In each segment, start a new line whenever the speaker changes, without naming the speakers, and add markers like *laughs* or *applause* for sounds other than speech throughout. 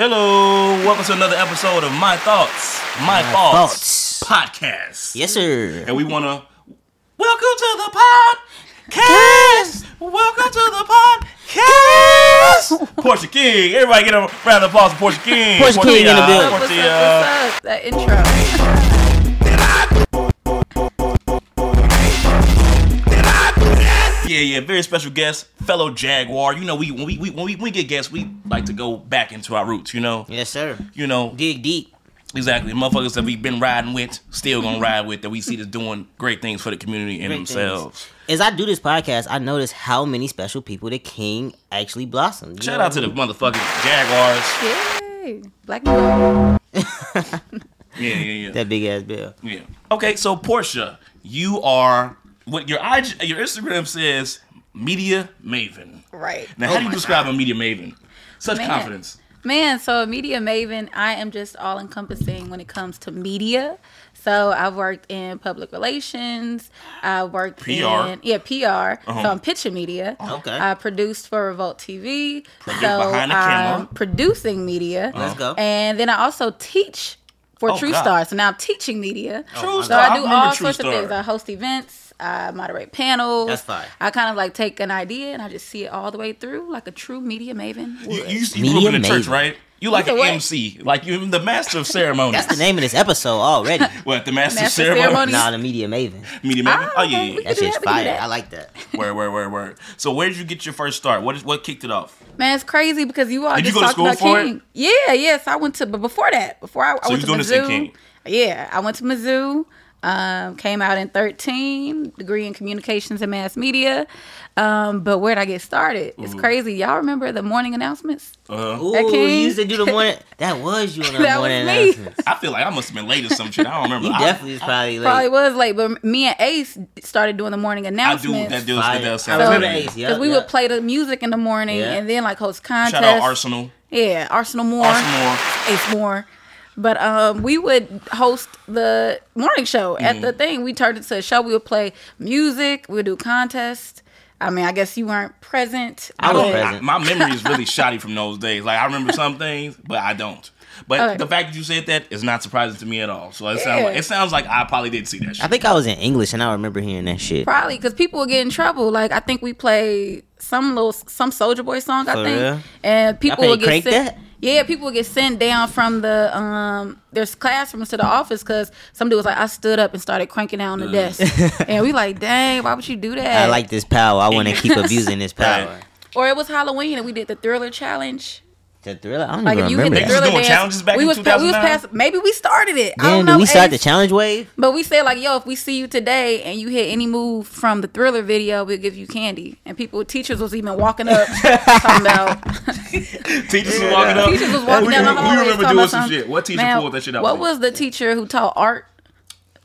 Hello, welcome to another episode of My Thoughts, My,
My
Thoughts, podcast.
Yes, sir.
And we want to welcome to the podcast. welcome to the
*laughs*
podcast. Portia King. Everybody get a round of applause for Portia King.
Portia King in the building.
What's
Portia.
up, what's up? That intro.
Yeah, yeah, very special guest, fellow Jaguar. You know, we when we, we when we when we get guests, we like to go back into our roots. You know,
Yes, sir.
you know,
Dig deep.
Exactly. Motherfuckers that we've been riding with, still gonna ride with, that we see that's doing great things for the community and
Great
themselves.
things. As I do this podcast, I notice how many special people the King actually blossomed. You
Shout
know?
out to the motherfucking Jaguars.
Yay. Black man.
Yeah, yeah, yeah.
that big ass bill.
yeah. Okay, so Portia, you are what your IG, your Instagram says media maven.
Right.
Now, how do you describe a media maven? Such
Man.
confidence.
Man, so a media maven, I am just all encompassing when it comes to media. So I've worked in public relations. I worked
PR.
in yeah PR.
Uh-huh.
So I'm picture media.
Okay.
I produced for Revolt TV.
Produced
so
behind the
I'm
camera. Uh-huh.
producing media.
Let's go.
And then I also teach for
Oh,
True
God.
Star. So now I'm teaching media.
Oh,
True
So
Star.
I do
remember
all
True
sorts
Star.
of things. I host events. I moderate panels.
That's fine.
I kind of like take an idea and I just see it all the way through, like a true media maven.
You,
would.
you, you grew up
Media
in the church,
maven.
right? You like
He's a
an
what?
MC, like you're the master of ceremonies.
That's the name of this episode
*laughs*
already.
What the master, of
Master of
ceremony?
ceremonies.
nah, the media maven.
Media maven.
Ah,
Oh yeah,
okay.
yeah, yeah.
We
That shit's
do that, we can do
fire.
that.
I like that.
Where, where, where, where? So where did you get your first start? What is what kicked it off?
Man, it's crazy because you all
Did you
just
go to
talked
school
about
for it?
King. Yeah, yes, I went to, but before that, before I, I
you
went to
doing this in
Mizzou.
King?
Yeah, I went to Mizzou. Um, came out in thirteen, degree in communications and mass media. Um, but where'd I get started? It's crazy. Y'all remember the morning announcements?
Uh,
Ooh,
*laughs* That
you
King.
used to do the
*laughs*
morning. That was you on the
That
morning
was me.
announcements.
I feel like I must have been late or some shit. I don't remember.
You
I-
definitely was probably late.
Probably was late, but me and Ace started doing the morning
I, do.
announcements.
That deals.
Fire.
That does
I
sound
remember
familiar.
Ace, yeah.
Because we would play the music in the morning
Yeah.
and then like host contests.
Shout out Arsenal.
Yeah, Arsenal Moore.
Arsenal Moore.
Ace Moore. But um, we would host the morning show at
Mm-hmm.
the thing. We turned it to a show. We would play music. We would do contests. I mean, I guess you weren't present.
I was
but-
present.
I- my memory is
*laughs*
really shoddy from those days. Like I remember some things, but I don't. But
Okay.
the fact that you said that is not surprising to me at all. So it sounds
Yeah.
like it sounds like I probably did see that
I
shit.
think I was in English and I remember hearing that shit.
Probably because people would get in trouble. Like I think we played some little some Soldier Boy song. I
For
think,
real?
and people
played
would get
Crank
sent.
That?
Yeah, people would get sent down from the um there's classrooms to the office because somebody was like, I stood up and started cranking down the desk, and we like, dang, why would you do that?
Mm. I like this power. I want to
*laughs*
keep abusing this power.
Right.
or it was Halloween and we did the Thriller challenge.
The thriller. I don't
Like
even
if you hit
remember.
They
the
was
that.
Thriller
doing
dance,
challenges back
we
in
was pa- we was
2009?
past. Maybe we started it. I
Damn,
don't
do
know.
we start the
Ace.
challenge wave?
But we said like, yo, if we see you today and you hit any move from the thriller video, we'll give you candy. And people, teachers was even
*laughs*
walking up talking about. *laughs*
Teachers was walking up.
teachers was walking
we,
down the
we
hallway.
remember
talking
doing
about
some
something.
shit. What teacher
Man,
pulled that shit out?
What was the teacher who taught art?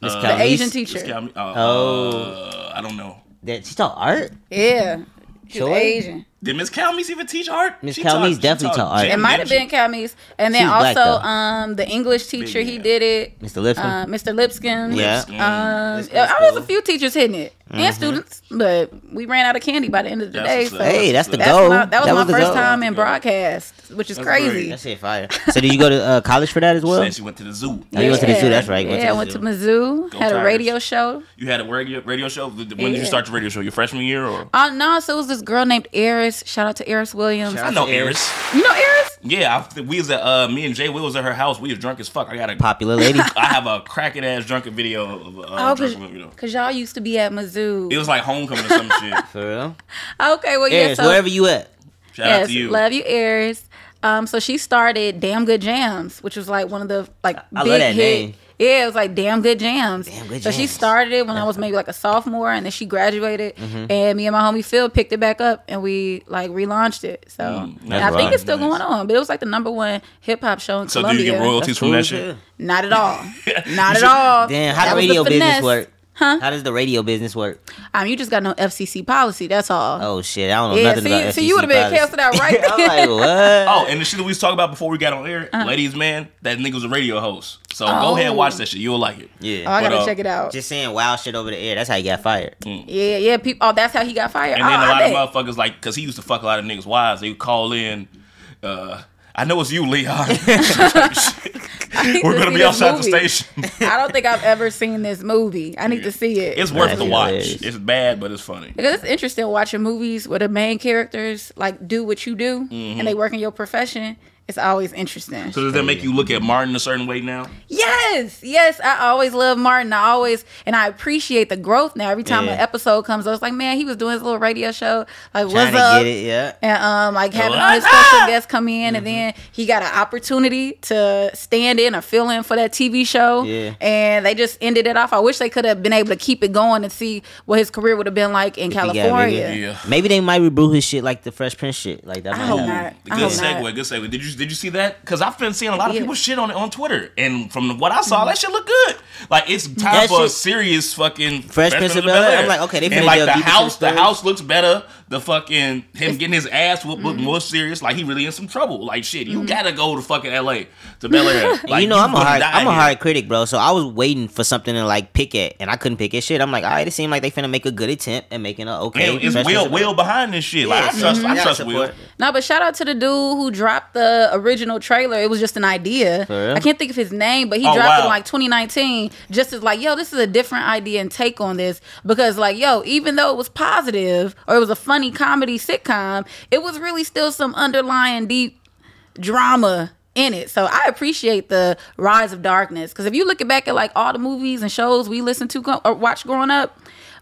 Miss
Uh,
The
Calise?
Asian teacher.
Just got me- uh,
Oh.
uh, I don't know.
That she taught art.
Yeah, she was
Choi?
Asian.
Did Miss Calmes even teach art?
Miss
She
Calmes
taught- she
definitely taught art.
gym,
It might have
didn't she?
been Camis. And then
She was black,
also
though.
um, the English teacher, he
yeah.
did it.
Mr. Lipscomb.
Uh, Mr. Lipscomb.
Yeah.
Mm.
Um,
That's
I
cool.
was a few teachers hitting it
Mm-hmm.
and students, but we ran out of candy by the end of the
That's
day.
what's
So
up.
hey, that's the
that's
goal.
my, that was my
the
first
goal.
time in
That's the goal.
broadcast, which is
That's
crazy.
great.
That shit fire. So did you go to uh, college for that as well?
Said she went to the zoo.
Oh, you went to the zoo. That's right. You went to
yeah,
the
I went
zoo.
to Mizzou.
Go
had
Tigers.
a radio show.
You had a radio radio show. When did you
Yeah.
start your radio show? Your freshman year, or
Oh no, so it was this girl named Eris. Shout out to Eris Williams.
Shout
I
out.
know
to Eris.
Eris.
You know Eris?
Yeah, I, we was at uh, me and Jay. We was at her house. We was drunk as fuck. I got a
Popular
*laughs*
lady.
I have a cracking ass drunken video of uh,
Oh,
drunk
cause,
video.
'cause y'all used to be at Mizzou.
It was like homecoming or some
*laughs*
shit. Shout
for real.
okay, well yeah,
Yes,
so
wherever you at.
out to you.
love you, Eris. Um, so she started Damn Good Jams, which was like one of the like
I love
big
that
hit.
name.
Yeah, it was like Damn Good Jams.
Damn Good
so she
Jams.
started it when I was maybe like a sophomore, and then she graduated,
Mm-hmm.
and me and my homie Phil picked it back up, and we like relaunched it. So
Mm,
and
that's
I think
right.
it's still
Nice.
going on, but it was like the number one hip hop show in
so do
Columbia.
you get royalties
That's
from
cool
that
as
shit?
hell.
Not
*laughs*
at all. Not at all.
Damn, how
Oh, That
the
was
radio business
finesse.
work?
Huh?
How does the radio business work?
Um, you just got no FCC policy. That's all.
Oh shit, I don't know
yeah,
nothing
see,
about E
see, you would have been canceled out right
*laughs* I'm
there. *laughs*
like, what?
Oh, and the shit that we was talking about before we got on air, ladies, man, that nigga was a radio host. So go
Uh-huh. Oh.
ahead and watch that shit. You'll like it.
Yeah.
Oh, I
But,
gotta
uh,
check it out.
Just saying wild shit over the air. That's how you got fired.
Mm.
Yeah, yeah. People. Oh, that's how he got fired.
And then
oh,
a
I
lot
bet.
of motherfuckers like, cause he used to fuck a lot of niggas' wives. They would call in. Uh, I know it's you,
*laughs*
Leon. *laughs* We're gonna be outside the station.
I don't think I've ever seen this movie. I need to see it.
It's worth the
That's
watch.
hilarious.
It's bad, but it's funny.
because it's interesting watching movies where the main characters like do what you do and they work in your profession. It's always interesting.
Mm-hmm. So does that make you look at Martin a certain way now?
Yes, yes. I always love Martin. I always and I appreciate the growth now. Every time
Yeah.
an episode comes, I was like, man, he was doing his little radio show. Like,
Trying
what's
to
up?
get it, yeah.
and um, like having
What's
all his
ah!
special guests come in,
Mm-hmm.
and then he got an opportunity to stand in or fill in for that TV show.
Yeah.
And they just ended it off. I wish they could have been able to keep it going and see what his career would have been like in
got
California.
Yeah.
Maybe they might reboot his shit like the Fresh Prince shit. Like that.
I
might
hope
happen.
not. I
Good
hope
segue.
not.
Good segue. Did you did you see that? Because I've been seeing a lot of
Yeah.
people shit on it on Twitter, and from what I saw, that shit look good. Like it's time
That
for a
shit-
serious fucking
Fresh Prince of
Bel-Air.
Bel-Air. I'm like, okay, they
and
finna
like
delve
the
deep into
house,
the
the
story.
house looks better. The fucking him getting his ass whooped
Mm-hmm.
looked more serious. Like he really in some trouble. Like shit, you gotta go to fucking L.A. to Bel Air.
And Mm-hmm. *laughs* you know I'm a hard I'm a hard critic, bro. So I was waiting for something to like pick at, and I couldn't pick at shit. I'm like, all right, it seemed like they finna make a good attempt at making an okay.
It's
Fresh Prince
Will
of Bel-Air.
Will behind this shit. Like I
Yeah,
trust I
mhm.
trust
Support.
Will.
No, but shout out to the dude who dropped the original trailer. It was just an idea.
For real?
I can't think of his name, but he
Oh,
dropped
wow.
it in like 2019. Just as like, yo, this is a different idea and take on this because like, yo, even though it was positive or it was a funny comedy sitcom, it was really still some underlying deep drama in it. So I appreciate the rise of darkness because if you look back at like all the movies and shows we listened to go- or watched growing up,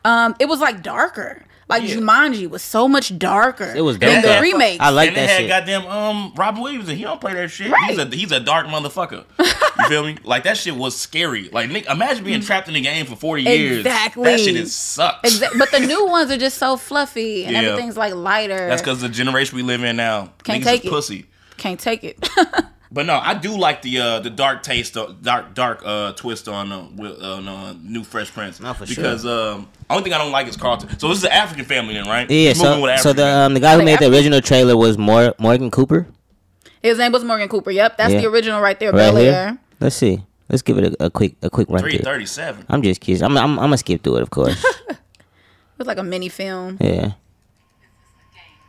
um, it was like darker. Like
Yeah.
Jumanji was so much darker.
It was
than
dope.
the
Yeah.
remake.
I like
and they
that
had
shit.
goddamn um Robin Williams and he don't play that shit.
Right.
He's a he's a dark
*laughs*
motherfucker. You feel me? Like that shit was scary. Like Nick, imagine being trapped in the game for forty years.
Mm. Exactly.
That shit is sucks.
Exa- but the new ones are just so fluffy and
Yeah.
everything's like lighter.
That's because the generation we live in now
Can't
niggas
take
is
it.
pussy.
can't take it. *laughs*
But no, I do like the uh, the dark taste, uh, dark dark uh, twist on uh, Will- on uh, New Fresh Prince.
Not for sure.
because um, only thing I don't like is Carlton. So this is an African family then, right?
Yeah,
He's moving with
so,
an
so the
African.
um, the guy who
Like,
made the
I-
original trailer was Mor- Morgan Cooper,
His name was Morgan Cooper. Yep, that's
Yeah.
the original right there,
right
Bel
here.
Air.
Let's see. Let's give it a, a quick a quick run
three
through.
thirty seven.
I'm just kidding. I'm, I'm I'm gonna skip through it, of
*laughs*
course.
It was like a mini film.
yeah.
game.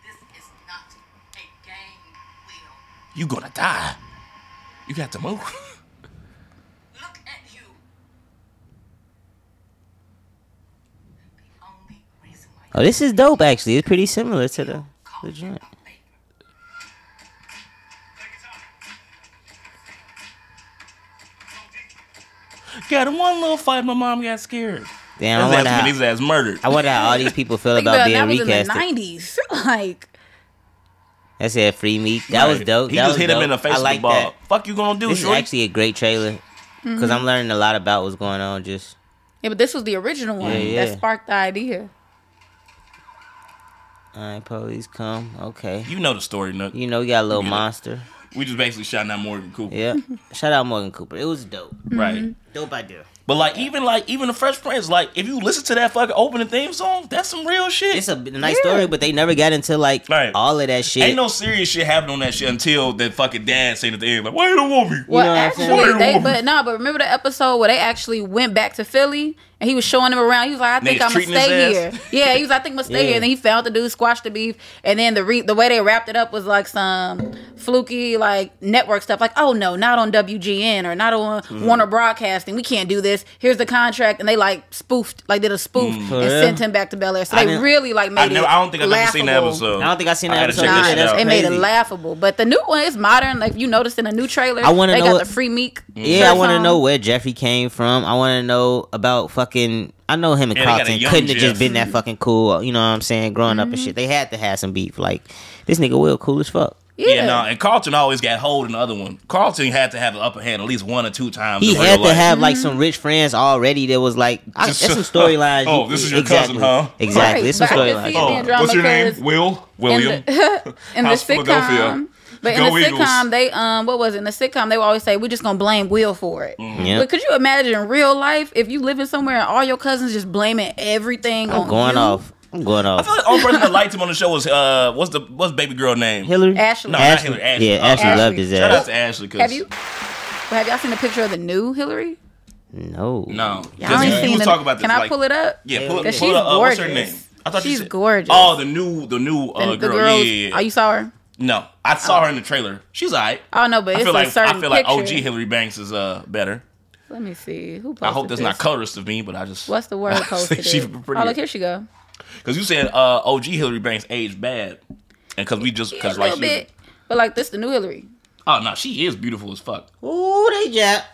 This is not a game, Will.
You gonna die. You got to move. *laughs*
Look at you. The only reason why
Oh, this is dope. Actually, it's pretty similar to the the joint.
Got in one little fight, my mom got scared.
Damn, I
his,
wonder,
ass, his
how,
ass murdered.
I wonder how all these people feel
Think
about
about it, that
being
was in the
recasted.
nineties. *laughs* like
That said, free meat. That was
Right.
dope.
He
that
just
was
hit
dope.
him in the face
I
with
like
the ball.
that.
Fuck you gonna do?
This is
shorty?
actually a great trailer because I'm learning a lot about what's going on. Just
yeah, but this was the original one
Yeah, yeah.
that sparked the idea.
all right, police come. Okay,
you know the story, Nook.
you know we got a little
Yeah.
monster.
We just basically shouting out Morgan Cooper,
Yeah. Shout out Morgan Cooper. It was dope.
Mm-hmm.
right?
Dope idea.
But like, even like, even the Fresh Prince, like, if you listen to that fucking opening theme song, that's some real shit.
It's a, b- nice
Yeah.
story, but they never got into like
Right.
all of that shit.
Ain't no serious shit happened on that shit until that fucking dad saying at the end, like, "Why you don't want me?"
Well,
know what I'm
actually,
saying?
they but no, but remember the episode where they actually went back to Philly and he was showing them around. He was like, "I think
Niggas
I'm gonna
treating his
stay here."
ass.
Yeah, he was. I think I'm gonna stay
Yeah.
here. And then he found the dude, squashed the beef, and then the re- the way they wrapped it up was like some fluky like network stuff. Like, oh no, not on WGN or not on
Mm-hmm.
Warner Broadcasting. We can't do this. Here's the contract, and they like spoofed, like did a spoof and
For real?
sent him back to Bel Air. So
I
they
didn't-
really like made
Mm. I, never,
it.
I don't think I've ever seen that
laughable.
episode.
I don't think I seen that
gotta
episode
check
Nah,
this
either.
shit
That's
out.
it made it
crazy.
laughable, but the new one is modern. Like you noticed in the new trailer,
I wanna
they
know
got
what-
the free meek.
Yeah, I
shirts
want to
on.
know where Jeffrey came from. I want to know about fucking. I know him and
Yeah, they got a
Carlton
young
couldn't have just
Jeff.
been that fucking cool. You know what I'm saying? Growing up and shit, they had to have some beef. Like this nigga Will, cool as fuck.
Yeah, no, and Carlton always got hold in the other one. Carlton had to have an upper hand at least one or two times.
He
in real
had to
life.
have like some rich friends already. That was like, I, that's
*laughs*
some storylines.
Oh, this is your cousin, huh?
Exactly,
Right,
it's some
but I can
storylines.
see it being drama because
Will
*laughs* in the, in the
House Philadelphia.
sitcom. But in
Go
the
Eagles.
sitcom, they um, what was it? In the sitcom, they would always say, "We're just gonna blame Will for it."
Mm-hmm.
Yeah.
But could you imagine in real life if you living somewhere and all your cousins just blaming everything
I'm
on
going
you?
off. I'm going
I feel
off.
like the only person that liked him on the show was uh, what's the what's baby girl name?
Hillary,
Ashley. No, not
Ashley.
Hillary, Ashley.
yeah,
Oh,
Ashley,
Ashley.
loved his
Shout out
ass.
to Ashley. 'cause-
Have you? Have y'all seen a picture of the new Hillary?
No,
No,
Y'all
you,
ain't
you
seen
was
the-
talking about this.
Can I
like-
pull it up?
Yeah, pull, pull
'Cause
it
she's
up. Uh, what's her
gorgeous.
name? I thought you
She's
said-
gorgeous.
Oh, the new, the new uh,
The, the
girl.
girls.
yeah, yeah,
Oh, you saw her?
No, I saw her in the trailer. She's alright.
I don't know, but
I
it's
feel
a
like
certain
I feel like OG
picture.
Hillary Banks is uh better.
Let me see. Who posted
I hope that's
this?
not colorist of me, but I just
What's
*laughs*
the word
I
posted?
think she's
it?
pretty-
Oh, look, here she go.
because you said uh OG Hillary Banks aged bad, and because we just
A
because like
little
she,
bit. But like this the new Hillary.
oh no, she is beautiful as fuck.
Ooh, they jap.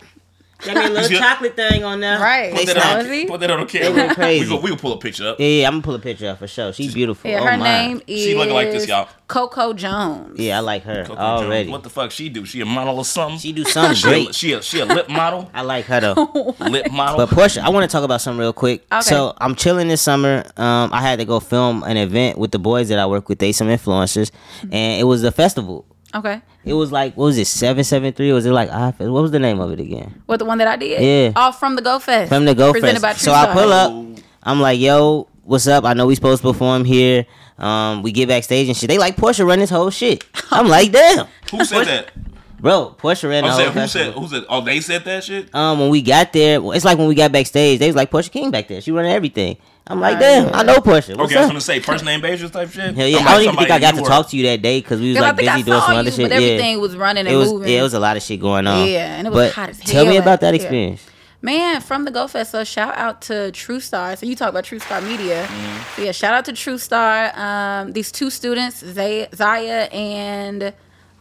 *laughs*
Got me
You
a
see
little
it?
chocolate thing on there.
Right.
Put
They
that,
snapped.
Now,
on,
is he?
put that on the
They
camera.
went crazy.
We go, we gonna pull a picture up.
Yeah, yeah, I'm gonna pull a picture up for sure. She's beautiful.
Yeah,
oh
her
my.
name is
She look like this, y'all.
Coco Jones. *laughs*
Yeah, I like her
Coco Jones,
already.
What the fuck she do? She a model or something?
she do something
*laughs* She a,
great.
she a, she a lip model?
I like
*laughs*
her though.
lip model?
But Portia, I want to talk about something real quick.
Okay.
So I'm chilling this summer. Um, I had to go film an event with the boys that I work with. They some influencers,
Mm-hmm.
and it was the festival.
Okay.
It was like what was it seven seven three? Was it like I? What was the name of it again?
What the one that I did?
Yeah.
All from the Go Fest.
From the Go Fest.
Presented by
So
True
I
Stars.
pull up. I'm like, yo, what's up? I know we supposed to perform here. Um, we get backstage and shit. They like Portia run this whole
*laughs*
shit. I'm like, damn,
who said that?
bro, Portia ran the
I'm
whole
saying who
festival.
said who said? Oh, they said that shit.
um when we got there, well, it's like when we got backstage, they was like Portia King back there. She running everything. I'm
Uh,
like, damn, I know Portia. What's
Okay, I was
up?
gonna say first name basis type shit.
Hell yeah,
I'm
I
like
don't even think I
somebody
got
you
to
were-
talk to you that day because we was
Girl,
like
I think
busy
I
doing
saw
some
you,
other shit.
but everything
yeah.
was running and
It was
moving.
yeah, it was a lot of shit going on.
Yeah, and it was
but
hot as
Tell me
hell
about
out
that
here.
experience.
Man, from the Go Fest, so shout out to True Star. So you talk about True Star Media.
Mm-hmm.
So yeah, shout out to True Star. Um, these two students, Zay, Zaya and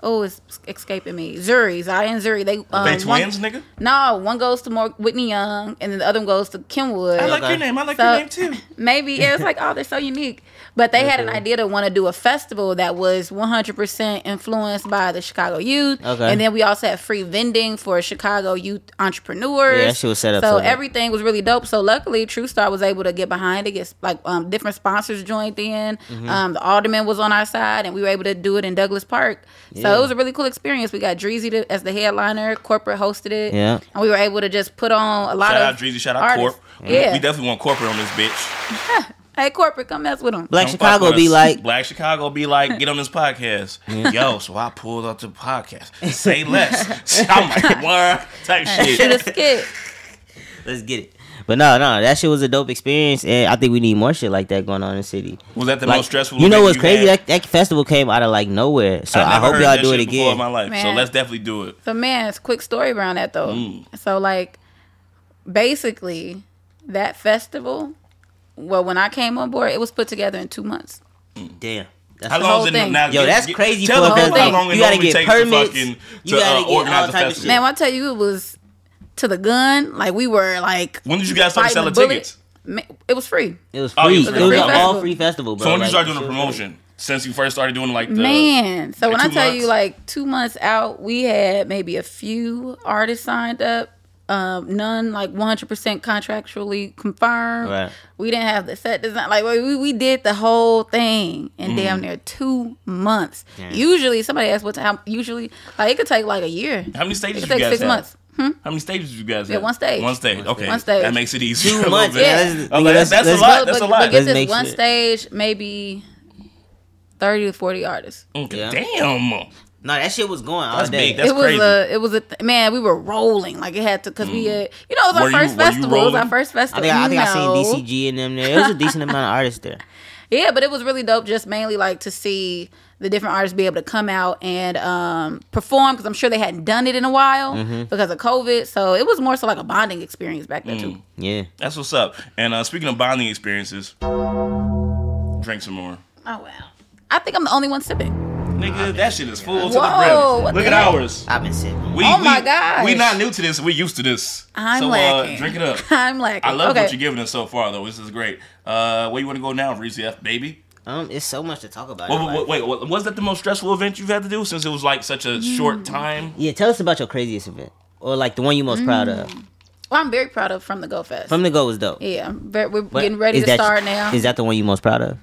oh, it's escaping me. Zuri, Zaya and Zuri. They um,
They
one-
twins, nigga.
No, one goes to more Whitney Young, and then the other one goes to Kenwood.
I like
Okay.
your name. I like
So-
your name too.
Maybe yeah, it's like oh, they're so unique. But they had an idea to want to do a festival that was 100% influenced by the Chicago youth.
Okay.
And then we also had free vending for Chicago youth entrepreneurs.
Yeah, that shit was set up
So
for that.
everything was really dope. So luckily, True Star was able to get behind it. Get like um, different sponsors joined in.
Mm-hmm.
Um, the alderman was on our side, and we were able to do it in Douglas Park. So
Yeah.
it was a really cool experience. We got Dreezy to, as the headliner. Corporate hosted it.
Yeah.
And we were able to just put on a lot
Shout
of
out Dreezy. Shout out
artists.
Corp.
Yeah.
We definitely want corporate on this bitch.
Hey, corporate, come mess with them.
Black
Don't fuck
Chicago
with
be
us.
like
Black Chicago be like, get on this
*laughs*
podcast. Yo, so I pulled up the podcast. Say less. *laughs* I'm like, what?
*laughs*
Type *laughs*
Shoot a
shit.
skit.
let's get it. But no, no, that shit was a dope experience and I think we need more shit like that going on in the city.
Was that the
Like,
most stressful?
You know
event
what's crazy?
had?
That, that festival came out of like nowhere. So
I've
I
never
hope
heard
y'all
that
do it
shit before in
again.
my life. So
Man.
let's definitely do it.
So man, it's a quick story around that though. So like basically that festival, well when I came on board, it was put together in two months.
Damn. That's
How
the
whole
long is it
thing.
now?
Yo, that's crazy
Tell
for
the
a
people how
festival.
long it
You gotta
normally
get
takes to
permits.
fucking
You
to
gotta
uh,
get all
organize a
type of
festival.
shit.
Man, when I tell you it was to the gun, like we were like
When did you guys start
fighting the
selling
bullet.
tickets?
Ma- It was free.
It was free.
Oh,
it
you
was,
said
free
an
festival.
all free festival, bro.
So when did you
Like,
start doing
it *laughs*
the
was-
promotion? Since you first started doing like the
Man, so
like
when I
two
tell you
months?
like two months out, we had maybe a few artists signed up. Um, none like 100% contractually confirmed.
Right.
We didn't have the set design. Like we, we did the whole thing in
Mm.
damn near two months. Usually somebody asks what time. Usually like it could take like a year.
how many
It
stages
could
you
take
guys
six
had?
months. Hmm?
How many stages did you guys
Yeah,
have?
one stage.
One stage. Okay.
One stage.
That makes it *laughs* easier.
Two
a little
months,
bit.
yeah,
Okay,
that's-
that's, that's a
that's-
lot. That's
but,
a lot.
But get this
Let's
one
make
stage, maybe 30 to 40 artists.
Okay,
Yeah.
Damn.
No, that shit was going all
That's
day.
big. That's
it was
crazy. Mm.
a, it was a th- man. We were rolling like it had to, cause we had, you know, it was our
Were you-
first
were you
festival. It was our
rolling?
first
I
festival.
think, I, think I
No.
seen DCG in them there. It was a decent amount of artists there.
Yeah, but it was really dope just mainly like to see the different artists be able to come out and um, perform because I'm sure they hadn't done it in a while
Mm-hmm.
because of COVID. So it was more so like a bonding experience back then
Mm.
too.
Yeah.
That's what's up. And uh, speaking of bonding experiences, drink some more.
Oh wow. I think I'm the only one sipping.
Nigga, that shit is full to the
Whoa,
brim.
what
Look
the
at
heck?
ours.
I've been sitting.
We,
Oh
we,
my gosh.
We not new to this. We used to this.
I'm
so,
lacking.
Uh, drink it up.
*laughs* I'm lacking.
I love
okay.
what you're giving us so far, though. This is great. Uh, where you want to go now, Reese F, baby?
Um, it's so much to talk about.
Wait,
in
wait,
life.
wait, wait, what- was that the most stressful event you've had to do since it was like such a
Mm.
short time?
Yeah, tell us about your craziest event. Or like the one you most proud of.
Mm. Well, I'm very proud of from the Go Fest.
From the go was dope.
yeah, I'm very, we're
But
getting ready
is
to
that-
start now.
Is that the one you most proud of?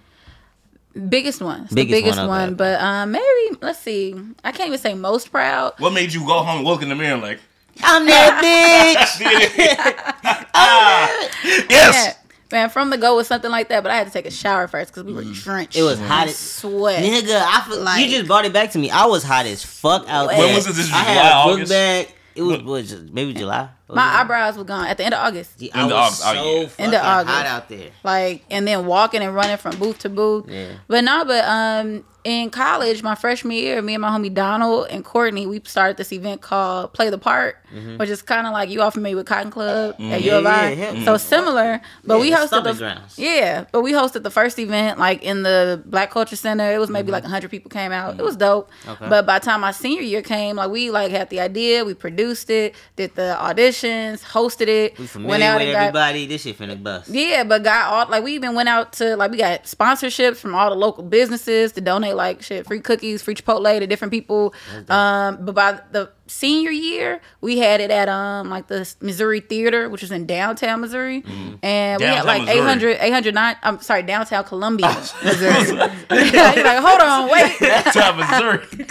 biggest one? It's
Biggest
the biggest
one,
one,
okay.
but um, maybe let's see. I can't even say most proud.
What made you go home and look in the mirror
*laughs*
like, *laughs*
I'm *laughs* that bitch.
Oh,
Ah, yes?
Yeah, man, from the go was something like that, but I had to take a shower first because we were drenched.
Mm. It was hot
in
as-
sweat.
Nigga, I feel like
Like-
you just brought it back to me. I was hot as fuck out
When
there.
was this? This was
I had
July,
a book
August?
bag. It was, was it maybe July. Was
My
it?
eyebrows were gone at the end of August.
Gee, I
End of August.
was so
Oh, yeah.
fucking
End of
hot
August.
out there.
Like and then walking and running from booth to booth.
Yeah.
But no, but um in college, my freshman year, me and my homie Donald and Courtney, we started this event called Play the Part, which is kind of like you all familiar with Cotton Club at U of
Yeah,
I.
Mm-hmm. yeah, hell
so
yeah.
similar, but
Yeah,
we
it's
hosted
stomping
the
grounds.
yeah, but we hosted the first event like in the Black Culture Center. It was maybe like hundred people came out. It was dope.
Mm-hmm. Okay.
But by the time my senior year came, like we like had the idea, we produced it, did the auditions, hosted it,
We familiar with
and got-
everybody. This shit finna bust.
yeah, but got all like we even went out to like we got sponsorships from all the local businesses to donate like shit, free cookies, free Chipotle to different people. Um, but by the senior year, we had it at um like the Missouri Theater, which is in downtown Missouri,
Mm-hmm.
and we had
Downtown
like
Missouri.
800, 809 I'm sorry, downtown Columbia,
Oh.
Missouri.
*laughs*
You're *laughs* like, hold on, wait.
Top
*laughs*
Missouri.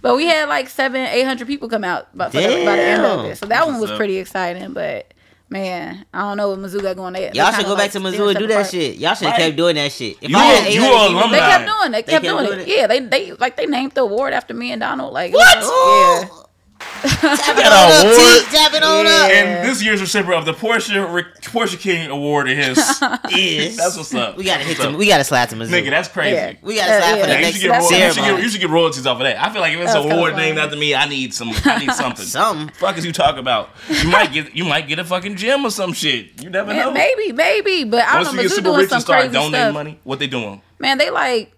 But we had like seven, eight hundred people come out by, for the- by the end of
Damn.
it, so that one was
what's up.
pretty exciting, but. Man, I don't know what Mizzou got going there.
Y'all should go back to Missouri and do that shit. Y'all should have
Right.
kept doing that shit. If
You
I
are-
had
you
800
are
people-
alumni.
They
Nah.
kept doing. it. They kept
kept
doing,
doing
it.
it.
Yeah, they they like they named the award after me and Donald. Like it
What?
was-
Tap it
Got
on
a
up,
award.
T. Tap it on
Yeah.
up.
And this year's recipient of the Porsche Re- Porsche King Award
*laughs*
is
Yes.
That's what's up.
We gotta
That's
hit
what's
some.
up.
We gotta slide to Missouri.
Nigga, that's
yeah,
crazy.
yeah.
We gotta slide for the
Yeah, you
next
should, get royal- you,
ceremony.
should get, you should get royalties off of that. I feel like if it's
That
an
was kinda
award
funny.
named after me, I need some. I
*laughs*
need something.
Some.
Fuck is you talking about? You might get. You might get a fucking gym or some shit. You never
Yeah,
know.
maybe, maybe, but I
Once
don't
you
know.
get
Mizzou
super
doing
rich
some
and start
crazy
donating
stuff.
money, what they doing?
Man, they like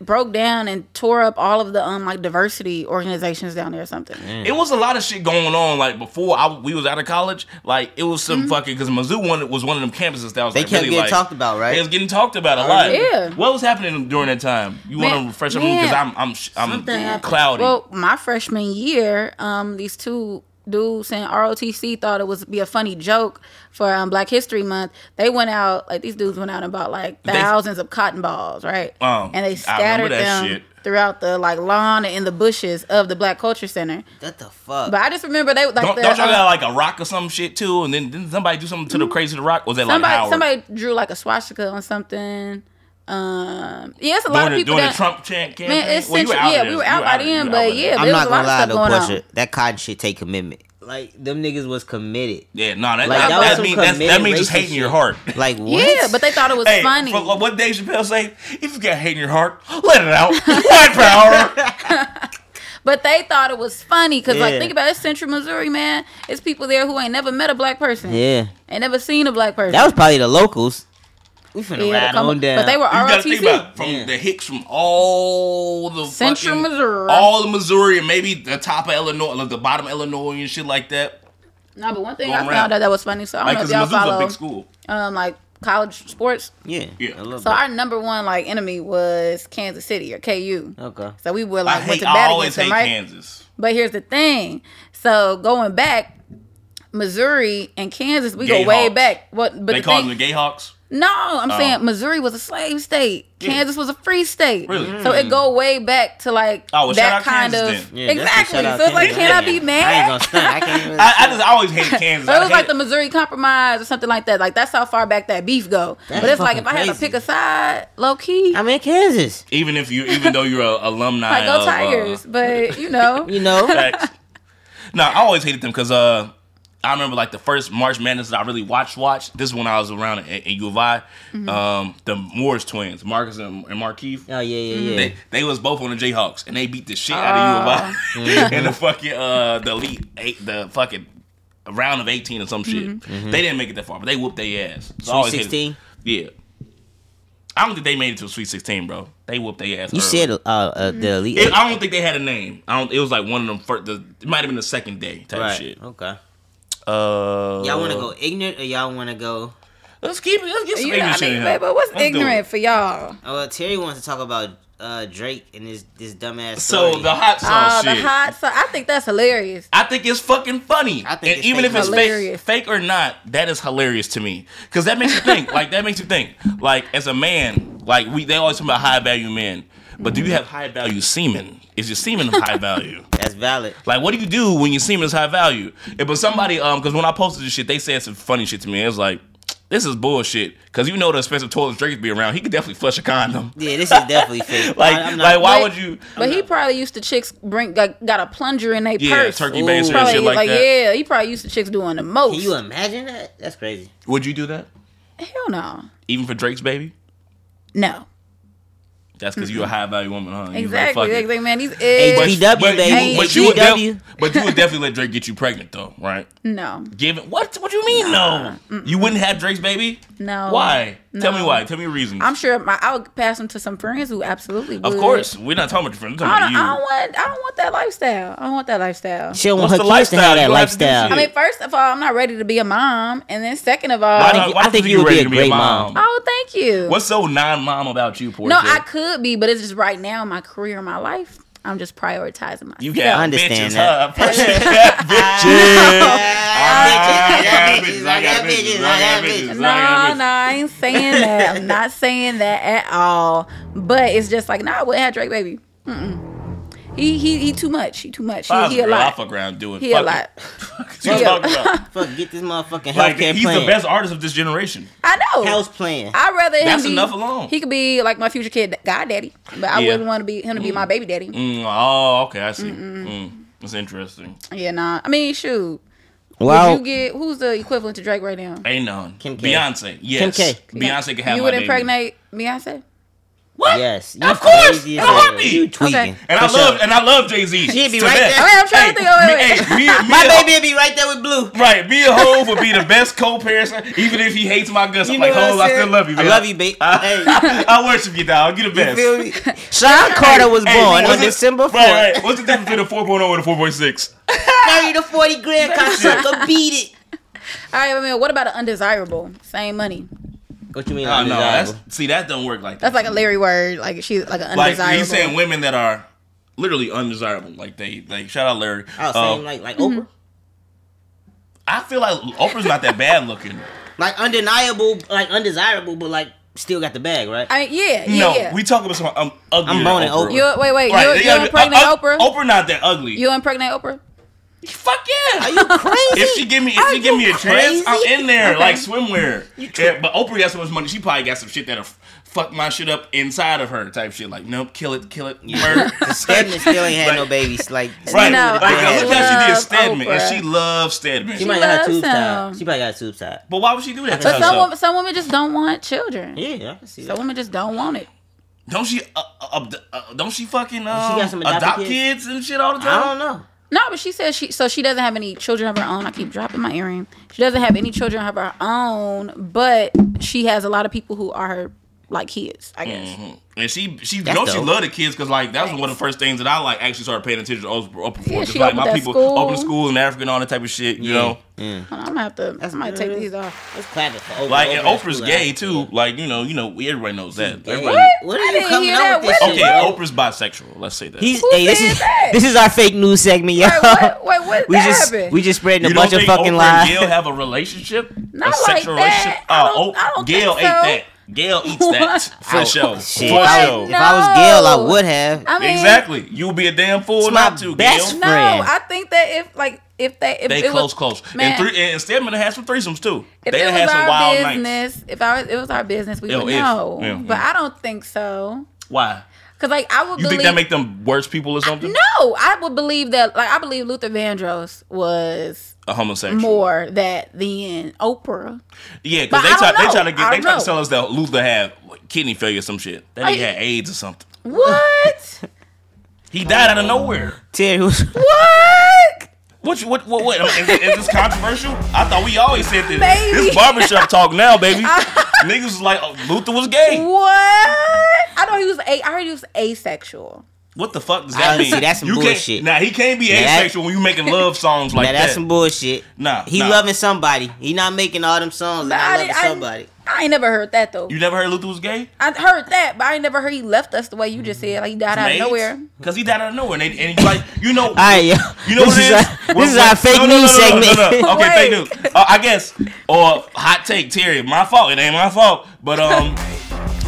broke down and tore up all of the um like diversity organizations down there or something.
It was a lot of shit going on. Like before, I, we was out of college. Like it was
Mm-hmm.
some fucking because Mizzou one was one of them campuses that was
They
like,
kept
really,
getting
like,
talked about, right?
It was getting talked about a lot.
Oh, yeah.
What was happening during that time? You want
Man-
to refresh me because
man.
I'm I'm sh- I'm
Something happened.
cloudy.
Well, my freshman year, um, these two dudes in ROTC thought it was be a funny joke for um, Black History Month. They went out like these dudes went out and bought like
They-
thousands of cotton balls, right?
Oh,
and they
I remember
scattered
that
them
shit.
throughout the like lawn and in the bushes of the Black Culture Center.
What the fuck?
But I just remember they like
don't,
the,
don't y'all
uh,
got
Mm-hmm.
like a rock or some shit too? And then didn't somebody do something to the crazy to rock? Or was that
somebody
like Howard?
somebody drew like a swastika on something. Um, yeah, it's a
doing,
lot of
the,
people
doing
that
the Trump chant campaign?
man, it's
Well, you were
central-
out
yeah,
there.
we
You
were out
out
by
there.
then,
You were out
but
there.
yeah, but
I'm
it was
not
a lot
gonna
of
lie
stuff
though,
going on.
Portia. That cotton shit take commitment. Like them niggas was committed.
Yeah, no, that,
Like,
that,
that was
that,
some
mean, that's, that
committed
means just
racist
hating your
shit.
heart.
Like what?
Yeah, but they thought it was
Hey,
funny.
For, like what Dave Chappelle say? If you got hate in your heart, let it out.
*laughs*
White power.
But they thought it was funny because, like,
Yeah.
think about it, it's Central Missouri, man. It's people there who ain't never met a black person.
yeah,
Ain't never seen a black person.
that was probably the locals. We finna
Yeah,
ride
come-
on down.
But they were
You gotta think about
ROTC.
it, from
Yeah.
the Hicks from all the
Central
fucking-
Missouri.
all the Missouri, and maybe the top of Illinois, like the bottom of Illinois, and shit like that.
No, but one thing
Going
I
around.
found out that was funny. So I
Like,
don't
because
know if y'all
Mizzou's a
follow,
big school.
um, like college sports.
yeah,
Yeah.
a little
So
bit.
our number one like enemy was Kansas City or KU.
okay.
So we were
I
like went
hate.
to
I
bat
always
against
hate
them, right?
Kansas.
But here's the thing. So going back, Missouri and Kansas, we
Gay
go way
Hawks.
back. What? But
They
the
call
thing-
them the Gayhawks.
No, I'm
Oh.
saying Missouri was a slave state.
Yeah.
Kansas was a free state.
Really? Hmm.
So it go way back to like
Oh, well, shout
that
out
kind
Kansas
of
then.
Yeah, that's a
exactly.
shout out
So it's like,
Kansas.
can I be
I ain't gonna
mad?
stunt.
*laughs*
I can't. Even
I, I just I always hated Kansas.
So *laughs* it
I
was
hate-
like the Missouri Compromise or something like that. Like that's how far back that beef go.
That's
but it's like if
fucking
I had to
crazy.
pick a side, low key,
I'm in Kansas.
even if you even though you're a alumni
like
of,
go
uh,
Tigers. but you know,
*laughs*
*laughs*
You know.
Facts. no, I always hated them because uh, I remember like the first March Madness that I really watched. Watched this is when I was around at, at U of I.
Mm-hmm.
Um, the Morris twins, Marcus and, and Markeith.
Oh yeah, yeah, yeah.
Mm-hmm. They, they was both on the Jayhawks and they beat the shit out of *laughs* U of I in the fucking uh the elite eight the fucking round of eighteen or some shit.
Mm-hmm.
They didn't make it that far, but they whooped their ass. So I always hated-
16?
Yeah. I don't think they made it to a Sweet Sixteen, bro. They whooped their ass.
You
early.
said uh, uh the elite.
It,
Eight.
I don't think they had a name. I don't. It was like one of them. First, the, it might have been the second day type
right.
shit.
Okay.
Uh,
Y'all want to go ignorant or y'all want to go?
Let's keep it. Let's get some
you know
ignorant
what I
shit in
mean,
here.
babe, but what's
Let's do it.
ignorant for y'all?
Oh, well, Terry wants to talk about uh, Drake and his this dumbass.
So
story.
the hot
Oh,
sauce
the
shit.
hot so I think that's hilarious.
I think it's fucking funny.
I think
and
it's
even if it's fake,
hilarious.
fake or not, that is hilarious to me. Cause that makes you think. like that makes you think. Like as a man, like we they always talk about high value men. But do you have high value semen? Is your semen of high value?
that's valid.
Like, what do you do when your semen is high value? And, but somebody, um, because when I posted this shit, they said some funny shit to me. It was like, this is bullshit. Because you know the expensive toilets Drake be around. He could definitely flush a condom.
Yeah, this is definitely
*laughs*
fake.
Like,
I- I'm not-
like why
But-
would you?
But he probably used to chicks bring got, got a plunger in their
Yeah,
purse.
turkey
Ooh.
baster and
probably
shit like,
like,
that.
yeah, he probably used to chicks doing the most.
Can you imagine that? That's crazy.
Would you do that?
Hell no,
Even for Drake's baby?
no.
That's because you're a high value woman, huh? You like,
Exactly.
fuck it.
Exactly, man. These
But-
eggs.
HBW, baby.
You, but, you would def-
HBW.
but you would definitely let Drake get you pregnant, though, right?
No.
Given what? What do you mean? No, you wouldn't have Drake's baby.
No.
Why? Tell me
No.
why. Tell me reasons.
I'm sure my, I would pass them to some friends who absolutely would.
of course, we're not talking about your friends. We're
I
talking
don't, I
about
don't
you.
want. I don't want that lifestyle. I don't want that lifestyle.
She don't want
What's the
her kids to
lifestyle?
have that
You have to do
lifestyle.
shit.
I mean, first of all, I'm not ready to be a mom, and then second of all,
Why
think
don't-
you-
why
I
don't
think
you
you would
ready
be a
to
great mom.
oh, thank you.
What's so non-mom about you, Portia?
no, I could be, but it's just right now, my career, my life. I'm just prioritizing myself.
You got
I understand
bitches,
*laughs* that.
huh? *laughs* Portia got bitches.
bitches, I
I got
got bitches, I got bitches.
bitches, I got bitches, I got bitches, I
No, no,
got bitches.
I ain't saying that.
*laughs*
I'm not saying that at all. But it's just like, nah, I wouldn't have Drake baby. Mm-mm. He he he too much. He too much. He,
Five's
he a
real. I
lot.
fuck around doing.
He
*laughs*
a lot.
She was
Yeah.
talking
*laughs*
about.
Fuck, get this motherfucking
Like
healthcare
he's
plan.
the best artist of this generation.
I know.
House plan.
I'd rather him
That's
be,
enough alone.
He could be like my future kid goddaddy, but I
Yeah.
wouldn't want to be him to be my baby daddy.
Mm, oh, okay, I see. Mm, that's interesting.
Yeah, nah. I mean, shoot. Would you get who's the equivalent to Drake right now?
Ain't none.
Kim K.
Beyonce. Yes.
K.
Beyonce can have
You
my
would
baby.
impregnate Beyonce?
What?
yes.
Of course.
crazy
In
as
a
hell.
heartbeat.
You tweaking.
Okay.
And I
For
love
sure.
and I love Jay Z.
She'd be right there.
Okay, I'm trying to think. Oh, wait, wait.
Me, hey, me,
My
me and-
baby would be right there with Blue.
Right, me and Hov would be the best co-parents, even if he hates my guts. I'm like, Hov, I still love you, Ah. man.
I love you, babe. hey,
*laughs* I worship you, dog. You're the
you
best.
feel me? Sean Carter was
Hey,
born
what's
on
the-
December 4th.
Right, right. What's the difference between a 4.0 and a 4.6?
30 to 40 grand contract. Go beat it.
All right, I mean, what about an undesirable? Same money.
What you mean?
Oh, no. That's,
undesirable?
see, that don't work like that.
That's like a Larry word. Like she's like an
Like,
undesirable.
he's saying women that are literally undesirable. Like, they, like shout out Larry.
Oh,
Uh,
same like like Oprah.
I feel like Oprah's not that bad looking.
Like undeniable, like undesirable, but like still got the bag, right?
I mean, yeah, yeah,
no,
yeah.
we talking about some um, ugly.
I'm boning Oprah.
you wait, wait.
Right, they
you you
gotta be-
impregnate
uh, uh,
Oprah?
Oprah not that ugly.
You impregnate Oprah?
Fuck yeah.
Are you crazy?
*laughs* If she give me, if
Are
she give me a
you
chance,
crazy?
I'm in there like swimwear.
tri-
Yeah, but Oprah got so much money, she probably got some shit that'll f- fuck my shit up inside of her type shit. Like, nope, kill it, kill it, murder.
*laughs* Stedman still ain't had
Like-
no babies. Like
right?
Stedman
No,
would've
like,
been
I
I
had
look
one.
how she did
love
Stedman, and
Oprah.
she loves Stedman.
She might have had a
loves
tube
him.
tie. She probably got a tube tie.
but why would she do that? To
But some
herself?
women, some women just don't want children.
Yeah, I can see
Some
that.
women just don't want it.
don't she? Uh, uh, uh, don't she fucking um,
got some
adopt,
adopted
kids?
kids?
and shit all the
I
time?
don't know.
No, but she says she so she doesn't have any children of her own. I keep dropping my earring. She doesn't have any children of her own, but she has a lot of people who are her like kids, I guess.
Mhm. And she, she, you
That's
know, she
dope.
loved the kids because like that was one of the first things that I like actually started paying attention to Oprah, Oprah for.
Yeah,
Just
she
like
opened
my
that
people
school.
open school in Africa and all that type of shit, you know.
Hold on, I'm gonna have to I might take
good.
these off.
Let's clap it for Oprah.
Like, and
that's
Oprah's
cool.
gay too. Like, you know, you know, everybody knows that.
Gay.
Everybody-
What
I
are you
didn't
coming
hear
out
that
with this
word.
shit?
Okay,
bro?
Oprah's bisexual. Let's say that.
He's
Who
hey, this
said
is
that?
this is our fake news segment, y'all.
Wait,
*laughs*
what wait,
*laughs*
what
we
that
just
happened?
we just spreading
you
a
don't
bunch of
think
fucking
Oprah
lies.
and Gail have a
*laughs*
relationship? a
Not like
sexual
that.
relationship?
I
Uh,
don't-
oh,
I don't think
Gail ate
so.
that. Gail eats
*laughs*
that for
Oh,
sure.
shit.
For
If I,
sure.
was- if I was Gail, I
No.
would have.
I mean,
exactly. You would be a damn fool
my
not to.
best
Gail.
No,
Friend.
I think that if like if they if
They
it
close,
was,
close.
man,
and three and Stedman had some threesomes too.
If
they
it
done
was
had some
our
wild nights.
business, if I was, it was our business, we
Ew,
would
if.
know.
Ew,
but
ew.
I don't think so.
Why?
Cause like I would
You
believe
think that make them worse people or something?
no, I would believe that like I believe Luther Vandross was
A homosexual.
more that than Oprah.
Yeah, because
But
they
I
try,
don't
they
know.
try to
I
get they
don't
try to
know.
sell us that Luther had kidney failure or some shit. That
Are
nigga
you-
had AIDS or something. *laughs*
What?
He died out of nowhere.
Terry was
what?
What you what what what? I mean, is, is this controversial? I thought we always said this.
Baby.
This barbershop talk now,
*laughs*
baby. Niggas was like oh, Luther was gay.
What? I know he was a. I heard he was asexual.
What the fuck does that
I
mean?
see, that's some
you Can't,
bullshit.
nah, he can't be
Now that-
asexual when you making love songs like
*laughs* now
that.
that's some bullshit.
Nah,
he
nah.
loving somebody. He not making all them songs.
But
That I,
didn't-
loving somebody.
I, ain't never heard that though.
you never heard Luther was gay?
I heard that, but I ain't never heard he left us the way you just said. Like he died out of nowhere.
Because he died out of nowhere. And, they, and he's like, you know,
All right, yo.
You know
this
what it is?
Our,
When-
this is
when-
our fake
no, no,
news
no, no, no,
segment.
No,
*laughs*
no, Okay, fake news.
Like-
Uh, I guess. Or hot take, Terry. My fault. It ain't my fault. But um,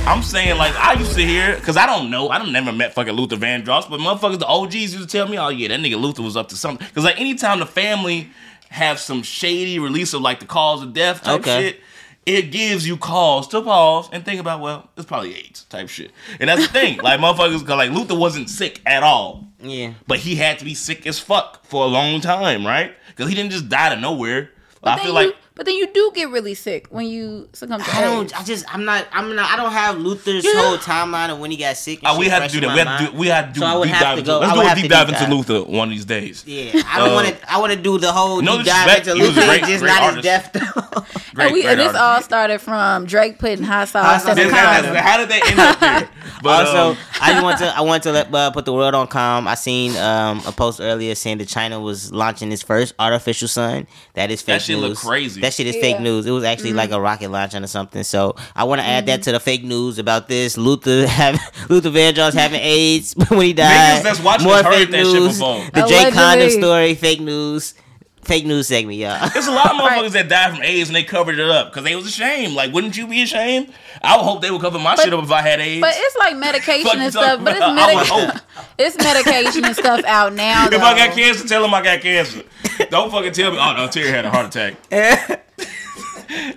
I'm saying like I used to hear because I don't know. I don't never met fucking Luther Vandross, but motherfuckers, the OGs used to tell me, oh yeah, that nigga Luther was up to something. Because like anytime the family have some shady release of like the cause of death type
Okay.
shit. It gives you cause to pause and think about, well, it's probably AIDS type shit. And that's the thing. like, motherfuckers, 'cause, like, Luther wasn't sick at all
yeah.
but he had to be sick as fuck for a long time, right? Because he didn't just die to nowhere.
But
I
then
feel
you,
like-
but then you do get really sick when you succumb to
I
AIDS.
don't. I just. I'm not. I'm not. I don't have Luther's
You know-
whole timeline of when he got sick. and
Oh, we
shit
have to
fresh
do
in
that.
my
We have to
mind.
do, we have to do
So I would
deep
have
dive
to
into
go-
Let's
I
do
would
a
have
deep
to do
dive into
that.
Luther one of these days.
Yeah, I don't
Uh,
want to. I want to do the whole
no
deep dive
disrespect,
into
he was a
Luther,
great-
just
great
not
artist.
his death though. *laughs*
Great,
and Oh, we,
great
and this
artist.
all started from Drake putting hot sauce
Hot
as
This-
a
sauce.
how,
condom.
how did that end up
*laughs*
here? But
also,
um,
*laughs* I just want to I want to let, uh, put the world on calm. I seen um, a post earlier saying that China was launching its first artificial sun. That is fake
That shit
news.
look crazy.
That shit is
Yeah. Mm-hmm.
fake news. It was actually like a rocket launching or something. So I want to add that to the fake news about this Luther *laughs* having Luther Vandross
*laughs*
having AIDS *laughs* when he died.
that's watching
More
this heard
fake
that shit
news.
before.
The Jay Condom
Allegedly.
story, fake news, fake news
*laughs*
segment, y'all.
There's a lot of
Right.
motherfuckers that died from AIDS and they covered it up because they was ashamed. Like, wouldn't you be ashamed? I would hope they would cover my shit up if I had AIDS.
But it's like medication
Fuck you
and stuff. But it's
talking about? *laughs* I would
medication.
hope.
It's medication and stuff out now.
if I got
though.
cancer, tell them I got cancer. Don't fucking tell me. Oh no, Terry had a heart
*laughs*
attack.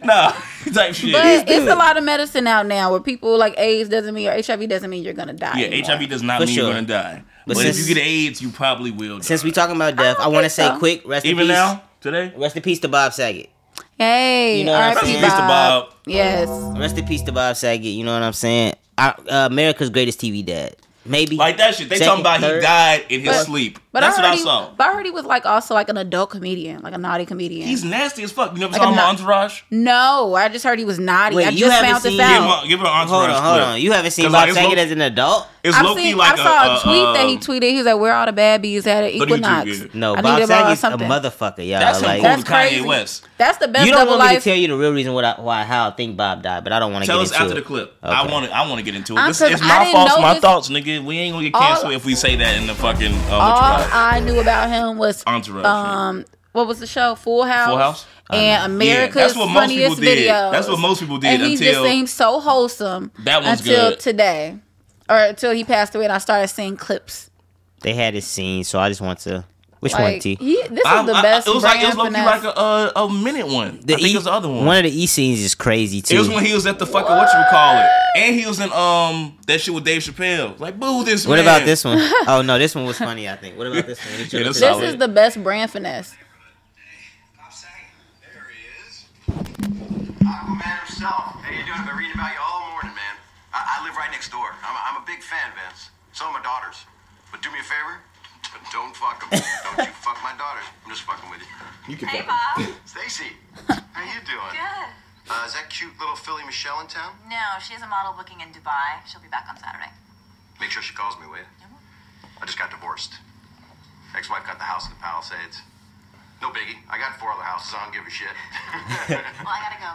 nah, type shit.
But it's a lot of medicine out now where people like AIDS doesn't mean or HIV doesn't mean you're gonna die.
yeah,
anymore.
HIV does not
For
mean you're
sure.
gonna die. But,
But
if
since-
you get AIDS, you probably will. Die.
Since we talking about death,
don't
I, want to
think
say
so.
quick rest in
even
peace.
now today,
Rest in peace to Bob Saget.
Hey,
You know what I'm
RIP
saying?
Mr. Bob.
Yes.
Rest in peace to Bob Saget. You know what I'm saying? I, uh, America's greatest TV dad. Maybe
like that shit, they
Second,
talking about he
third.
died in his
But-
sleep.
But
That's
I
what
heard
I
he-
saw.
But I heard he was like also like an adult comedian, like a naughty comedian.
He's nasty as fuck. You never
Like
saw
a
him
na-
on Entourage?
no, I just heard he was naughty.
Wait,
I
you
just
haven't
found this
seen him
Give him,
out.
a- give him an
Hold
Entourage.
on, hold
clip.
on. You haven't seen
'Cause,
Bob
like, it's
Saget
low-
as an adult?
It's
I've
low key
seen,
like
I saw a,
a,
tweet that he
um,
tweeted. He was like, "Where all the bad bees at
Go
at
to YouTube,
Equinox?"
yeah.
No,
I
Bob
need to borrow
Saget's a
something.
motherfucker, y'all.
That's him
like,
cool.
That's
That's Kanye
crazy.
West.
That's the best
you don't
double
want me to
life.
tell you the real reason what I, why how I think Bob died, but I don't want to
Tell
get
us
into
after
it.
the clip. I
Okay.
want to. I want to get into it.
I
This
could-
is
I
my
didn't
faults,
know
my
this-
thoughts, nigga. We ain't gonna get
All-
canceled if we say that in the fucking uh,
all
what
I knew about him was
Entourage, yeah.
um what was the show Full House,
Full House?
and America's
Yeah, that's what most people
funniest
did.
videos.
That's what most people did
and he
until-
just seemed so wholesome.
That one's
until
good.
today, or until he passed away, and I started seeing clips.
They had this scene, so I just want to. Which one,
Like
T?
he, this
I,
is the
I-
best.
it was like it was
brand
low-key
finesse.
like a, uh, a minute one. I think
E-
it was the other one.
One of the E scenes is crazy, too.
it was when he was at the fucking what you would call it, and he was in um that shit with Dave Chappelle. Like boo this
what
man.
about
*laughs*
this one? Oh, no, this one was funny, I think. What about this one? He
Yeah,
tripped
this is
it out.
this is the best brand finesse.
Stop saying. There he is. Aquaman himself. How you doing? I've been reading about you all morning, man. I, I live right next door. I'm a, I'm a big fan, Vince. So are my daughters. But do me a favor. Don't fuck them. Don't you fuck my daughters. I'm just fucking with you.
You can
Hey, Bob.
Stacy, how you doing?
Good.
Uh, is that cute little filly Michelle in town?
No, she has a model booking in Dubai. She'll be back on Saturday.
Make sure she calls me, will you? I just got divorced. Ex-wife got the house in the Palisades. No biggie. I got four other houses. I don't give a shit.
Well,
*laughs*
I gotta go.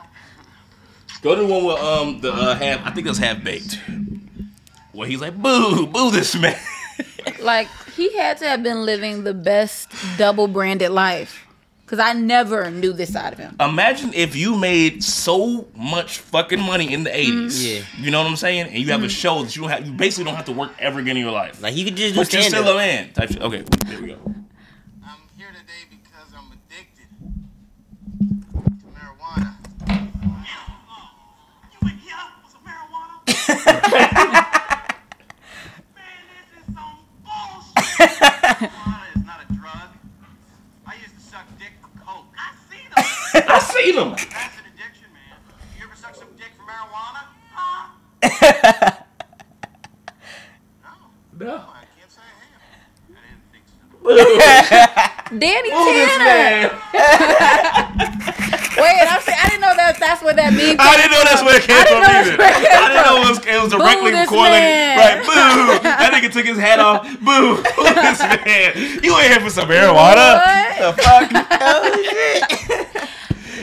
Go to the one with um the uh, half. I think that's half baked. Where he's like boo boo this man. *laughs*
Like he had to have been living the best double branded life, because I never knew this side of him.
Imagine if you made so much fucking money
Mm-hmm.
in the 80s.
Yeah.
You know what I'm saying? And you have a show that you don't have, you basically don't have to work ever again in your life.
Like, he could just do
but you're
stand
still a man. Type shit. Okay, there we go.
I'm here today because I'm addicted to marijuana.
You in here with some marijuana? Man, this is some bullshit.
Marijuana is not a drug. I used to suck dick for coke.
I see them.
I seen
*laughs*
him.
That's an addiction, man. You ever suck some dick for marijuana?
Huh?
No.
I can't say I have. I didn't think so.
Danny
Boo this
Tanner.
man.
Wait, I'm saying, I didn't know that. That's what that means.
I didn't know that's where it came
I
from
didn't know that's
either.
where it came
I didn't know it was, it was directly
this
correlated.
man.
Right, boo.
*laughs*
That nigga took his hat off. Boo. *laughs* Boo this man. You ain't here for some marijuana.
What?
The fuck?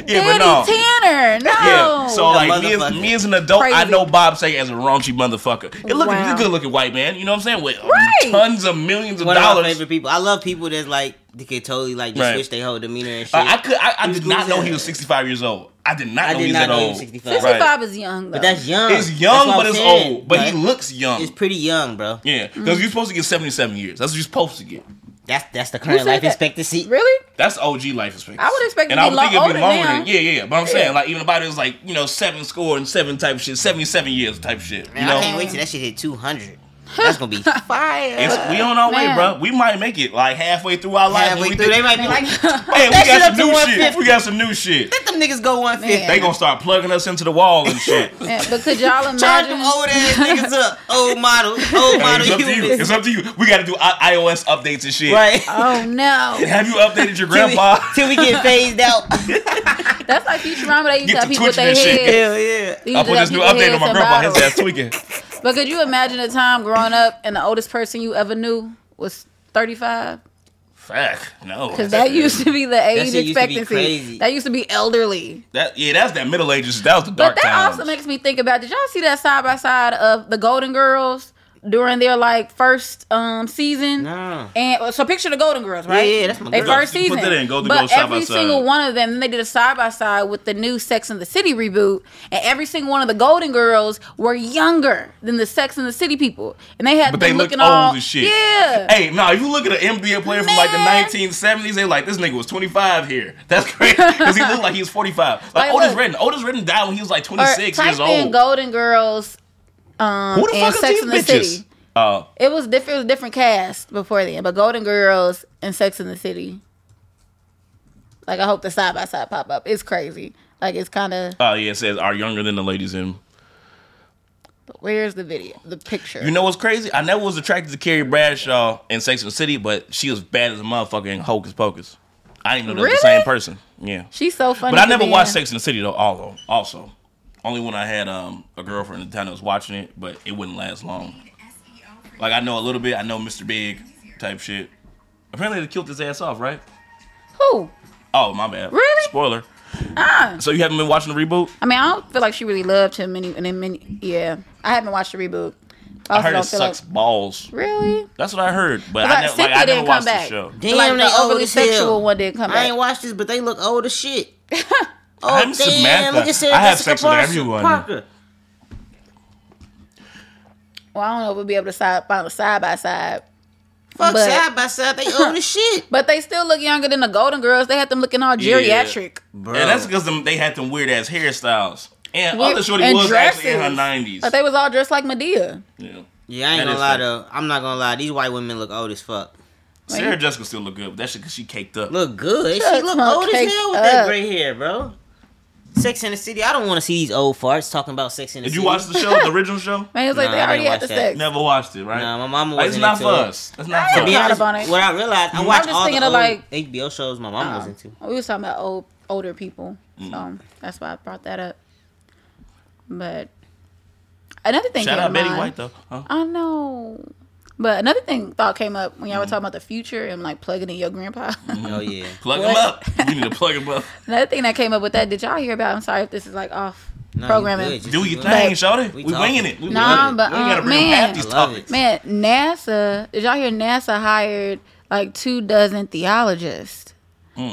*laughs*
yeah, but
Danny
no.
Tanner. No.
Yeah, so
A
like me as,
motherfucker.
me as an adult, I
Oh. Crazy.
know Bob Saget as a raunchy motherfucker. It look,
Wow.
he's a good looking white man. You know what I'm saying? With um,
Right.
tons of millions of
One of
dollars.
my favorite people. I love people that's like, they could totally, like, just
Right.
switch their whole demeanor and shit.
I, I could. I, I
He was
did
cool
not
as
know
hell.
he was 65 years old. I did not
I
know
did
he was
not
that
know he
old.
was 65.
65
Right.
is young, though.
But that's young.
It's young,
That's what
but
I'm
it's
saying.
old. But
No,
he
it's-
looks young.
It's pretty young, bro.
Yeah, because you're supposed to get 77 years. That's what you're supposed to get.
That's that's the
said
current life
that.
expectancy.
Really?
That's OG life expectancy.
I would expect it
and
to
I
be
would
lo-
think it'd be
older
longer
now.
than yeah, yeah. yeah. But I'm saying like even about it was like you know seven score and seven type shit, seven type shit, 77 years type shit. You
Man, I
know,
*laughs*
can't wait till that shit hit 200. That's gonna be fire.
It's, we on our way,
Man.
bro. We might make it like halfway through our life.
Halfway
We
through, they
think-
might be *laughs* like,
hey, we
that shit
got some
up to
new shit.
150.
We got some new shit.
let them niggas go one fifty.
Man.
They gonna start plugging us into the wall and
*laughs*
shit. Hey,
Yeah, but could y'all
Charge them
imagine?
old
*laughs*
ass niggas up. Old model, old model
it's up to you.
humans.
It's up to you. We got to do I- iOS updates and shit.
Right.
Oh no,
Have you updated
*laughs*
your
Till we-
grandpa?
Till we, get phased
*laughs*
out.
that's like Futurama. They
Get
used to
the
have people
twitching
with their
and shit.
head.
Hell yeah.
I put this new update on my grandpa. His ass tweaking.
But could you imagine a time growing up and the oldest person you ever knew was 35?
Fuck
*laughs*
no.
Because that used to be the
shit
age
used to be
expectancy.
crazy.
That used to be elderly.
That yeah, that's that Middle Ages. That was the dark
But that
times.
also makes me think about did y'all see that side by side of the Golden Girls during their like first um season?
No.
And so picture the Golden Girls, right?
Yeah, yeah, that's my
They
girl.
first
You
season.
put that in, Golden
but
Girls side by
every
side.
single one of them, then they did a side by side with the new Sex and the City reboot, and every single one of the Golden Girls were younger than the Sex and the City people, and they had
But
them
they look
looking
old
all
as shit.
Yeah.
Hey, no, if you look at an NBA player from like the
Man.
1970s, they like this nigga was 25 here. *laughs* That's crazy because he looked like he was 45. Like
Like,
Otis
look.
Redden, Otis Redden died when he was like
Or
26
type
years
in
old.
Golden Girls um,
Who the
and
fuck
Sex
is
and the
these bitches?
City.
Oh,
It was different. It was different cast before then, but Golden Girls and Sex and the City. Like I hope the side by side pop up. It's crazy. Like it's kind of
oh yeah, it says are younger than the ladies in.
where's the video, the picture.
You know what's crazy? I never was attracted to Carrie Bradshaw in Sex and the City, but she was bad as a motherfucker in Hocus Pocus. I didn't know they were the
Really?
same person. Yeah.
she's so funny.
But I
to
never
be
watched
in.
Sex and the City though. Also, also, only when I had um a girlfriend at the time that was watching it, but it wouldn't last long.
E
Like I know a little bit. I know Mr. Big type shit. Apparently they killed his ass off, right?
Who?
Oh my bad.
Really? Ah.
Spoiler. So you haven't been watching the reboot?
I mean, I don't feel like she really loved him. Any and then many. Yeah, I haven't watched the reboot.
I,
also
heard it
don't feel like-
sucks balls.
really.
That's what I heard, but
But
I never, like,
Cynthia
I never
didn't come
watched the
back.
show.
Damn,
Like,
they
the
old
overly
as hell.
sexual one didn't come
I ain't
back.
watched this, but they look old as shit. Oh,
I'm Samantha. I have sex with everyone.
Parker.
Well, I don't know if we'll be able to side find a side by side.
Fuck
But-
side by side, they old as shit.
But they still look younger than the Golden Girls. They had them looking all
Yeah.
geriatric.
Bro.
And that's because they had them weird ass hairstyles. And
Weird-
other shorty
and
was actually in her
dresses.
nineties.
But they was all dressed like Medea.
yeah.
yeah, I ain't
That
gonna
is
lie
fact.
though. I'm not gonna lie. These white women look old as fuck.
Sarah Jessica still look good, but that's because she caked up.
Look good. she
Shut
look
my
old as
cakes
hell with that
up.
gray hair, bro. Sex in the City. I don't want to see these old farts talking about Sex in the
Did
City.
you watch the show, the original show?
*laughs* Man, it's like
Nah,
they
I
already
didn't
had the
watch that.
sex.
Never watched it, right?
Nah, my mama
Like,
wasn't
it's not
into
for
it.
us. It's not
To
for
be
us.
Not
honest,
about it.
what I realized, I
I'm
watched
just
all the
thinking
old
of, like- Oh.
HBO shows my mama was into.
We was talking about old older people,
Mm.
so that's why I brought that up. But another thing.
Shout
came
out
to
Betty
mind.
White though. Huh?
I know. But another thing thought came up when y'all
Mm.
were talking about the future and like plugging in your grandpa.
Oh yeah.
Plug him
What?
up. You need to plug him up.
*laughs* another thing that came up with that, did y'all hear about? I'm sorry if this is like
Nah,
off
you good.
programming.
Just
Do
keep
your
going.
thing, Shorty.
We
We, winging
talking.
it. We
Nah,
winging it.
but,
we ain't gotta
um,
bring up half
man.
these
I love
topics.
it.
Man, NASA, did y'all hear NASA hired like two dozen theologists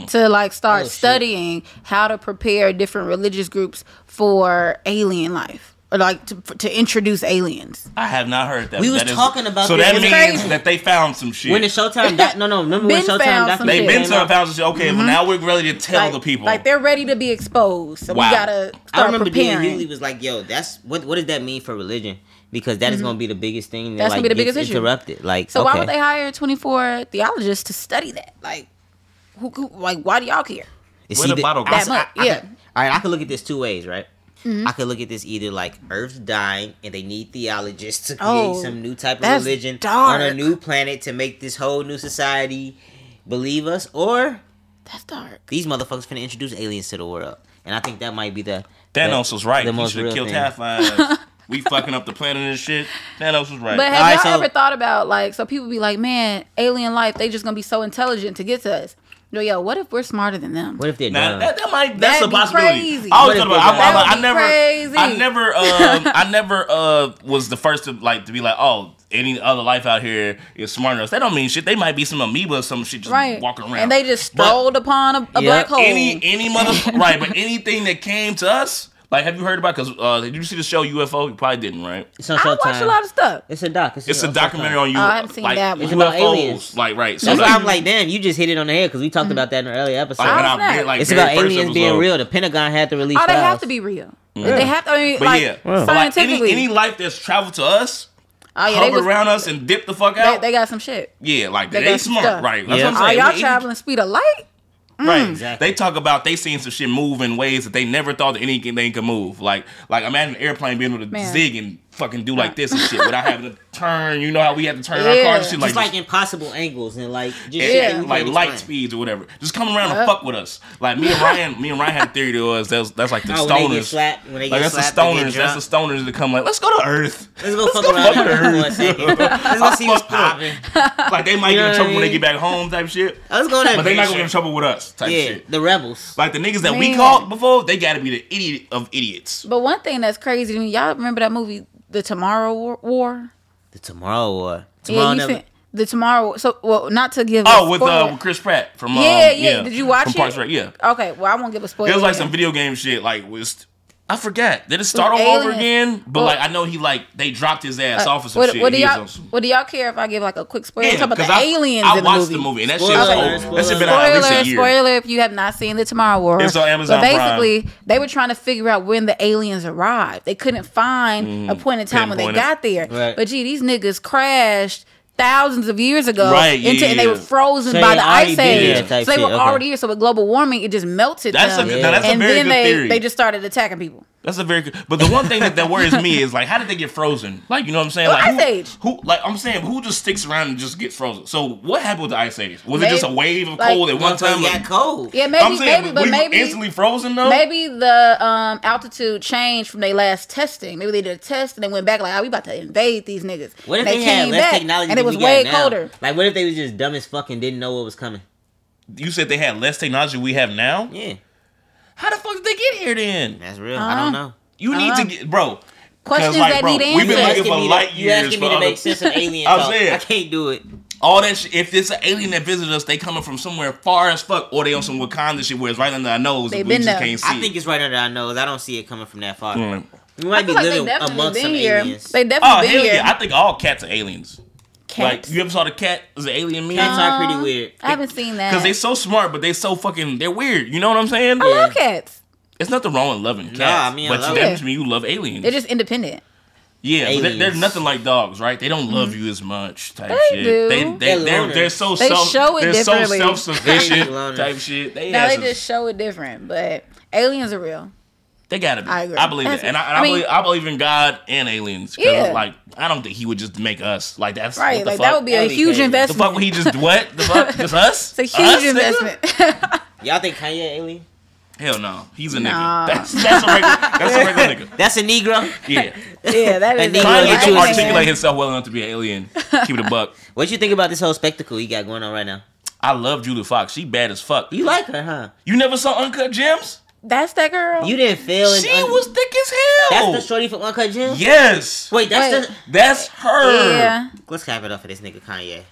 to like start
Mm. Oh, shit.
studying how to prepare different religious groups for alien life or like to, to introduce aliens.
I have not heard that.
We
but
was
that
talking about
So
this.
that
It's
means
crazy.
that they found some shit.
When the Showtime doc, no no, remember when
Ben found
Showtime
some
they
shit.
documentary
been
came
to have
out?
found some shit. Okay, well now we're ready to tell
Mm-hmm. like,
the people.
Like they're ready to be exposed. So
Wow.
we gotta start
I remember Dan
preparing.
Hughley was like, "Yo, that's what. What does that mean for religion? Because that is going to be the biggest thing. That,
Mm-hmm. That's
like,
gonna be the
gets
biggest issue.
interrupted. Like,
so
okay.
why would they hire 24 theologists to study that? Like who, who like why do y'all care?
And
Where the bottle
I-
go?
That much,
I- I
yeah. Mm-hmm.
could- all right, I could look at this two ways, right? I could look at this either like Earth's dying and they need theologists to create
Oh,
some new type of
that's
religion on a
dark.
new planet to make this whole new society believe us, or
That's dark.
these motherfuckers finna introduce aliens to the world. And I think that might be the
Thanos
the-
was right.
The
He
most
should have
real
killed
thing.
half
*laughs*
us. We fucking up the planet and shit. Thanos was right.
But
All
have
right,
y'all
so-
ever thought about like so people be like, man, alien life, they just gonna be so intelligent to get to us. No, yo, what if we're smarter than them?
What if they're
Now,
dumb?
that, that might that's
That'd
a
be
possibility.
crazy.
I always
That'd
thought
be
about. I, I, I never, I
crazy. That'd be
never, um, I never uh, was the first to like to be like, oh, any other life out here is smarter than us. That don't mean shit. They might be some amoeba or some shit just
right,
walking around.
and they just
But
strolled upon a, a
Yeah.
black hole.
Any any mother right, but anything that came to us, like have you heard about? Because uh, did you see the show UFO? You probably didn't, right?
it's on
I
Showtime.
watch a lot of stuff.
it's a doc.
It's a
on Showtime.
documentary on you.
Oh, I haven't seen
like,
that one.
It's about
UFOs,
aliens.
like right. So
That's
like,
why I'm like, damn, you just hit it on the head because we
Mm-hmm.
talked about that in an earlier episode.
like, when
How's
I
that?
did, like,
it's
very
about
first
aliens
episode.
being real. The Pentagon had to release.
Oh, they
files.
have to be real. They have to. I mean,
But
like
yeah, So, like,
scientifically,
any, any life that's traveled to us,
Oh yeah, they,
hover
was,
around us and dip the fuck
they,
out.
they got some shit.
yeah, like
they
they,
got some
smart,
stuff.
right? That's
Yeah.
what
Are
I'm saying.
y'all
We-
traveling speed of light?
Right.
Exactly.
They talk about they seen some shit move in ways that they never thought that anything could move. Like like imagine an airplane being able to
Man.
zig and fucking do
*laughs*
like this and shit without having to turn. You know how we had to turn our
Yeah.
car and shit like,
just like impossible angles and like just
and-
shit that
and,
we
like
can't
light
explain.
speeds or whatever. Just come around
Yup.
and fuck with us. Like
*laughs*
me and Ryan, me and Ryan had a theory to us. That's that's like the
Oh, when they get
stoners.
slapped, when they get
Like that's the
slapped, they get
stoners.
drunk.
That's the stoners that come like, let's go to
*laughs*
Earth.
Let's go fuck
go
around
fuck
here
her.
for
*laughs*
a second. Let's go see what's popping.
Like they might
You
get
know
in
what
trouble when they
I mean?
get back home type shit.
Let's go to that.
But they not gonna get in
bitch.
trouble with us type
Yeah,
shit.
the rebels.
Like the niggas that we
Man.
caught before, they gotta be the idiot of idiots.
But one thing that's crazy to me, y'all remember that movie, The Tomorrow War? War?
The Tomorrow War.
Yeah,
Tomorrow
you
never.
seen the Tomorrow. War- So, well, not to give. a
Oh, with uh,
spoiler.
with Chris Pratt from um,
Yeah, yeah. Did you watch
from Parks
it? Oh,
and Rec, Yeah,
Okay, well, I won't give a spoiler.
it was like
then.
some video game shit. Like was I forgot? Did it start all over
aliens.
again? But
Well-
like I know he like they dropped his ass
Uh,
off of some
what,
shit.
what do
He is
y'all?
on some-
What do y'all care if I give like a quick spoiler? Talk about the
'cause I,
aliens
I
in
watched
the movie.
and that shit was
Spoiler,
old. That shit
spoiler.
been out at
Spoiler,
least a year.
spoiler! If you have not seen the Tomorrow War,
It's on Amazon
But
Prime.
basically, they were trying to figure out when the aliens arrived. They couldn't find a point in time when they
Mm-hmm. pinpoint it.
got there.
Right.
But gee, these niggas crashed thousands of years ago,
Right,
into- and they
yeah.
were frozen
So
by
they
the
already been
ice
there
age.
type
So they were
shit, okay.
already here. So with global warming, it just melted
That's a,
them.
good now, that's a
and
very
then
good
they
theory.
they just started attacking people.
that's a very good. But the one thing that, that worries me is like, how did they get frozen? Like, you know what I'm saying?
Well,
Like,
Oh, Ice
who,
Age.
who? Like, I'm saying, who just sticks around and just gets frozen? So, what happened with the ice age? Was
Maybe-
it just a wave of
like-
cold at one time?
Motherfuckers got
Like,
cold.
Yeah, maybe,
I'm saying,
maybe, but
we were
maybe
instantly frozen though.
Maybe the um, altitude changed from their last testing. Maybe they did a test and they went back like, "Oh, we about to invade these niggas."
What if
And
they, had less technology?
and it
than
was
we got
way
now?
colder?
Like, what if they was just dumb as fuck and didn't know what was coming?
You said they had less technology we have now.
Yeah,
How the fuck did they get here then?
that's real. I don't know.
You need
Uh-huh.
to get, bro. 'cause,
Questions that need
We've been
answers.
looking for
me
light
to, you
years
asking
for
me to
other-
make sense of alien
I'm
talk.
saying.
I can't do it.
all that shit. If it's an alien that visits us, they coming from somewhere far as fuck, or they on some Wakanda shit where it's right under our nose.
They
and
been
we just
there.
can't see.
I think it's right under our nose. I don't see it coming from that far.
Mm.
We
I
might be
feel like they
living
definitely
amongst
been
some
here.
aliens.
They
Oh
definitely
hell
been here.
yeah! I think all cats are aliens.
Cats.
Like you ever saw the cat? Is an alien man?
Cats are pretty
Um,
weird.
I haven't seen that.
Because they so smart, but they so fucking they're weird. You know what I'm saying?
I love cats.
It's nothing wrong with loving cats.
Nah, I mean, I
but
love
that
it.
doesn't mean you love aliens.
They're just independent.
yeah, but they, they're
Aliens.
nothing like dogs, right? They don't love you as much. Type
Mm-hmm. They
shit.
do.
They they
They're
they're, they're,
loners.
so
They
self
show it
they're so
differently.
self sufficient
loners.
type shit. They,
Now they
asses-
just show it different, but aliens are real.
They gotta be.
I
I,
agree.
believe that,
That's-
and I, and
I
I,
mean-
believe, I believe in God and aliens. 'Cause,
Yeah.
Like I don't think He would just make us like that's
Right?
What the
Like
fuck?
that would be a
That'd be
huge
crazy.
the
investment.
fuck would He just what the
*laughs*
fuck just us?
it's a
*laughs* Us,
huge
nigga?
investment. *laughs*
Y'all think Kanye alien?
Hell no, he's a nigga.
Nah.
That's that's a regular. That's a regular
*laughs*
nigga.
That's a Negro.
Yeah.
yeah, that
That
is. a
nigga
lot.
look
Kanye
at
can
you
Man.
articulate himself well enough to be an alien. Keep it a buck.
What you think about this whole spectacle you got going on right now?
I love Julia Fox. She bad as fuck.
You like her, huh?
You never saw Uncut Gems?
That's that girl.
You didn't feel
She was thick as hell.
That's the shorty from Uncut Jim.
yes.
Wait, that's
Wait.
That's her.
yeah,
the. Let's clap it up for this nigga Kanye.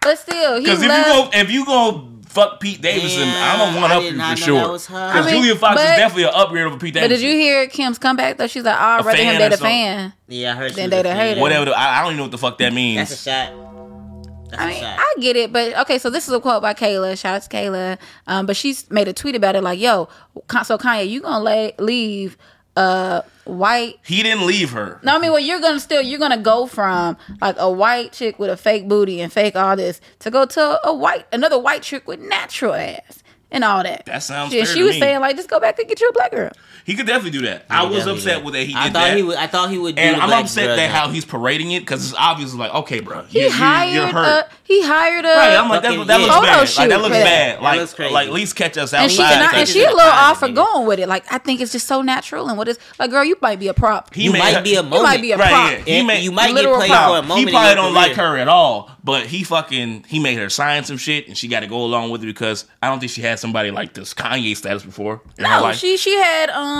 but still, he
Because if
loves-
you go, if you go fuck Pete Davidson,
Yeah,
I'm gonna one
I
up
did
you
not
for
know
sure.
that was her.
Because
I mean,
Julia Fox
but-
is definitely an upgrade over Pete
But
Davidson.
did you hear Kim's comeback though? She's like, oh, I'd rather
fan
him
or
date a
something.
fan.
Yeah, I heard. she
Then
was a
they done
fan.
hated her.
Whatever. The, I, I don't even know what the fuck that means.
That's a shot. That's
I
a
mean,
shot.
I get it, but okay. So this is a quote by Kayla. Shout out to Kayla. Um, but she's made a tweet about it, like, "Yo, Ka- so Kanye, you gonna la- leave uh white?
he didn't leave her.
No, I mean, well, you're gonna still you're gonna go from like a white chick with a fake booty and fake all this to go to a white another white chick with natural ass and all that.
That sounds
Yeah,
fair
she
to
was
me.
saying like, just go back and get you a black girl.
He could definitely do that. I was
Yeah,
upset
yeah.
with that he did
I thought
that.
He would, I thought he would. Do
and
the
I'm
black
upset
drug
that
now.
how he's parading it because it's obviously like, okay, bro,
He
you,
hired
you, you're
a
hurt.
he hired a
Right, I'm like that,
Fucking
that
yeah.
looks bad.
Photo
Like that
shoot
looks
for that.
bad.
That
Like,
looks crazy.
like at least catch us
and she
outside.
and, I, and
type
Thank
she
you.
shit.
a little off for
Nigga.
going with it. Like I think it's just so natural. And what is like, girl, you might be a prop.
He
you
made
might
her-
be a
Right,
moment.
might be a
Right,
prop.
yeah.
Yeah,
He made
you might get
literal
played
prop.
for a moment.
he
in
probably
your
don't like
career.
her at all, but he fucking he made her sign some shit, and she got to go along with it because I don't think she had somebody like this Kanye status before. in her
No,
life.
she she had um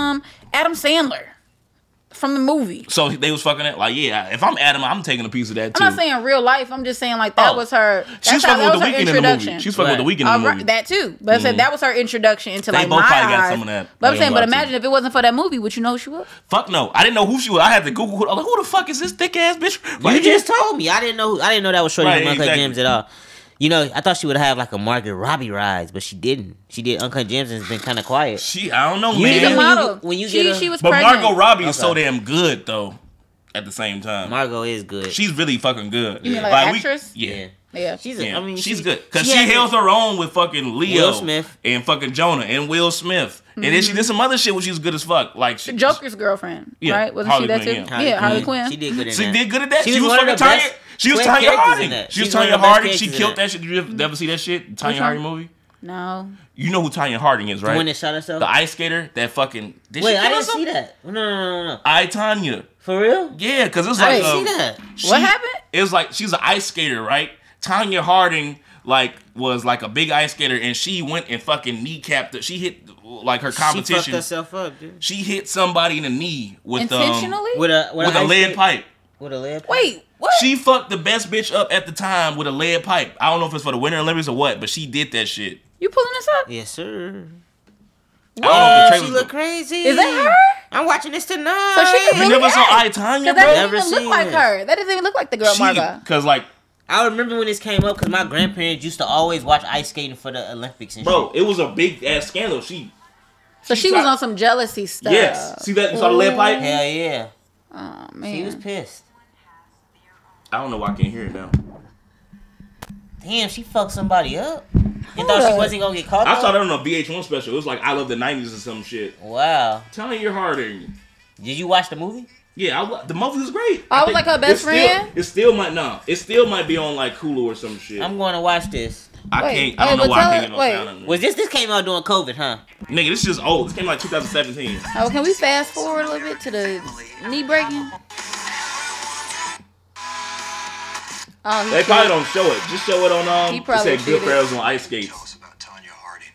Adam Sandler from the movie.
So they was fucking it. Like, yeah, if I'm Adam, I'm taking a piece of that too.
I'm not saying real life. I'm just saying like that
Oh.
was her. That's
She's
how,
fucking
that
with
was
the
her
weekend in the
introduction.
movie. She's fucking with the
Right.
weekend in
All
the
right,
movie. Mm.
that too, but I said that was her introduction into
They
like
both
my
probably got
eyes.
some of that.
But I'm
They
saying,
don't watch
but
it.
imagine if it wasn't for that movie, would you know who she was?
Fuck no, I didn't know who she was. I had to Google who, I was like, who the fuck is this thick ass bitch? *laughs*
You
Like,
just told me. I didn't know. I didn't know that was shorty
Right,
from Uncut
exactly.
Gems at all. You know, I thought she would have like a Margaret Robbie rise, but she didn't. She did Uncut Gems and it's been kind of quiet.
she. I don't know,
You
She's
Yeah.
a
man.
didn't-
model.
when you
she
get a-
she was
But
pregnant.
Margot Robbie is
Okay.
so damn good though. at the same time.
Margot is good.
She's really fucking good.
You mean like
we-
actress?
yeah.
yeah.
Yeah.
She's. A,
Yeah,
I mean,
she's
she-
good because she, held
has a-
her own with fucking Leo
Will Smith. Mm-hmm.
and fucking Jonah and Will Smith, and then she did some other shit where she was good as fuck. Like she,
Joker's girlfriend,
Yeah,
right? Wasn't
Harley
she that
Quinn,
too?
yeah.
Yeah, Harley Quinn.
She did good in
she
that.
did good at that. She, was,
one of
fucking
the best
Tanya. She was
Quinn
Tanya
characters in
Harding.
that.
She was
She's one of
Tanya
the best
Harding. She
characters in
killed that shit. Did you ever- ever see that shit? Tanya
one?
Harding movie.
No.
You know who Tanya Harding is,
The
right?
one that shot herself.
The ice skater that fucking. Did
Wait,
she
I
kill
didn't
herself?
see that. No, no, no, no, no.
I Tanya.
For real?
Yeah, because it's
I
like
didn't
um,
see that.
What happened?
It was like she's an ice skater, right? Tanya Harding like was like a big ice skater, and she went and fucking kneecapped. The, she hit like her
She fucked
competition. She,
herself up, dude.
hit somebody in the knee with um,
Intentionally?
With a with,
with
an
a
ice
lead
pick-
pipe.
With a lead. pipe.
Wait, what?
She fucked the best bitch up at the time with a lead pipe. I don't know if it's for the Winter Olympics or what, but she did that shit.
you pulling this up?
Yes, sir.
I
Oh,
don't know if the
she
trailer's
look crazy.
Is that her?
I'm watching this tonight.
So she could
You
really
never saw
act.
I Tanya,
Cause Oh that
bro?
doesn't
Never
even look
seen
like
it.
her. That doesn't even look like the girl Margot.
Because like,
I remember when this came up because my grandparents used to always watch ice skating for the Olympics and
bro, it was a big ass scandal. She
So she was
tried-
on some jealousy stuff.
yes, see that you saw the lead
shit.
pipe.
Hell yeah.
Oh
She was
man.
pissed.
I don't know why I can't hear it now.
Damn, she fucked somebody up. You
Hold
thought she
up.
wasn't gonna get caught?
I
Oh.
up?
saw that on a VH1 special. It was like I love the '90s or some shit.
Wow.
Telling your Harding.
Did you watch the movie?
Yeah, I, wa- the movie was great.
I was
think
like her best
it's still-
friend?
it still might no. It still might be on like Hulu or some shit.
I'm going to watch this.
I
Wait,
can't. I don't
hey,
know
but
why I
tell
can't
her-
get no
wait.
sound. in
Was
there.
this this came out during COVID, huh?
Nigga, this is old. This came like 2017.
Oh, can we fast forward a little bit to the knee breaking? Oh, he
They
did.
probably don't show it. Just show it on um.
He
it
probably
said
did it.
Goodfellas on ice skates.
us about Tanya Harding.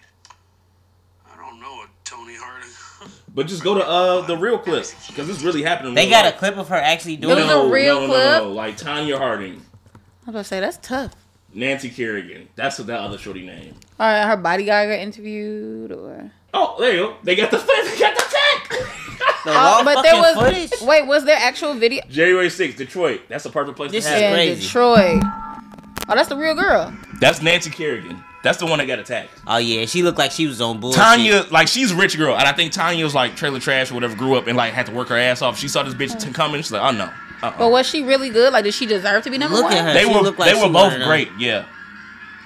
I don't know a Tony Harding. *laughs*
But just go to uh the real clip because this really happened. in
They
real
got a
life.
clip of her actually
No,
It
doing
was
it.
a real
no, no,
clip?
No, no, like Tanya Harding,
I was about to say that's tough.
Nancy Kerrigan. That's what that other shorty name.
All right, her bodyguard got interviewed, or
Oh, there you go. They got the *laughs* they got the tech. *laughs*
The raw
Uh, but
fucking
there was
footage.
wait, was there actual video?
January 6th, Detroit. That's a perfect place
This
to
That's
have.
is-
yeah,
crazy.
in Detroit. Oh, that's the real girl.
it. That's Nancy Kerrigan. That's the one that got attacked.
Oh yeah, she looked like she was on bullshit.
Tanya, like she's a rich girl, and I think Tanya was like trailer trash or whatever, grew up and like had to work her ass off. She saw this bitch t- coming, she's like, oh no. Uh-uh.
But was she really good? Like, did she deserve to be number
Look
one?
at her.
They
she
were
looked like
they
she
were both
uh,
wanted 'em.
great, yeah.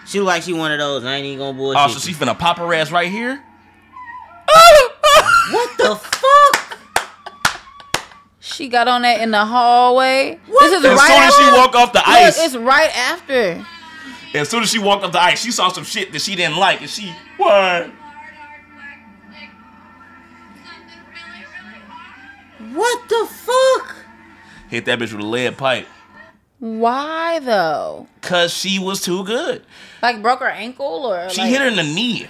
She looked like she one of those. I ain't even gonna bullshit.
Oh, so she finna pop her ass right here.
what the fuck?
*laughs* She got on that in the hallway. This is
As
right
soon as
after.
she walked off the
Look,
ice,
it's right after.
as soon as she walked off the ice, she saw some shit that she didn't like, and she what?
Hard, hard, black, like something really, really hard.
What the fuck?
Hit that bitch with a lead pipe,
Why though?
cause she was too good.
Like broke her ankle or
She
like-
hit her in the knee.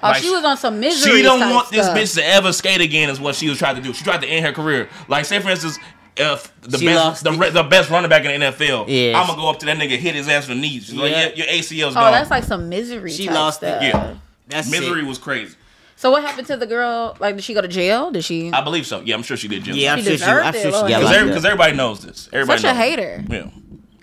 Oh,
like-
she was on some misery.
She don't
type
want this
stuff.
bitch to ever skate again. Is what she was trying to do. She tried to end her career. Like say for instance, if the
She
best
lost
the,
it.
re- the best running back in the NFL,
Yes.
I'm gonna go up to that nigga, hit his ass in the knees. She's like,
Yeah.
yeah, your ACL's
Oh,
gone.
that's like some misery.
She
type
lost it.
stuff.
yeah,
That's
misery
Sick.
was crazy.
So what happened to the girl? Like, did she go to jail? Did she?
I
Uh,
believe so. Yeah, I'm sure she did. Jim.
Yeah, I'm
She
sure she.
deserved
I'm
it,
sure she
Lord.
got
because
like
everybody knows this. Everybody
Such a
knows this.
hater.
Yeah,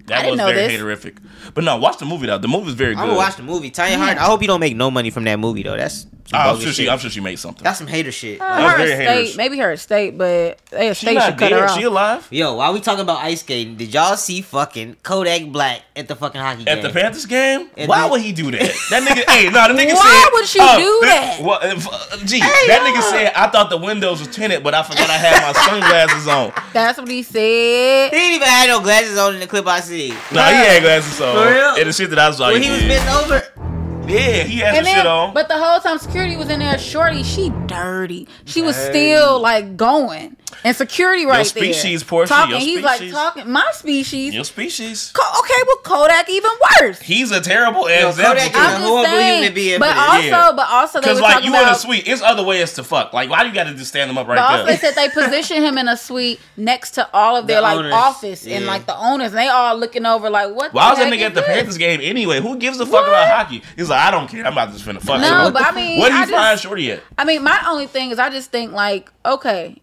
that
didn't
was
know
very
this.
haterific. But no, watch the movie though. The movie's very good.
I'm gonna watch the movie. Tanya Harding. I hope you don't make no money from that movie though. That's some
I'm
bogus
Ah, sure she.
shit.
I'm sure she made something.
That's some hater shit.
Uh,
That was
her
very
estate,
haters.
maybe her estate, but
She
they estate should
not
cut her
dead.
off.
She alive
Yo, while we talking about ice skating, did y'all see fucking Kodak Black at the fucking hockey
At
game?
the Panthers game?
And
Why
then-
would he do
*laughs*
that? That nigga, hey, no, the nigga said.
Why would you do
this-
that?
Well, uh, f- uh, gee, that nigga said, I thought the windows were tinted, but I forgot I had
*laughs*
my sunglasses on.
That's what he said.
He didn't even have no glasses on in the clip I see.
No, he had glasses on.
For real?
And the shit that I saw,
When
he,
he was
did.
bent over,
Yeah, he had
And
the shit
then,
on.
but the whole time security was in there. Shorty, she dirty. She was still like going, and security right
species,
there
Portia,
talking.
your
He's like
species.
talking. My species.
Your species.
Co- okay, well Kodak even worse.
He's a terrible
Yo,
example.
Kodak
too.
is-
I'm
Who
just
would believe to
saying.
be in
But
for
also,
this? Yeah.
but also they were
Cause like
talking
you in a
about.
suite, it's other ways to fuck. Like why you gotta just stand him up
But
right
also they
there?
said they positioned him in a suite next to all of
The
their like
owners,
office and
yeah.
like the owners. And they all looking over like what?
Why was
the
that
heck
nigga
is
at the
this?
Panthers game anyway? Who gives a fuck about hockey? He's like, I don't care. I'm not just finna fuck.
No,
What
but
the-
I mean,
what did
I
he
just-
find Shorty at?
I mean, my only thing is I just think like okay,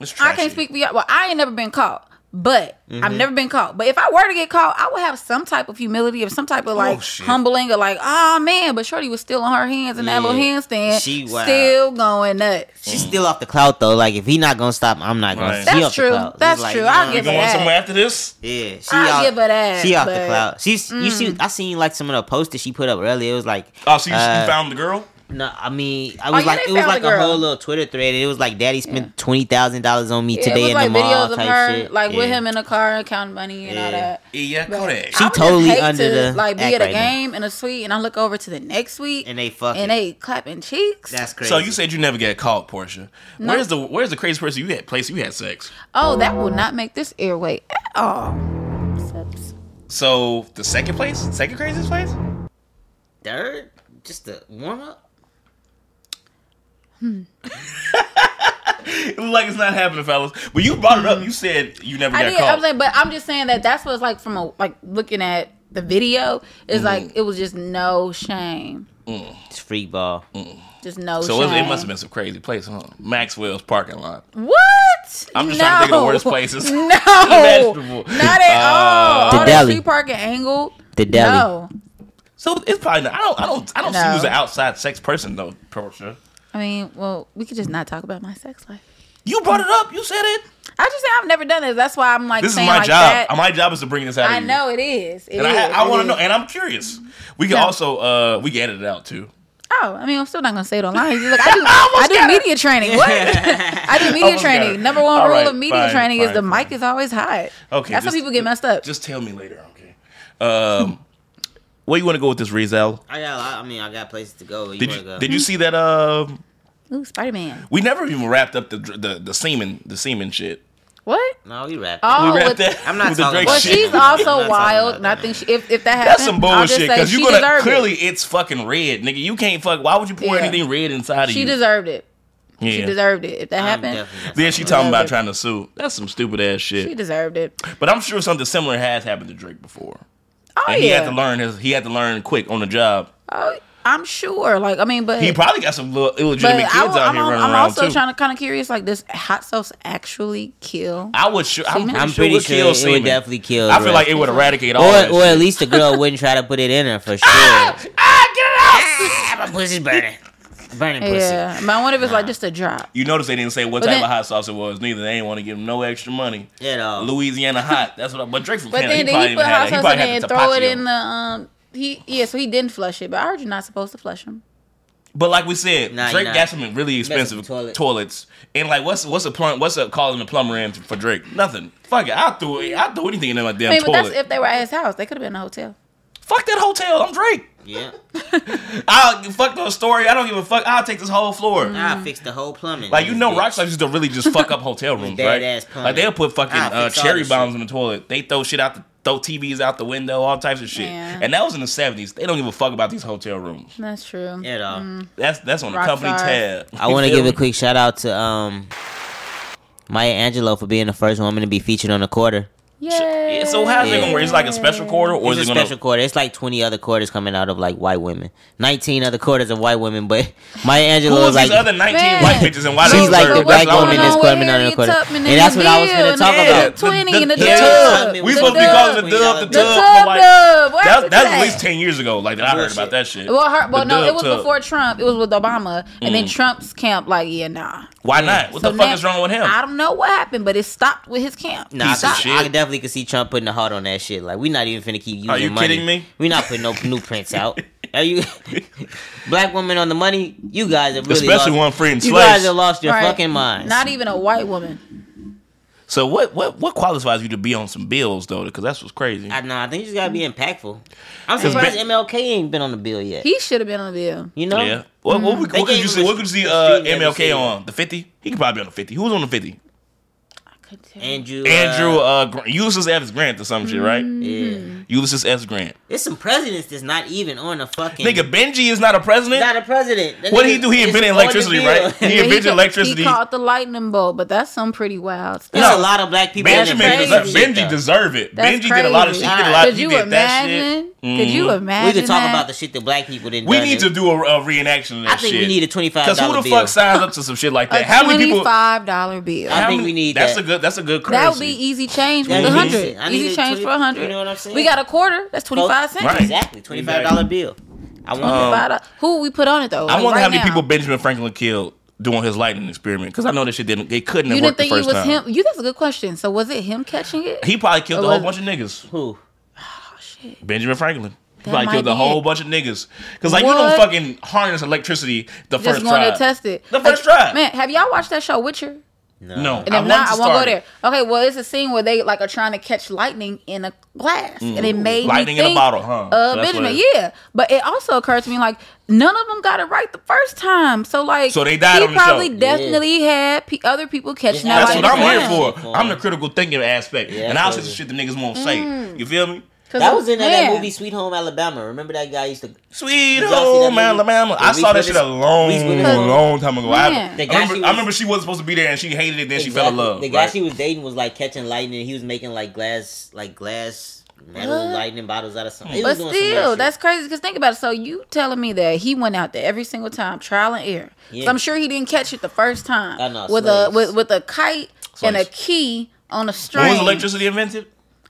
It's
I
trashy.
can't speak for y'all. Well, I ain't never been caught. But
Mm-hmm.
I've never been caught. But if I were to get caught, I would have some type of humility or some type
Oh,
of like
shit.
humbling or like, oh man, but Shorty was still on her hands in that
Yeah.
little handstand.
She wild.
still going nuts.
She's still off the clout though. Like if he not gonna stop, I'm not
Mm.
gonna.
Right.
She
That's
off The
true.
clout.
That's
It's like,
true. I
nah.
You
give
going
that.
somewhere after this?
Yeah, she
I
off,
give her that,
She off the
but- mm.
cloud. She's you see, I seen like some of the posters she put up earlier. It was like,
Oh, so you,
uh,
you found the girl?
No, I mean, I
Oh,
was
yeah,
like,
they
it was
found
like
the
a
girl.
whole little Twitter thread. It was like, Daddy spent twenty thousand dollars on me
Yeah,
today
it
in
was
the
like
mall
videos of
type
her,
shit.
like with
Yeah.
him in the car and counting money and all
Yeah.
that.
Yeah,
But
Kodak.
I
She
would just
totally
hate
under
to,
the
like be
act
at a
right now.
game in a suite and I look over to the next week
And they fucking-
and they clapping cheeks.
That's crazy.
So you said you never got caught, Portia. Where's the Where's the crazy person you had place you had sex?
oh, that will not make this airway at all. Sucks.
So the second place, second craziest place. *laughs*
third? Just a warm up?
It look like it's not happening, fellas. But you brought it up. You said you never
I
got
did.
caught.
I'm saying, but I'm just saying that that's what's like from a like looking at the video
Mm-hmm.
is like it was just no shame,
It's free ball.
Mm.
just no.
so it, was-
shame.
it must have been some crazy place, huh? Maxwell's parking lot.
What?
I'm just trying to think of the worst
No.
places. *laughs*
*laughs* No,
Imaginable.
Oh, not at all.
Uh,
all
The
that
deli.
street parking angle.
The deli.
No,
*laughs* So it's probably not. I don't. I don't. I don't see
No.
you as an outside sex person though, Portia.
I mean, well, we could just not talk about my sex life.
You brought it up. You said it.
I just say I've never done this. That's why I'm like
This is
saying
my
like
job.
that.
My job is to bring this out.
I
of you.
know it is. It
And
is,
I, I
it
want to
is.
know, and I'm curious. We can
No.
also uh we can edit it out too.
Oh, I mean, I'm still not gonna say it
*laughs*
online. Look, I do, I do media training. What? I do media
Almost got it.
training. Number one
All
rule
right,
of media
fine,
training is
fine,
the
fine.
mic is always hot.
Okay,
that's
just-
how people get messed up.
Just tell me later, okay? Um, where you want to go with this, Rizal?
I got. a lot- I mean, I got places to go. You
Did
wanna
you
go?
did
Hmm?
you see that? Um,
Ooh, Spider Man.
we never even wrapped up the dr- the the semen the semen shit.
What?
no, we wrapped.
Oh,
we wrapped
with-
that.
*laughs* I'm not
with the
talking
Drake
about
Well,
shit. *laughs*
shit.
*laughs* she's
I'm not
also
talking
wild,
about
and I
that.
think she, if if that happens,
That's some
I'll just
bullshit.
say
Because
she
you gonna
deserved
clearly
it.
it's fucking red, nigga. You can't fuck. Why would you pour
Yeah.
anything red inside of
She
you?
deserved it.
yeah.
She deserved it. If that
I'm
happened,
definitely not
Then
talking
she
about
talking
Yeah.
about trying to sue. That's some stupid ass
she
shit.
deserved it.
But I'm sure something similar has happened to Drake before.
Oh
And
yeah.
he had to learn his. He had to learn quick on the job.
Oh, I'm sure. Like I mean, but
He probably got some little
but
illegitimate kids
I,
out
am
here running
I'm
around
also
too.
trying to kind of curious. Like, does hot sauce actually kill?
I would. Sure, I'm
Semen?
pretty
I'm
sure,
pretty
would
sure
kill
it
semen.
would definitely kill.
I feel like
it
it would eradicate all.
or
that
or
shit.
at least the girl wouldn't try to put it in her
*laughs*
for sure.
Ah, get it Ah, out!
My pussy's burning, burning pussy.
Yeah, but I wonder if it's like just a drop.
You notice they didn't say what
But
type
then-
of hot sauce it was. Neither they didn't want to give him no extra money.
You know.
Louisiana hot. That's what. I, but Drake from
But
Canada. he
then, did
probably
he
even
put
had
hot
that. He
sauce
probably
in there
had the tapatio.
and throw it in the um? He yeah, so he didn't flush it. But I heard you're not supposed to flush them.
But like we said,
Nah,
Drake
nah.
got some really expensive
with toilet.
toilets. And like, what's what's a plum, what's up calling the plumber in for Drake? Nothing. Fuck it. I'll throw it. I'll throw anything in my damn
I mean, but that's
toilet.
if they were at his house. They could have been in a hotel.
Fuck that hotel. I'm Drake.
Yeah,
I'll fuck the story. I don't give a fuck. I'll take this whole floor.
Mm-hmm.
I fixed the whole plumbing.
Like you know,
rock
rock stars used to really just fuck up hotel
*laughs*
rooms,
Bad
right?
ass pun.
Like they'll put fucking
I'll
uh,
fix all
cherry
this
bombs in the toilet. They throw shit out the throw TVs out the window, all types of shit.
Yeah.
And that was in the seventies. They don't give a fuck about these hotel rooms.
That's true.
You know.
Mm.
That's that's on the
Rock
company
stars.
tab.
I want to give a quick shout out to um Maya Angelou for being the first woman to be featured on the quarter.
Yay.
Yeah, so how's it gonna work? It's like a special quarter, or
it's
is it
a
gonna?
special quarter. It's like twenty other quarters coming out of like white women, nineteen other quarters of white women. But *laughs* Maya
Who
Angelou
was
is like
these other nineteen
Man.
white bitches, and why they deserve
she's like
it?
the
What's
black
That's all
woman
I
that's
wanna
with
coming out of
Harriet
the quarter,
Tubman
and
and
that's what I was
the
gonna
dude
talk
and
know.
the-
about.
the 20 and the
dub.
We
The
supposed to be
dub.
calling the dub the
The
dub,
tub
but like
dub. What
that,
happened
that's at
to that?
least ten years ago. Like that I heard
Bullshit.
about that shit.
Well, her, well,
The
no,
dub
it was
tub.
before Trump. It was with Obama, and then Trump's camp. Like, yeah, nah.
Why not? What
So
the fuck
now-
is wrong with him?
I don't know what happened, but it stopped with his camp.
Nah, I,
Piece of
could- I
shit.
definitely could see Trump putting a heart on that shit. Like we not even finna keep using
Are you
money.
kidding me?
We not
*laughs*
putting no new prints out. Are you *laughs* black women on the money? You guys have really
Especially
lost,
one free and
You
slaves.
guys have lost your
Right.
fucking minds.
Not even a white woman.
So what what what qualifies you to be on some bills though? Because that's what's crazy.
I know. I think you just gotta be impactful. I'm
Cause
surprised
Ben-
MLK ain't been on the bill yet.
He should have been on the bill.
you know?
Yeah. What,
Mm-hmm.
what, we- what,
They
could
gave
you
him
see?
a-
What could you see?
a
Uh,
street name to
MLK
see.
on the fifty? He could probably be on the fifty. Who was on the fifty?
I could tell.
Andrew.
Andrew
Uh,
uh, Gr- Ulysses S. Grant or some shit, right?
Mm-hmm.
yeah.
Ulysses S. Grant.
There's some presidents that's not even on the fucking.
Nigga, Benji is not a president.
not a president. That
What he
nigga
do? He
is
invented
on the
electricity,
bill.
right? He
*laughs*
Yeah,
invented
ca-
electricity.
He called the lightning bolt, but that's some pretty wild stuff.
There's a lot of black people. that
Benji
are
made
crazy
deserve,
shit,
Benji
though.
deserve it.
That's
Benji did a lot of shit.
crazy.
He did a lot.
Could
He
you
did that shit. Mm-hmm.
imagine? Could you imagine?
we could talk
that?
about the shit that black people didn't.
We
done
need
and-
to do a, a reenaction of that
I think
shit.
we need a twenty-five
Because who
dollar
the
bill.
fuck signs up to some shit like that?
a
How many people?
twenty-five dollar bill.
I
how
think
many-
we need
that's
that.
a good. That's a good currency.
That would be easy change
Yeah,
with a
you need
hundred.
it. I need
Easy
it
change
20
for a hundred.
you know what I'm saying?
We got a quarter. That's twenty-five cents.
Right. Um,
Exactly, twenty-five dollar bill. I want.
Twenty-five. dollars. Who we put on it though?
I
Like,
wonder
right
how many
now.
people Benjamin Franklin killed doing his lightning experiment. Because I know that shit didn't. They couldn't
You
have worked
didn't think
the
it
first
was
time.
him? You. That's a good question. So was it him catching it? Oh,
He probably killed
Or
a whole
was-
bunch of niggas.
who?
Benjamin Franklin.
That
Like
might
killed
be
a whole
it.
bunch of niggas. Cause like you don't
What?
fucking harness electricity the
Just
first
going
try.
to test it.
The first try.
Man, have y'all watched that show Witcher?
No,
And if
wanted
not,
to
I won't
start
go
it.
there. Okay, well, it's a scene where they like are trying to catch lightning in a glass, and it made
Mm. Lightning
me
in a
think
bottle, huh?
of
So that's
Benjamin,
what it-
yeah. But it also occurred to me like none of them got it right the first time. So like,
So they died
He
on the show.
probably definitely had pe- other people catching
Yeah,
that.
That's what
lightning
I'm
round.
here
Yeah.
for. I'm the critical thinking aspect,
Yeah,
and I'll say
totally.
the shit the niggas won't say.
Mm.
You feel me?
'Cause
That
I'm-
was in uh, that, that
man.
movie Sweet Home Alabama. Remember that guy used to
Sweet
Did y'all see that
home
movie?
Alabama. I
With
saw that
Reese
shit a
Witherspoon?
long,
Reese Witherspoon?
long time ago. I,
Man.
I
The guy
remember,
she
I
was-
remember she wasn't supposed to be there, and she hated it. Then she fell in
Exactly.
love.
The guy
right?
she was dating was like catching lightning. He was making like glass, like glass metal
What?
lightning bottles out of something. He
But
was doing some weird
still,
shit.
that's crazy. Because think about it. So you telling me that he went out there every single time, trial and error. 'Cause
Yeah.
I'm sure he didn't catch it the first time.
I know,
With a
slaves.
with, with a kite and a
Slaves.
key on a string.
when was electricity invented?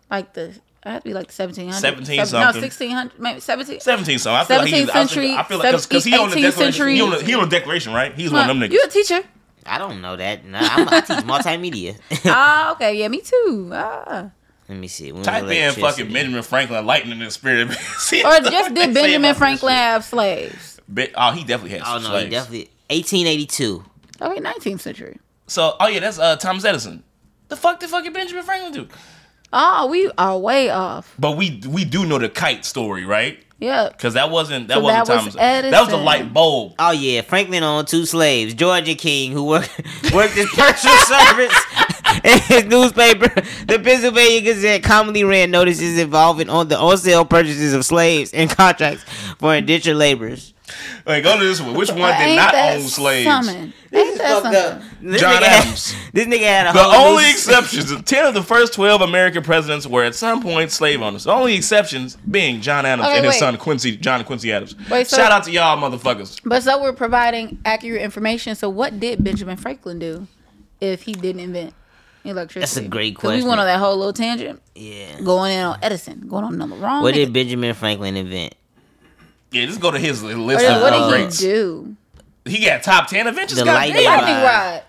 Like the I had to be like 1700.
17
Seven-
something.
No, 1600. Maybe 17.
17 something. I feel like he's
17th century,
I feel like because he on the
18th
declaration. He on the,
century.
he on the declaration, right? He's one of them
You
niggas.
a teacher?
I don't know that. Nah, I'm, I teach multimedia. *laughs*
Ah, okay. Yeah, me too. Ah.
Let me see. When was
Type in
electricity?
fucking Benjamin Franklin lightning and spirit. *laughs* See
*laughs* Or
what the
just
fuck they *laughs* say
did Benjamin
about this
Franklin
shit.
have slaves?
Be- Oh, he definitely has.
Oh
some
no,
slaves.
he definitely 1882.
Okay, 19th century.
So, oh yeah, that's uh, Thomas Edison. The fuck did fucking Benjamin Franklin do?
Oh, we are way off.
But we we do know the kite story, right?
Yeah.
Because that wasn't that
So
wasn't
that was
Thomas. That was the
Edison.
light bulb.
Oh yeah, Franklin owned two slaves, Georgia King, who worked *laughs* worked as
*laughs*
personal servants *laughs* in his newspaper, the Pennsylvania Gazette, commonly ran notices involving on the on sale purchases of slaves and contracts for indentured laborers.
Wait, go to this one. Which one did
Ain't
not
that
own slaves?
something?
This
Ain't
is
that
fucked up.
something?
This
John
nigga had-
Adams.
this nigga had a
The
whole
only
new-
exceptions, *laughs* ten of the first twelve American presidents were at some point slave owners. The only exceptions being John Adams
Okay,
and his
wait.
son Quincy, John Quincy Adams.
Wait, so-
Shout out to y'all motherfuckers.
But so we're providing accurate information. So what did Benjamin Franklin do if he didn't invent electricity?
That's a great
'Cause We
question.
went on that whole little tangent,
Yeah.
going in on Edison, going on number wrong.
What
nigga.
did Benjamin Franklin invent?
Yeah, just go to his list
Or
of
what
uh,
did he
greats.
do?
He got top ten inventions.
The
goddamn.
lightning
Lightning
Right.
rod.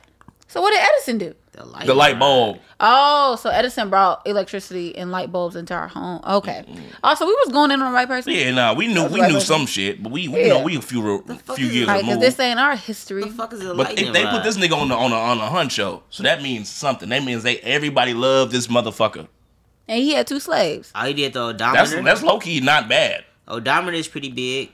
So what did Edison do?
The light,
The light bulb.
Oh, so Edison brought electricity and light bulbs into our home. Okay.
Mm-hmm.
Also, we was going in on the right person.
Yeah, nah, we knew
That's
we
what I
knew
was
some shit, but we, we you
Yeah.
know we a few re-
fuck
few
is
years
it?
Like,
removed.
'cause this ain't our history.
The fuck is a
But
lightning
if they
rod?
put this nigga on the on a on a hunt show, so that means something. That means they everybody loved this motherfucker.
And he had two slaves.
Oh, he did the
That's
odometer.
that's low key not bad.
Odometer's Oh, pretty big.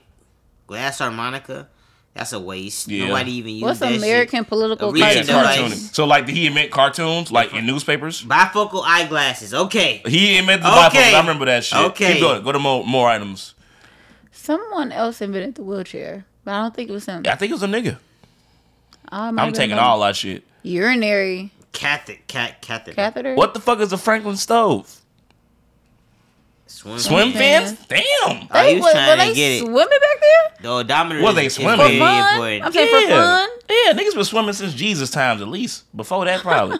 Glass harmonica. That's a waste.
Yeah.
Nobody even used
What's
that shit.
American political
Yeah,
Yeah,
Cartoon
cartooning.
device.
So like he invent cartoons like in newspapers.
Bifocal eyeglasses. Okay.
He invented the
Okay.
okay. I remember that shit.
Okay.
Keep going. Go to more more items.
Someone else invented the wheelchair, but I don't think it was him.
I think it was a nigga.
Oh, it might
I'm
have
taking
been
all that shit.
urinary
Catheter. Cat. Catheter.
catheter.
What the fuck is a Franklin stove?
Swim.
Swim fins?
Fin.
Damn.
Oh, he was
were-
trying
were
to
they
get it.
swimming back there?
The odometer.
Well, they
is, is
swimming.
very
For fun?
important.
I'm saying for fun.
Yeah, niggas been swimming since Jesus times at least. Before that probably.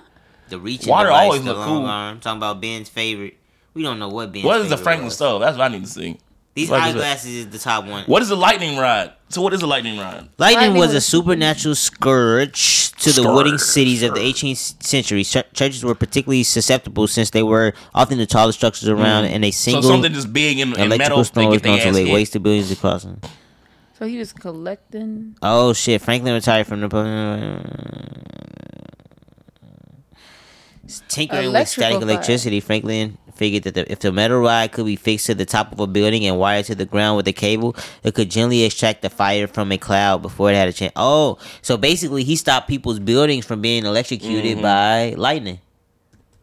the reaching
Water
device,
always
the
look
long
cool.
arm. Talking about Ben's favorite. We don't know what Ben's
what is the
favorite
Franklin
was.
stove? That's what I need to see.
These
What is it?
eyeglasses is the top one.
What is a lightning rod? So what is a lightning rod?
Lightning,
Lightning
was a
was-
supernatural scourge to the
Scourge.
wooden cities of the 18th century. Chur- churches were particularly susceptible since they were often the tallest structures around,
Mm.
and a
So
single
something just big in, in
electrical
metal.
storm
They
was
get
known
their
to
ass
lay
hit.
waste to billions of crossing.
So he was collecting.
Oh shit! Franklin retired from the public. Tinkering with static
Electrical fire.
electricity, Franklin figured that the, if the metal rod could be fixed to the top of a building and wired to the ground with a cable, it could gently extract the fire from a cloud before it had a chance. Oh, so basically, he stopped people's buildings from being
Mm-hmm.
electrocuted by lightning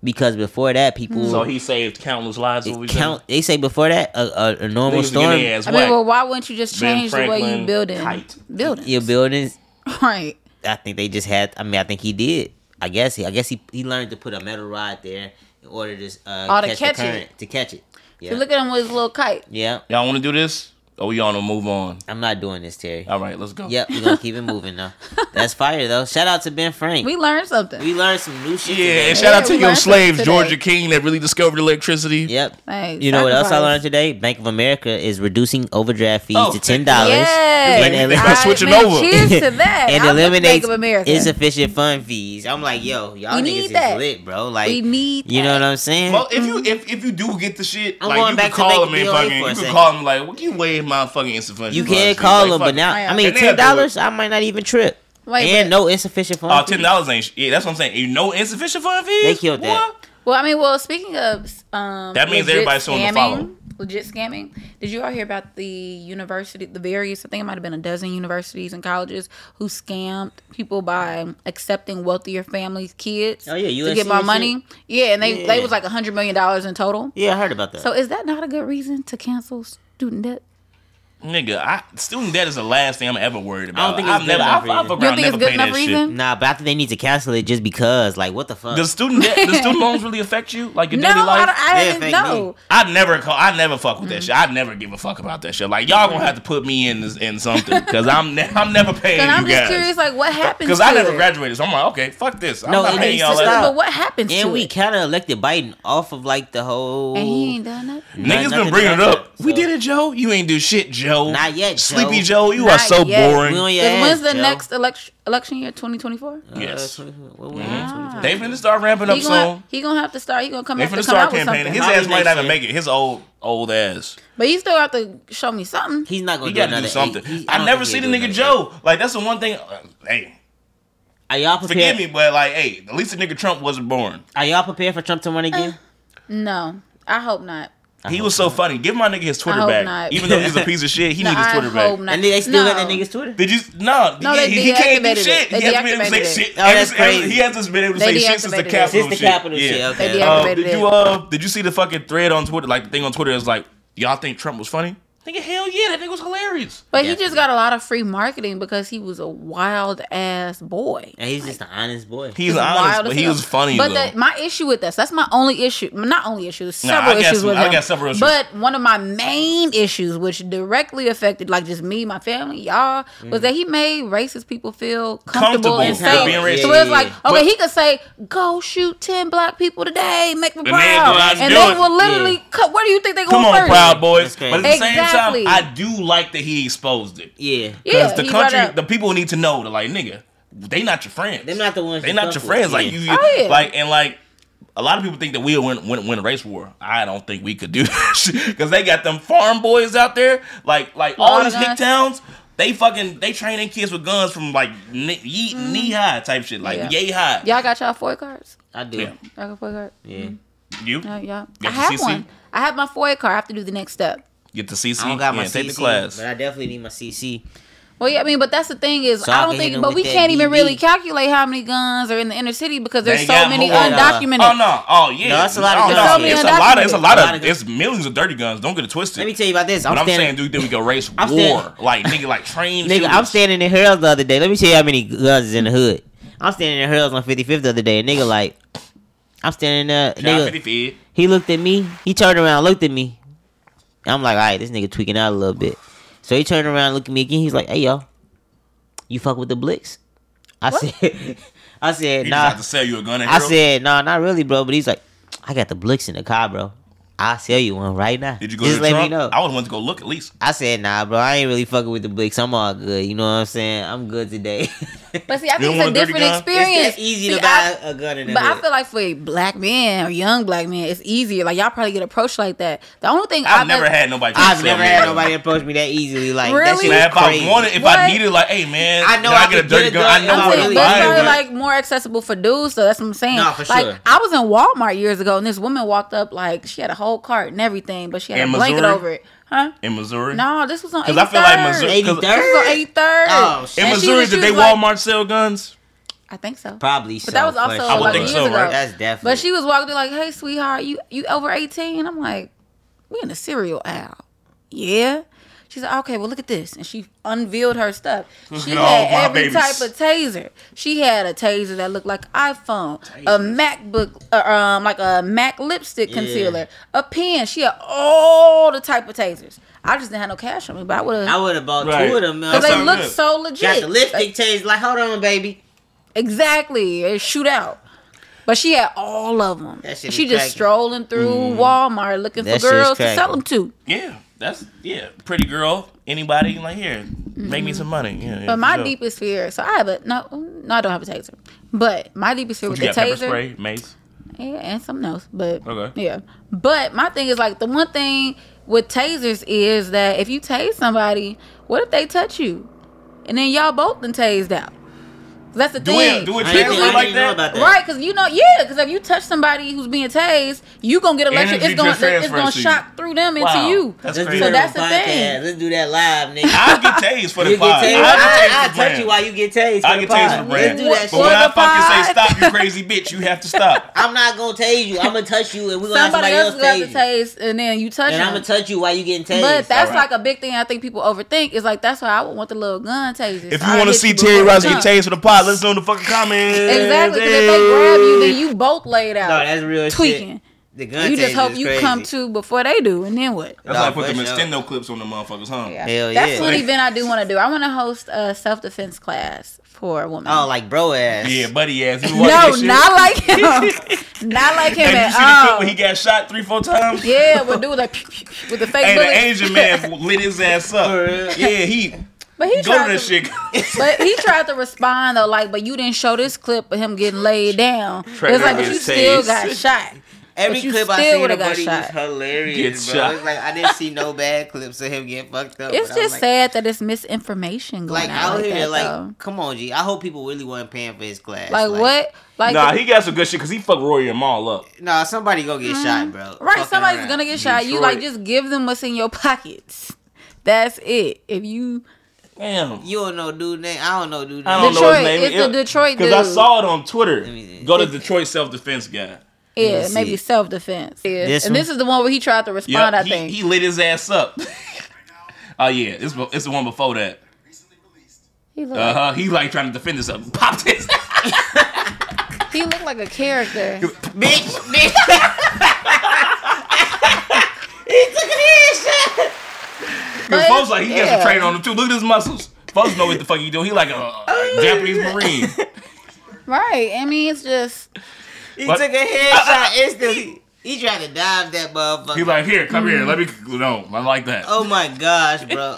because before that, people
So he saved countless lives. What we
count.
saying?
They say before that, a, a, a normal
Niggas getting their
storm,
ass
I mean,
whacked.
well, why wouldn't you just
Ben
change the way
Franklin
you build it?
kite.
Building.
your buildings
*laughs* Right.
I think they just had. I mean, I think he did. I guess he. I guess he. He learned to put a metal rod there in order to uh,
Oh, to
catch
catch
the
it.
current to catch it. Yeah.
So look at him with his little kite.
Yeah,
Y'all want to do this? Or we all to move on?
I'm not doing this, Terry.
All right, let's go.
Yep, we're gonna keep it moving though. That's fire though. Shout out to Ben Frank.
We
We,
learned something.
learned some new shit.
Yeah,
today.
and shout out to
we
your
learned
slaves,
something
Georgia
today.
King, that really discovered electricity.
Yep.
Thanks.
You know what else I
Sacrifice.
learned today? Bank of America is reducing overdraft fees
Oh,
to ten
thank
dollars.
Yes.
Like,
And,
they
elim-
got
All
switching
man,
over.
*laughs*
Cheers to that.
and
I love Bank
eliminates
of America.
insufficient fund fees. I'm like, yo, y'all
We
niggas
need
is
that.
lit, bro. Like,
we need.
you know what I'm saying?
Well, if you if, if you do get the shit,
I'm
like
going
you
back
can
to
call
make
him
it
and
BOA
fucking
for a
you can
second.
call him like, what you waive my fucking insufficient?
You
funds
can
fees?"
call
Like,
them,
fuck
but now
it.
it.
I mean,
And they'll
ten
do it.
dollars, I might not even trip.
Wait,
and
but-
no insufficient
Oh,
fund.
ten
fees.
dollars ain't. sh- Yeah, that's what I'm saying. You know, insufficient fund fees.
They killed that.
What?
Well, I mean, well, speaking of um,
That means
legit
everybody's showing the follow.
Legit scamming. Did you all hear about the university, the various? I think it might have been a dozen universities and colleges who scammed people by accepting wealthier families' kids.
Oh, yeah,
to
USC
get my
and
money. Yeah, and they
Yeah.
they was like a hundred million dollars in total.
Yeah, I heard about that.
So is that not a good reason to cancel student debt?
Nigga, I, student debt is the last thing I'm ever worried about.
I don't think it's
I've
good
never.
enough
I've, I've fuck
reason.
You
around
don't think
never
it's good
paid that
enough
shit.
reason?
nah, but I think they need to cancel it just because. Like, what the fuck?
Does student debt, does
*laughs*
student loans really affect you? Like your
Uh, No,
daily
I,
life?
don't, I Mm.
Yeah,
didn't
thank
know.
me.
I never call. I never fuck with that shit. I never give a fuck about that shit. Like y'all gonna have to put me in this, in something because I'm ne- I'm
*laughs*
never paying
And I'm
you
just
guys.
curious, like, what happens?
Because
to
I never
it?
graduated, so I'm like, okay, fuck this. I'm
No,
not
it
paying
needs
y'all
to
that.
stop.
But what happens to
and we
it?
kind of elected Biden off of like the whole.
And he ain't done nothing.
Nah,
Niggas
nothing
been bringing it
about
up.
that,
We
so- uh,
did it, Joe. You ain't do shit, Joe.
Not yet, Joe.
Sleepy Joe. You
Not
are so
yet.
boring.
We on your
Because when's
ass,
the
Joe.
next elec- election year? 2024.
Uh,
Yes.
20 what we in,
Mhm.
Mm-hmm.
2020?
They finna start ramping up
He gonna,
soon.
he gonna have to start. He gonna come,
They
have to
finna
come
start
out with
campaigning.
something.
His
Probably
ass might
next
not even
year.
make it. His old old ass.
but you still have to show me something.
He's not gonna
He
do
gotta
another.
do something.
he- he-
I,
don't
never see
think
the
he'll do
nigga
another eight.
Joe. Like that's the one thing. uh, hey,
Are y'all
forgive
prepared?
me, but like, hey, at least the nigga Trump wasn't born.
Are y'all prepared for Trump to run
Uh,
again?
no, I hope not.
He was so funny. Give my nigga his Twitter
hope
back.
not.
Even though he's a piece of shit, he
*laughs* No,
needs his
I
Twitter
hope
back.
not.
And they, they still got
no.
that nigga's Twitter.
Did you no?
No,
he,
they
he, he can't do
deactivated
shit. He
it. They
hasn't been able to say
deactivated it.
shit.
Oh, that's
ever- ever-
crazy.
He hasn't been able to say
They
shit since the
deactivated it.
capital
Since the
shit.
capital shit,
Yeah.
okay.
They
Uh,
deactivated
did
it.
you uh? Did you see the fucking thread on Twitter? Like the thing on Twitter is like, y'all think Trump was funny? Nigga, hell yeah, that nigga was hilarious.
but
Yeah.
he just got a lot of free marketing because he was a wild ass boy.
And he's just an honest boy.
He's
It's
honest,
wild
but
as
he
hell.
was funny
But
though.
the, my issue with this, that's my only issue. Not only issue, there's
Nah, I
several
got
issues
some-
with
I
him.
got several issues.
But one of my main issues, which directly affected like just me, my family, y'all, was that he made racist people feel comfortable,
Mm. Comfortable
and
for
safe.
being racist.
So it was like, okay,
Yeah.
But-
he could say, "Go shoot ten black people today, make them
And they'll go out
proud,"
and
and
do
they
it.
will literally. Cut, where do you think they going
Come on,
first?
Proud Boys.
That's crazy.
But at the
Exactly.
same time, I do like that he exposed it.
yeah.
Because
Yeah,
the
he brought
country,
up-
the people need to know. They're like, nigga, they not your friends.
They're not the ones
They
you
not
fuck
your
with,
friends. Like
yeah.
you,
Oh, yeah.
like and like. A lot of people think that we'll win, win, win a race war. I don't think we could do *laughs* that because they got them farm boys out there, like like all
Lot of
these hick
guns.
towns. They fucking they training kids with guns from like knee, ye- knee high type shit, like
Mm. Yeah.
yay high.
Y'all got y'all four cards.
I do.
Yeah.
Y'all got four cards.
Yeah.
You
No, y'all.
Got the
I have
CC?
one. I have my FOIA card. I have to do the next step.
get the CC.
I don't got my
yeah,
CC,
take the class.
but I definitely need my CC.
Well, yeah, I mean, but that's the thing is,
So I
I
can
don't
hit 'em
think, but
with
we
that
can't even
DD.
really calculate how many guns are in the inner city because there's
They
so
got
many
more.
undocumented.
Oh no! Oh yeah!
No, that's a lot of
oh,
guns.
no.
Tell me
It's a
undocumented.
lot. Of, it's a
A
lot
lot of
of.
guns.
It's millions of dirty guns. Don't get it twisted.
Let me tell you about this. I'm
but I'm
standing.
saying, dude, then we go race
I'm
war.
standing-
Like nigga, like train.
Nigga, I'm standing in Hurls the other day. Let me tell you how many guns is in the hood. I'm standing in Hurls on 55th the other day. and Nigga, like, I'm standing there. Nigga,
Nigga.
he looked at me. He turned around, looked at me. I'm like, all right, this nigga tweaking out a little bit. So he turned around, looked at me again. He's like, hey, yo, you fuck with the Blicks? I said, *laughs* I said,
He
nah.
just had to sell you a gun. and
I
hurl.
said, no, not really, bro. But he's like, I got the Blicks in the car, bro. I'll sell you one right now.
Did you go
Just
to the
let
trunk?
me know.
I would want to go look at least.
I said, nah, bro, I ain't really fucking with the Blicks. I'm all good. You know what I'm saying? I'm good today.
But see, I
don't want
think it's a
a dirty
different
gun?
experience.
It's that easy
See,
to
I-
buy a gun in the
but I
hood.
feel like for a black man or young black man, it's easier. Like y'all probably get approached like that. The only thing
I've
I've
never had nobody. try to
I've
sell
never
me a
had
gun.
nobody approach me that easily. Like that
Really?
shit
Man,
is
if
crazy.
I wanted, if I
What?
needed, like, hey man,
I know
can
I
I get a
could
dirty
get a
gun. I
gun
know
and
I'm
where
I'll
to
really
saying, but
buy
it's
it,
probably
but-
like more accessible for dudes, so that's what I'm saying.
Nah, for
like
sure.
I was in Walmart years ago, and this woman walked up like she had a whole cart and everything, but she had
In
a blanket
Missouri?
over it, huh?
in Missouri.
No, this was on.
because I feel like Missouri. 'cause-
83rd?
This was on 83rd.
Oh, shit.
In
And she
Missouri,
was- she
did they
was like-
Walmart sell guns?
I think so.
Probably so.
But that was also
for
I would
like
think
years
so,
ago.
right?
That's definitely.
But she was walking through like, "Hey, sweetheart, you you over 18?" I'm like, "We in a cereal aisle." Yeah. She said, "Okay, well look at this," and she unveiled her stuff.
*laughs*
She
at all my
had every
babies.
type of taser. She had a taser that looked like iPhone, a MacBook, uh, um, like a Mac lipstick concealer, a pen. She had all the type of tasers. I just didn't have no cash on me, but I would
I
have.
would have bought
Right.
two of them.
That's
Because
how
they
it
looked
is.
so legit.
got the
Like,
lipstick taste. Like, hold on, baby.
Exactly, it shoot out. But she had all of them.
That shit
She
be
just
cracking.
strolling through
Mm-hmm.
Walmart looking
That
for
shit's
girls to
cracking.
sell them to.
Yeah, that's yeah. Pretty girl, anybody like here, make me some money. Yeah,
But my
sure.
deepest fear, so I have a no, no, I don't have a taser. But my deepest fear
What
with
you
the
got pepper
taser,
spray, mace.
yeah, and something else, but
Okay.
yeah. But my thing is like the one thing with tasers is that if you tase somebody, what if they touch you, and then y'all both been tased out? That's the
Do
thing.
it, do it
I didn't,
Really
I didn't
like
even know
that?
about that.
Right, because you know, yeah, because if you touch somebody who's being tased, you gonna get electric.
Energy
It's gonna
transfer
it's gonna
to you.
shock through them into
Wow,
you.
that's
Let's
crazy.
do
So
that
that's
on
the
podcast.
thing.
Let's do that live, nigga.
I'll get tased for the
You get
pod.
tased. I,
I'll
I
get tased for
touch you
brand.
while you get tased.
I'll
for the
get tased
pod.
for brand.
Let's do that
But
shit.
when I
For the
fucking say
pod.
stop, you crazy bitch, you have to
*laughs*
stop.
I'm not gonna tase you. I'm gonna touch you, and we're gonna
Somebody
have
else
somebody
got
else
the
tase you.
taste, and then you touch
And I'm
them.
gonna touch you while you getting tased.
But that's
Alright.
like a big thing I think people overthink is like that's why I would want the little gun tasers.
If you
I'll
want to
hit
see
before
Terry
you
Ross get
come.
tased for the pod, let's know in the fucking comments.
exactly. Because if they grab you, then you both laid out.
no, that's real
tweaking.
shit. The gun
You just
tase
hope
is
you
crazy.
come to before they do, and then what?
That's why
Nah,
I put
for
the
sure.
Nintendo clips on the motherfuckers, huh?
Yeah.
Hell
that's
Oh, yeah.
what event I do want to do. I want to host a self defense class for women.
*laughs* Oh, like bro ass.
Yeah, buddy ass. You watch
no,
that shit?
not like him.
*laughs*
not like him
Hey, did you
at
see the clip
all.
when he got shot three, four times?
yeah, we'll do like *laughs* with the fake
Hey, the
bullet.
Asian man lit his ass
For
up.
real.
Yeah, he
*laughs* but he
go
tried
to this
to,
shit.
*laughs* but he tried to respond though, like, but you didn't show this clip of him getting laid down. It's
Tried to
like, but
get
you still
tased.
got shot.
Every
But you
clip I
still
seen
would've
of
got
Buddy was
shot.
hilarious,
Get
bro.
shot.
It's like I didn't see no bad clips of him getting fucked up.
It's
but I'm
just
like,
sad that it's misinformation going
Like
out
out
like
here,
that.
like
though.
come on, G. I hope people really weren't paying for his class.
Like, what? Like
Nah, he got some good shit because he fucked Rory and Maul up.
Nah, somebody gonna get shot, bro.
Mm-hmm. right?
Fucking
somebody's
around.
gonna get shot. You like just give them what's in your pockets. That's it. If you
Damn.
You don't know dude name. I don't know dude name.
I don't know
Detroit,
his name.
it's the Detroit
Because I
dude.
saw it on Twitter.
me-
Go to Detroit self defense guy.
yeah,
see
maybe
it.
self defense. Yeah,
This
and this is the one where he tried to
Yeah,
respond. I
he,
think
he lit his ass up. *laughs* oh yeah, it's it's the one before that.
Recently released.
he looked,
Uh huh. He like trying to defend himself. *laughs* Popped his.
like, he looked like a character.
*laughs*
Bitch,
*laughs*
bitch. he took a headshot.
Because folks like he got some
Yeah.
training on him too. Look at his muscles. Folks know what the fuck he doing. He like a,
*laughs* Oh,
a Japanese marine.
Right. I mean, it's just
He
What?
took
*laughs*
a headshot instantly. He tried to dive that motherfucker.
He like here, come here. Let
Mm.
me no. I like that.
oh my gosh,
*laughs*
bro.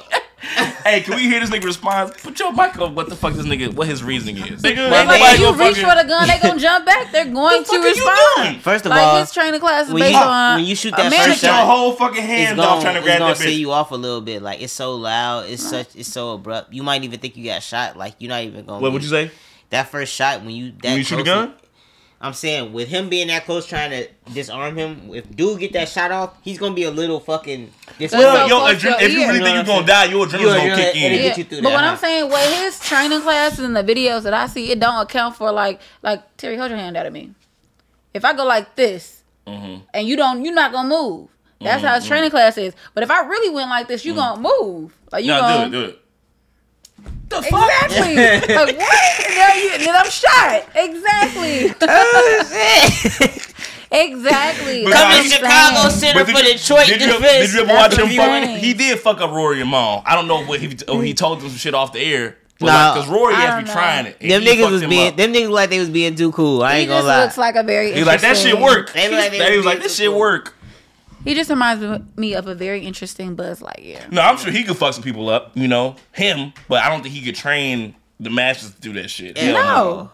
Hey, can we hear this nigga response? Put your mic on. What the fuck this nigga? What his reasoning is? Nigga,
Like,
ain't
like
nobody
if you
gonna
reach
fucking-
for the gun, they
*laughs*
gonna jump back. They're going
What the
to
fuck are you
respond.
doing?
First of
Like
all,
his training class is
when
based
you-
on
when you shoot that
a
first
man
Shut your
shot,
shot.
whole fucking
it's
hand off
gonna,
trying to
it's
grab
gonna
that
set
bitch.
you off a little bit. Like it's so loud, it's such, it's so abrupt. You might even think you got shot. Like you're not even gonna.
What
be-
would you say?
That first shot when you that
When you shoot a
close-
gun?
I'm saying with him being that close, trying to disarm him. If dude get that shot off, he's gonna be a little fucking.
Well,
disarmed.
yo,
Your
*laughs*
close
adre-
your
if you
ear.
really think
know
You
you're
what I'm
gonna die, your adrenaline's
Your
gonna kick
adrenaline-
in.
it'll
Yeah,
get you through
but
that,
what
huh?
I'm saying, what his training classes and the videos that I see, it don't account for like like Terry, hold your hand out of me. If I go like this,
Mm-hmm.
and you don't, you're not gonna move. That's how his training class is. But if I really went like this,
Mm.
you gonna move. Like you
No,
gonna
do it, do it. The
exactly.
*laughs*
like what? And then, you, then I'm shot. Exactly. exactly.
But
That's
now
Come
what
to
he's
I'm
Chicago
saying.
Center
But
for
did-
Detroit
Did you,
defense.
did you ever watch him
the
fuck?
thing.
He did fuck up Rory and Maul. I don't know what he or he told them some shit off the air. But
Mm. Nah.
because Rory
I
has
don't
be
know.
trying it. and
Them
he
niggas
fucked
was
him
being,
up.
them niggas like they was being too cool. I
He
ain't gonna
just
lie.
looks like a very.
He like that shit
interesting-
work.
They look like they
They was
was
like this
being
shit
cool.
work.
He just reminds me of a very interesting Buzz Lightyear.
No, I'm sure he could fuck some people up. You know him, but I don't think he could train the masters to do that shit. Hell
No.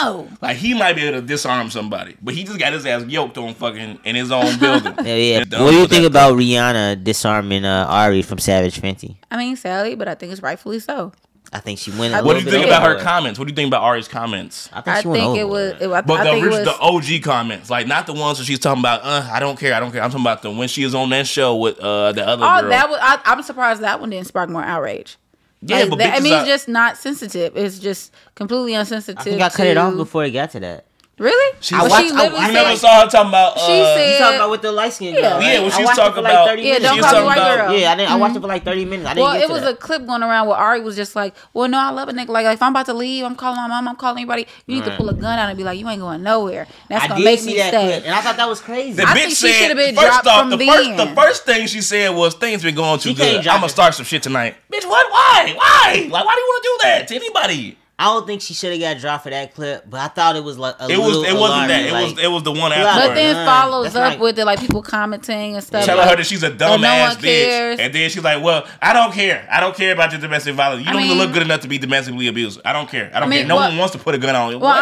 No.
Like he might be able to disarm somebody, but he just got his ass yoked on fucking in his own building.
*laughs* Yeah, yeah.
And dumb
What do you
with
think
that
about Rihanna disarming uh, Ari from Savage Fenty?
I mean, Sally, but I think it's rightfully so.
I think she went.
What
What
A little
do you
bit
think about her
overboard.
comments? What do you think about Ari's comments?
I think
I
she went
think it was.
overboard.
It, I,
But
I
the
think it
orig-
was.
the OG comments, like not the ones where she's talking about, uh, I don't care, I don't care. I'm talking about the when she is on that show with uh the other
Oh,
girl.
that was. I, I'm surprised that one didn't spark more outrage.
yeah,
Like,
but
that, I
bitches
mean,
are-
it's just not sensitive. It's just completely
I
insensitive.
think I cut it off
to-
before it got to that.
Really?
She-
Well,
I
watched-
she
I-
literally
I
You
said,
never saw her talking about. Uh,
She said-
You talking about with the light skin girl?
Yeah.
right?
Yeah, when she
I
was
watched it
talking
for
about-
like 30
Yeah,
minutes.
don't
She
call
was
me
talking
white
about-
girl.
Yeah, I didn't. I watched it for like thirty minutes. I didn't
Mm-hmm. well,
get
it
to
was
that.
a clip going around where Ari was just like, "Well, no, I love a nigga. Like, if I'm about to leave, I'm calling my mom. I'm calling anybody. You need to
Right.
pull a gun out and be like, you ain't going nowhere. That's
I
gonna
did
make
see
me
that
stay.
clip, and I thought that was crazy.
The
I
bitch
think she
said,
should've been
first
dropped
off,
from
the
the
first, the
end.
first thing she said was, things been going too
She can't
good.
drop
I'm going to
it.
start some shit tonight. Bitch, what? Why? Why? Like, why do you want to do that to anybody?
I don't think she should have got dropped for that clip, but I thought it was like a
It
little
was. It wasn't that.
alarming,
It
like,
was. It was the one
But
after.
But then
Right.
follows
That's
up
like-
with it, like people commenting and stuff.
telling
like,
her that she's a
no
dumbass
one
bitch.
cares.
And then she's like, Well, I don't care. I don't care about your domestic violence. You
I
don't even look
mean-
good enough to be domestically abused. I don't care. I don't
I mean,
care. No
well-
one wants to put a gun on you.
Well,
what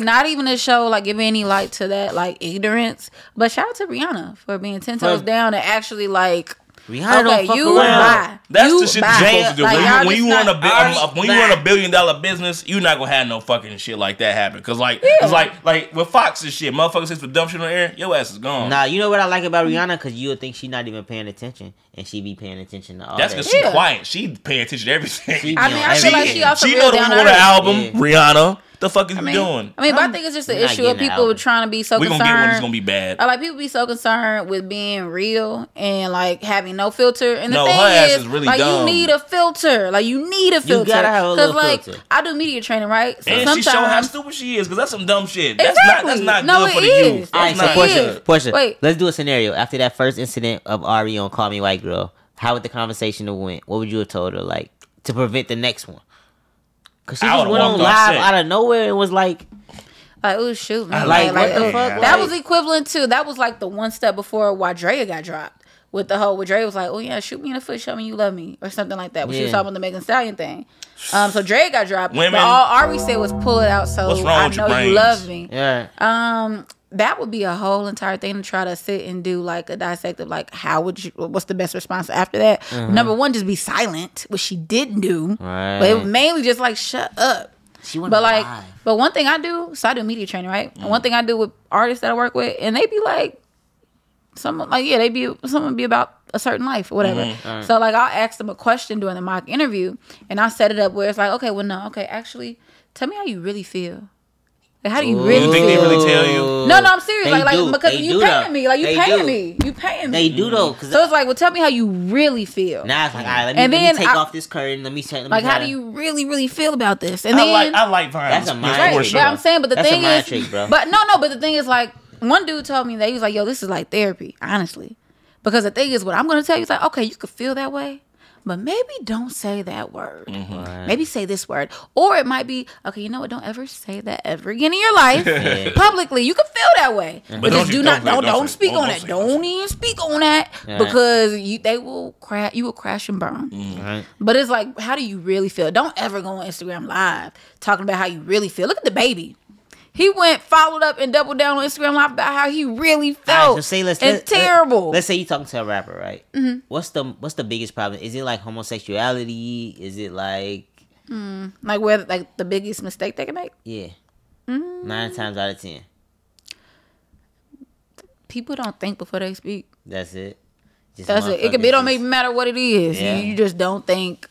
the fuck?
not even to show like give any light to that like ignorance. But shout out to Rihanna for being ten toes
But-
down and actually like
Rihanna
okay,
don't fuck
you
around.
buy.
That's
you
the shit
buy.
you're supposed to do.
Like,
when
y'all
you, when
just
you
not-
run a bi-
Ours
um, when you run
back.
a billion dollar business, you're not gonna have no fucking shit like that happen. Cause like it's like like with Fox and shit, motherfuckers hits with dumb shit on the air, your ass is gone.
Nah, you know what I like about Rihanna? Because you would think she's not even paying attention, and she be paying attention to all
That's
that.
because
she-
she's
Yeah.
quiet. She paying attention to everything.
She-
I mean, I
She-
feel like she also
she
real
know the
down
one with
to
the
earth.
album,
Yeah.
Rihanna. The fuck is
I
you
mean,
doing?
I mean, but I
I'm
think it's just the
not
issue of
getting
people
out.
trying to be so
we gonna get one that's
concerned.
gonna be bad.
Uh, like people be so concerned with being real and like having no filter. And the
No,
thing
her ass
is,
is really
like
dumb.
you need a filter. Like you need a filter.
gotta have a little
like
filter.
I do media training, right? So
And she
sometimes
show how stupid she is, because that's some dumb shit. That's not
Exactly.
that's not
No,
good for
it
the
is.
youth.
All right,
That's
so
not
Portia,
good.
Portia,
Wait.
let's do a scenario. After that first incident of Ari on Call Me White Girl, how would the conversation have went? What would you have told her, like, to prevent the next one? Because she
I
just
would've
went on
walked
live
off set.
out of nowhere and was like,
like oh shoot, man.
like,
like,
what the
yeah,
fuck?
yeah.
Like,
That was equivalent to that was like the one step before Wadrea got dropped with the whole Wadrea was like, oh yeah, shoot me in the foot, show me you love me or something like that. When she was
Yeah.
talking about the Megan Stallion thing. Um, so Dre got dropped.
Women-
but all Ari said was pull it out. So
What's wrong
I
with
know
your
you
brains?
love me.
yeah.
Um, that would be a whole entire thing to try to sit and do like a dissect of like how would you what's the best response after that?
Mm-hmm.
Number one, just be silent, which she didn't do. But it
Right.
was mainly just like shut up.
she went
But like,
live.
but one thing I do, so I do media training, right?
Mm.
And One thing I do with artists that I work with, and they be like, someone like, yeah, they be someone be about a certain life or whatever.
Mm-hmm.
So like, I'll ask them a question during the mock interview, and I'll set it up where it's like, okay, well, no, okay, actually, tell me how you really feel. Like, how do you really
You think
feel?
they really tell you?
no, no, I'm serious.
They
Like, like
do.
because
They
you
do,
paying
though.
me, like you
They
paying
do.
me, you paying
They
me.
do, though. Cause
So it's like, well, tell me how you really feel.
now it's like, all right, let me,
And
let me
then
take
I-
off this curtain. Let me take, let me
Like, how
try
do
to-
you really, really feel about this? And
I
then
like I like Vine.
That's a
Miss
mind
Right,
trick,
Portia.
but I'm saying, but the
That's a
thing
mind
is,
trick, bro.
but no, no, but the thing is, like one dude told me that he was like, "Yo, this is like therapy, honestly," because the thing is, what I'm gonna tell you is like, okay, you could feel that way, but maybe don't say that word. Maybe say this word, or it might be, okay, you know what? Don't ever say that ever again in your life
Yeah.
*laughs* publicly. You can feel that way, but,
don't
just
you-
do
don't
not,
say-
don't,
don't
don't,
say-
speak
don't-
on
don't
it.
say-
Don't even speak on that
Yeah.
because you they will crash. You will crash and burn.
Mm.
Right.
But it's like, how do you really feel? Don't ever go on Instagram Live talking about how you really feel. Look at the baby. He went, followed up, and doubled down on Instagram Live about how he really felt.
All right, so say let's
and
let-
terrible.
Let, us say you talking to a rapper, right? What's the what's the biggest problem? Is it like homosexuality? Is it like
like where like the biggest mistake they can make?
yeah? Nine times out of ten,
People don't think before they speak.
that's it. Just
That's it. It, could,
motherfuckers
it don't
just-
even matter what it is. You-
Yeah.
You, just don't think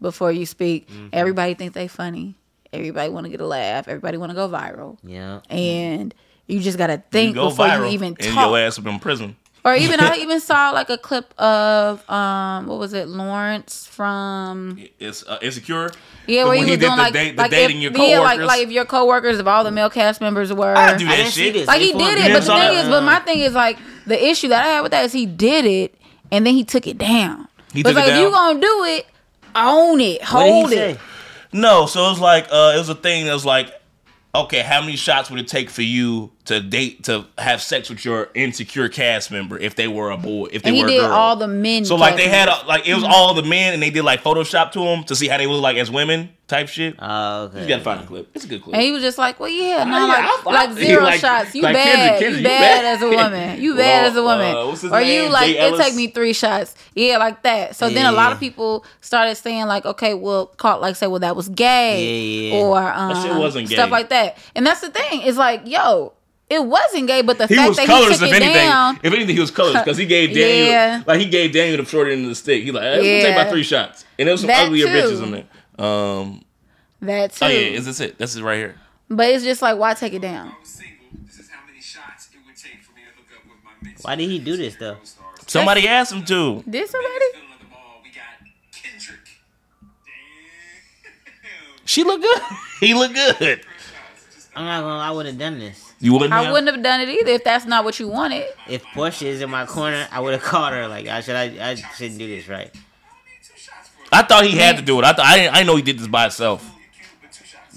before you speak.
Mm-hmm.
Everybody think they funny. Everybody want to get a laugh. Everybody want to go viral.
Yeah.
And you just gotta
You
think
go
before
viral
you even talk.
and your ass up in prison.
or
*laughs*
even I even saw like a clip of um what was it Lawrence from
It's uh, insecure.
yeah
The
where
one
he
he
was
did
doing
the
like,
da- the
like
dating your
if, yeah like
coworkers. Ah,
like if your coworkers if all the male cast members were
I do
I
that
didn't see
shit.
this.
like he did it
You
but
never
the
saw
thing
that?
is but my thing is like the issue that I had with that is he did it and then he took it down
He
but
took it
like if you
down?
gonna do it
What
own it
did he
hold
say?
it
No, so it was like uh, it was a thing that was like, okay, how many shots would it take for you to date to have sex with your insecure cast member if they were a boy, if they
and he
were
did
a girl?
all the men Mm-hmm.
so like they
cast
had a, like it was all the men and they did like Photoshop to them to see how they look like as women type shit.
Oh, okay.
you gotta find a clip. It's a good clip.
And he was just like, well, yeah, no,
yeah,
like,
I- I-
like zero
like-
shots. You
like
bad.
Kendrick, Kendrick,
you
you
bad
bad.
as a
*laughs*
woman. You bad as a
Well,
woman.
uh, what's his
or you
name?
like,
Jay
it take
Ellis?
me three shots. Yeah, like that. So then a lot of
Yeah.
people started saying like, okay, well, caught like say, well, that was gay,
Yeah, yeah.
or um,
shit wasn't
stuff
gay.
like that. And that's the thing. It's like, yo, it wasn't gay, but the
he
fact
was
that
colors,
he
if
took it
anything.
down.
If anything, he was colors because he
*laughs*
gave Daniel
Yeah.
like he gave Daniel the short end of the stick. He like "Eh, we'll take
Yeah.
about three shots, and there was some
That
uglier
too.
bitches in there. Um,
That too.
oh yeah, is this it? This is right here.
But it's just like, why take it
Oh,
down?
Why did he do this though?
Somebody asked him to.
This already?
*laughs*
She look good. *laughs* He look good.
I'm not gonna. lie, I would have done this.
You wouldn't.
I
have-
wouldn't have done it either if that's not what you wanted.
If Portia is in my corner, I would have *laughs* called her. Like I should. I, I shouldn't do this, right?
I thought he had to do it. I thought I didn't, I didn't know he did this by himself.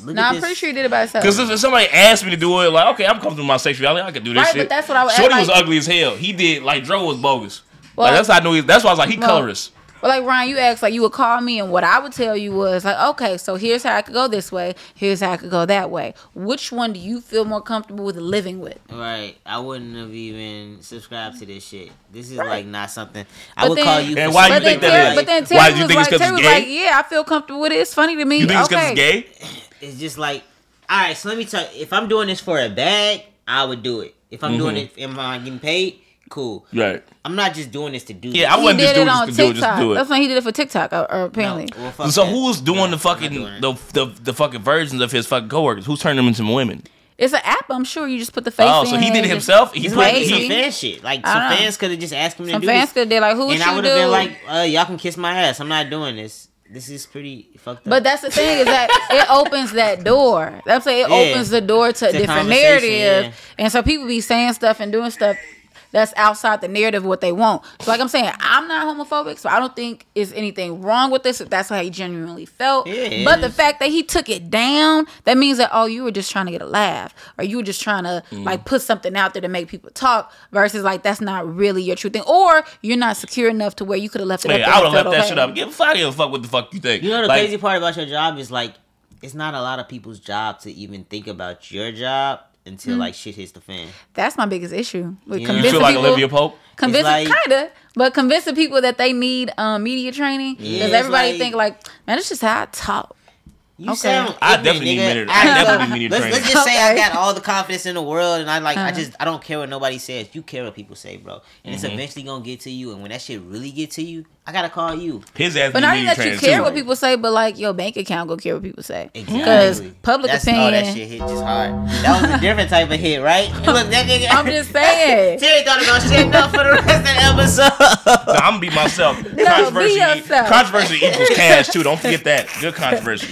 Look
No,
at
I'm
this.
pretty sure you did it by yourself.
Cause if, if somebody asked me to do it, like, okay, I'm comfortable with my sexuality, I can do this
Right,
shit.
but that's what I would-
Shorty was
like-
ugly as hell. He did like Dro was bogus.
Well-
like that's how I knew. He, that's why I was like he
Well-
colorist.
Well, like Ryan, you asked, like you would call me, and what I would tell you was like, okay, so here's how I could go this way, here's how I could go that way. Which one do you feel more comfortable with living with?
Right. I wouldn't have even subscribed to this shit. This is
Right.
like not something. I
But
would
then-
call you.
And
for
why you
but
something
then,
think that
Terry,
is?
but then
Why do
Terry
you
was
think it's
like,
'cause
Terry
it's
was
gay?
like, yeah, I feel comfortable with it. It's funny to me.
You think it's
okay.
because it's gay?
It's just like, all right. So let me tell. If I'm doing this for a bag, I would do it. If I'm doing
Mm-hmm.
it, am I getting paid? Cool.
Right.
I'm not just doing this to do.
Yeah, I
He
wouldn't just do
did it
this
on
to do it. Just
TikTok.
to do
That's
it.
why he did it for TikTok, uh, uh, apparently.
No, well, fuck
So
that.
who was doing the
No, I'm not
fucking
doing it.
the, the the fucking versions of his fucking coworkers? Who turned them into women?
It's an app, I'm sure. You just put the face.
oh,
in
so he did
and
it
just-
himself. He
This
put
might
Maybe.
be some
he,
fan shit. Like
I
some
don't know.
fans could have just asked him to
Uh-huh. Some
do
fans
this,
could be like, "Who would
and I
you
would
do?"
have been like, uh, "Y'all can kiss my ass. I'm not doing this. This is pretty fucked up."
But that's the thing is that
*laughs*
it opens that door. That's saying it
Yeah.
opens the door to,
To
different narrative,
conversation,
and so people be saying stuff and doing stuff that's outside the narrative of what they want. So like I'm saying, I'm not homophobic, so I don't think is anything wrong with this. If that's how he genuinely felt,
Yeah.
but the fact that he took it down, that means that oh, you were just trying to get a laugh, or you were just trying to
Mm.
like put something out there to make people talk. Versus like that's not really your true thing, or you're not secure enough to where you could have left it.
Yeah,
up
I would have
there and
left
felt
that shit
okay.
up. Give, I don't give a fuck what the fuck you think.
You know the
Like,
crazy part about your job is like it's not a lot of people's job to even think about your job until
Hmm.
like shit hits the fan.
That's my biggest issue with
Yeah. You
You
convincing
feel like
people.
Olivia Pope?
Convincing,
It's like-
kinda, but convincing people that they need um, media training
Yeah,
because
it's
everybody
like-
think like, man, it's just how I talk.
You
Okay.
sound
I
ignorant,
definitely need
nigga.
media- I definitely need media
let's,
training.
let's just say I
Okay.
got all the confidence in the world and I like I
Uh-huh.
just I don't care what nobody says. You care what people say, bro. And
Mm-hmm.
it's eventually gonna get to you and when that shit really get to you, I gotta call you.
His ass.
But
need
not even
media
that you
training,
care
too.
what people say, but like your bank account go care what people say.
Because
public
That's, Oh, that
opinion-
shit hit just hard. That was a different type of hit, right? Look, that nigga.
I'm just
*laughs*
saying.
Terry thought about shit up for the rest of the episode.
Nah, I'm gonna be
*laughs*
myself.
be yourself.
controversy
*laughs*
equals cash too. Don't forget that. Good controversy.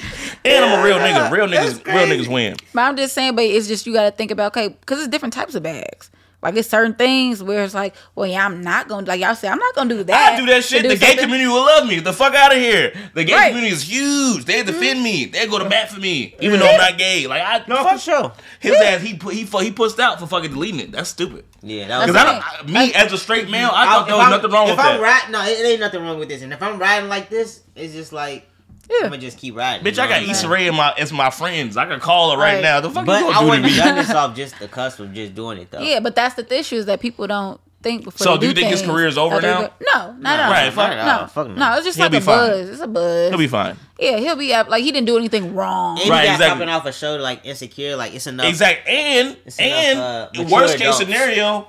And I'm a real nigga. Real niggas. Real niggas win.
But I'm just saying, but it's just you got to think about okay, because it's different types of bags. Like it's certain things where it's like, well, yeah, I'm not gonna like y'all say, I'm not gonna do that.
I do that
to
shit.
do
the gay
something.
community will love me. The fuck out of here. The gay
Right. Mm-hmm.
community is huge. They defend me. They go to bat for me, even though I'm not gay. Like I
no, for
fuck
sure.
his ass. He put he fu- he pushed out for fucking deleting it. That's stupid.
Yeah, that was.
Because I don't. I, me as a straight male, I thought there
if
was
I'm-
nothing wrong with
if I'm
that.
riding, no, it, it ain't nothing wrong with this. And if I'm riding like this, it's just like I'm
Yeah.
gonna just keep riding.
Bitch, I got Issa Rae in my as my friends. I can call her right,
Right.
now. The fuck
But
you
I
gonna do
wouldn't
to me? *laughs*
have done this off just the cusp of just doing it though.
yeah, but that's the issue is that people don't think before.
So
they
do you think his
things.
career is over
After they
now?
go- No, not at all.
Right, fuck
no,
no,
fuck no.
no, it's just
He'll
like
be
a
fine.
buzz. It's a buzz.
He'll be fine.
Yeah, he'll be up. Like he didn't do anything wrong.
And
Right,
you got
exactly.
popping off a show like insecure, like it's enough.
Exactly. And
It's enough,
and
uh,
the
mature
worst case
adults.
scenario,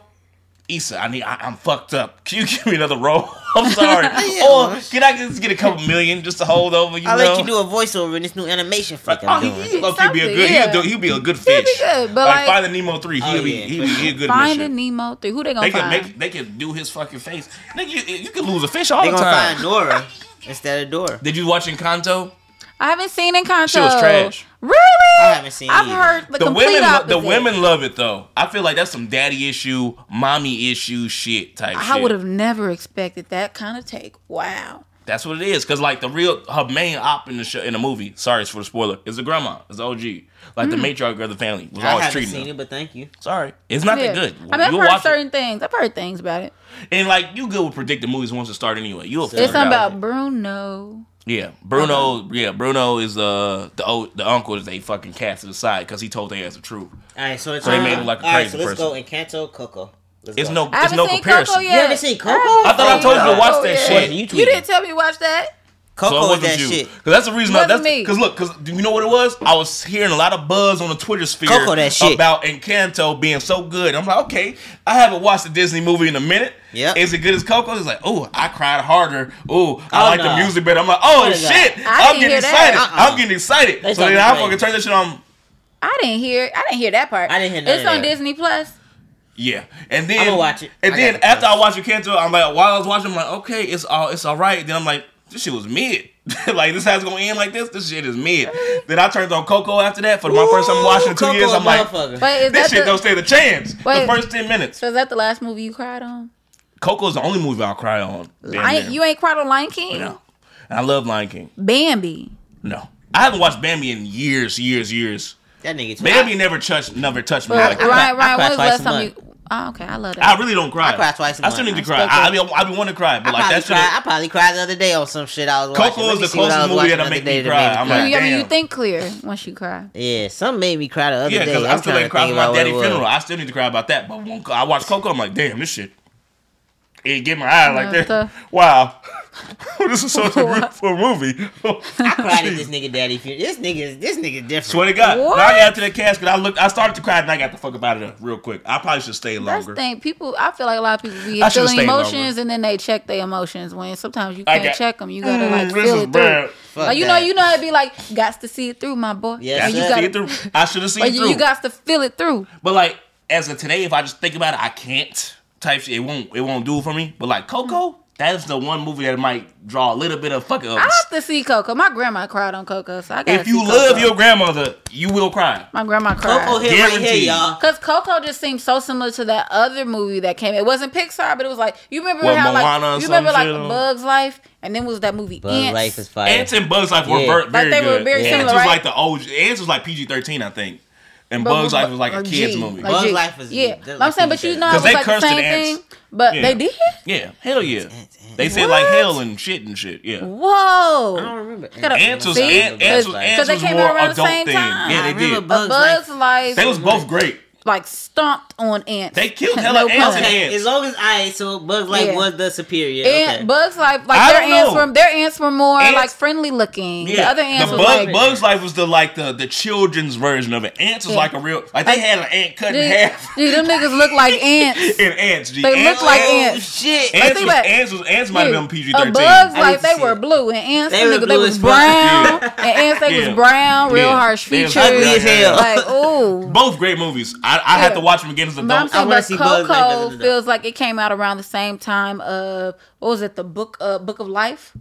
Issa, I need. I, I'm fucked up. Can you give me another role? I'm sorry.
Yeah.
or can I just get a couple million just to hold over? You
I'll
know.
let you do a voiceover in this new animation flick
Oh,
I'm
he,
doing.
he low-key be a
Something,
good.
yeah.
He'll, do, he'll be a good fish.
good, but like-
Finding Nemo three, he'll
Oh,
be
yeah,
he,
for
he,
sure.
a good fish.
Finding Nemo three. Who they gonna
They can
find?
make they can do his fucking face. Nigga, you, you can lose a fish all
They
the
gonna
time.
find Nora instead
*laughs*
of Dora.
Did you watch Encanto?
I haven't seen Encanto.
She was trash.
Really?
I haven't seen
I've
either.
heard the,
The
complete
women, lo-
opposite.
the women love it though. I feel like that's some daddy issue, mommy issue shit type.
I
shit.
would have never expected that kind of take. Wow.
That's what it is. Cause like the real her main op in the show in the movie, sorry for the spoiler, is the grandma, is the OG. Like the
Mm.
matriarch of the family was
I
always
haven't
treating
seen
her.
it, but thank you.
Sorry, it's not
Yeah.
that good.
I mean, I've
You'll
heard
watch it.
certain things. I've heard things about it.
and like you good with predicting movies once it start anyway. You'll figure
It's
it out.
something about Bruno.
yeah, Bruno. Yeah, Bruno is uh the old the uncle that they fucking casted aside because he told they ass the truth.
All right, so it's uh,
So they made him like a
all right,
crazy
so let's
person.
go Encanto, Coco. Let's
It's
go.
no,
I
it's
haven't
no
seen
comparison.
Coco yet.
You haven't seen Coco?
haven't
I thought I
seen
told you to
Coco
watch that
yet.
shit.
You tweeted.
You didn't tell me to watch that.
So
Coco
it
is
wasn't
that
you.
shit.
Cause that's the reason.
Wasn't
that's
me.
because look, because you know what it was. I was hearing a lot of buzz on the Twitter sphere
Coco that shit.
about Encanto being so good. I'm like, okay, I haven't watched a Disney movie in a minute.
Yep.
is it good as Coco? It's like, oh, I cried harder. Oh, I
Oh,
like
no.
the music better. I'm like, oh
Oh, no.
shit,
I
I'm
didn't
getting
hear that.
excited.
Uh-uh.
I'm getting excited.
They
so then
talking
I
crazy.
fucking turn that shit on.
I didn't hear. I didn't hear that part.
I didn't hear none
It's
of
on
that.
Disney Plus.
Yeah, and then
I'ma watch it.
And
I
then
got the
after
plans.
I watch Encanto, I'm like, while I was watching, I'm like, okay, it's all it's all right. Then I'm like, this shit was mid. *laughs* like this has gonna end like this. This shit is mid. then I turned on Coco after that for my first time watching in two
Coco
years.
a
I'm like,
motherfucker.
Wait, is
this
that
shit
the,
don't stand a chance.
Wait.
the first ten minutes.
so is that the last movie you cried on?
Coco's the only movie I'll cry on. Damn
I ain't,
near.
you ain't cried on Lion King.
no, and I love Lion King.
Bambi.
No, I haven't watched Bambi in years, years, years.
That nigga.
Bambi never touched, never touched me
But
like that.
Ryan,
I cried
Ryan, when was the
twice
last
a
time
month.
you? Oh, okay, I love that.
I really don't cry.
I cry twice a
I still
month.
need to
I
cry.
still
I, I, be, I be wanting to cry, but
I
like
probably
that shit.
cried. I probably cried the other day on some shit I was watching.
Coco
Let
is
me
the
see what I
closest
was
movie
watching
that'll
the
make
other day
me
to
cry.
make
I'm
me
like,
you, I mean, you
damn.
think clear once you cry.
Yeah, some made me cry the other
Yeah,
day.
because
I'm
I still
trying
ain't
to think
cried for my
about
daddy's
what it was.
funeral. I still need to cry about that. But when I watch Coco, I'm like, damn, this shit. It get my eye like
Yeah,
that.
tough.
*laughs* Wow, this is
*laughs*
such a beautiful movie.
I cried at this nigga daddy funeral. This nigga, is- this nigga different.
Swear to God,
What?
now I got to the casket. I looked, I started to cry, and I got the fuck up out of there real quick. I probably should stay
That's
longer.
the thing. People, I feel like a lot of people be
I should've
feeling
stayed longer.
emotions and then they check their emotions when sometimes you
I
can't
got-
check them. You gotta like
Mm, this
feel
is
it
bad.
through.
Fuck
like you
that.
know, you know, it'd be like, "Gots to see it through, my boy."
Yes,
I
Or
should
sir.
you
have
got,
seen through. I should have seen
or
through.
you, you got to feel it through.
But like as of today, if I just think about it, I can't type shit. It won't. It won't do it for me. But like Coco, that's the one movie that might draw a little bit of fucking.
I have to see Coco. My grandma cried on Coco, so I got.
If you
see
love
Coco.
your grandmother, you will cry.
my grandma cried.
Coco here, right
Guaranteed.
here, y'all.
Cause Coco just seems so similar to that other movie that came. It wasn't Pixar, but it was like you remember
What,
how
Moana or
like you remember
some
like
shit, or-
Bugs Life, and then was that movie
But
Ants.
life is fire.
Ants and Bugs Life were
Yeah.
ver- very
Like, they were
good.
very
Ants
similar,
was
right?
like the old. Ants was like PG thirteen, I think, and Bugs Life was like a
or
kids
G,
movie.
like
Bugs
G.
Life is-
yeah.
that-
I'm saying,
like
but you
PG-13.
know, it
'Cause
was
they
like the
cursed in
same
Ants.
thing. But
Yeah.
they did.
yeah, hell yeah.
Ants, ants,
They
ants.
said like hell and shit and shit. Yeah.
I don't
Whoa.
remember.
Gotta-
Ants was
See?
ant, ants was,
Cause-
ants
cause they
was
came
more
out around the
adult
same
thing.
time.
Yeah,
I
they
remember
did.
Bugs
Bugs
Life.
Life
They was both great.
like stomped on ants.
They killed hella ants
pun.
in
Okay,
Ants.
as long as I so Bugs Life
Yeah.
was the superior.
And
okay.
Bugs Life,
I
like their
don't
ants
know.
were their ants were more
Ants-
like friendly looking. The other ants
the
were
bug,
like
Bugs Life was the like the the children's version of it. Ants was
Yeah.
like a real like they had an ant cut in
Dude,
half. *laughs*
dude, them niggas look like ants.
And ants, G.
They
ants,
look like
ants.
oh
ants.
shit.
Like,
Ants
think
was,
about it.
ants was ants might have been PG
Dude, uh,
thirteen.
Bugs
I
like
need to
they
see
were
it.
blue and ants,
They
them
were
niggas, they
blue
was
as fuck.
brown and ants they
Yeah.
was brown, real
Yeah.
harsh
They was
features.
ugly as hell. *laughs*
Like ooh.
Both great movies. I, I had to watch them again as
But I'm
adults.
saying,
wanna
but
see Bugs
Coco
Life as an adult.
feels like it came out around the same time of what was it? The book, uh, Book of Life,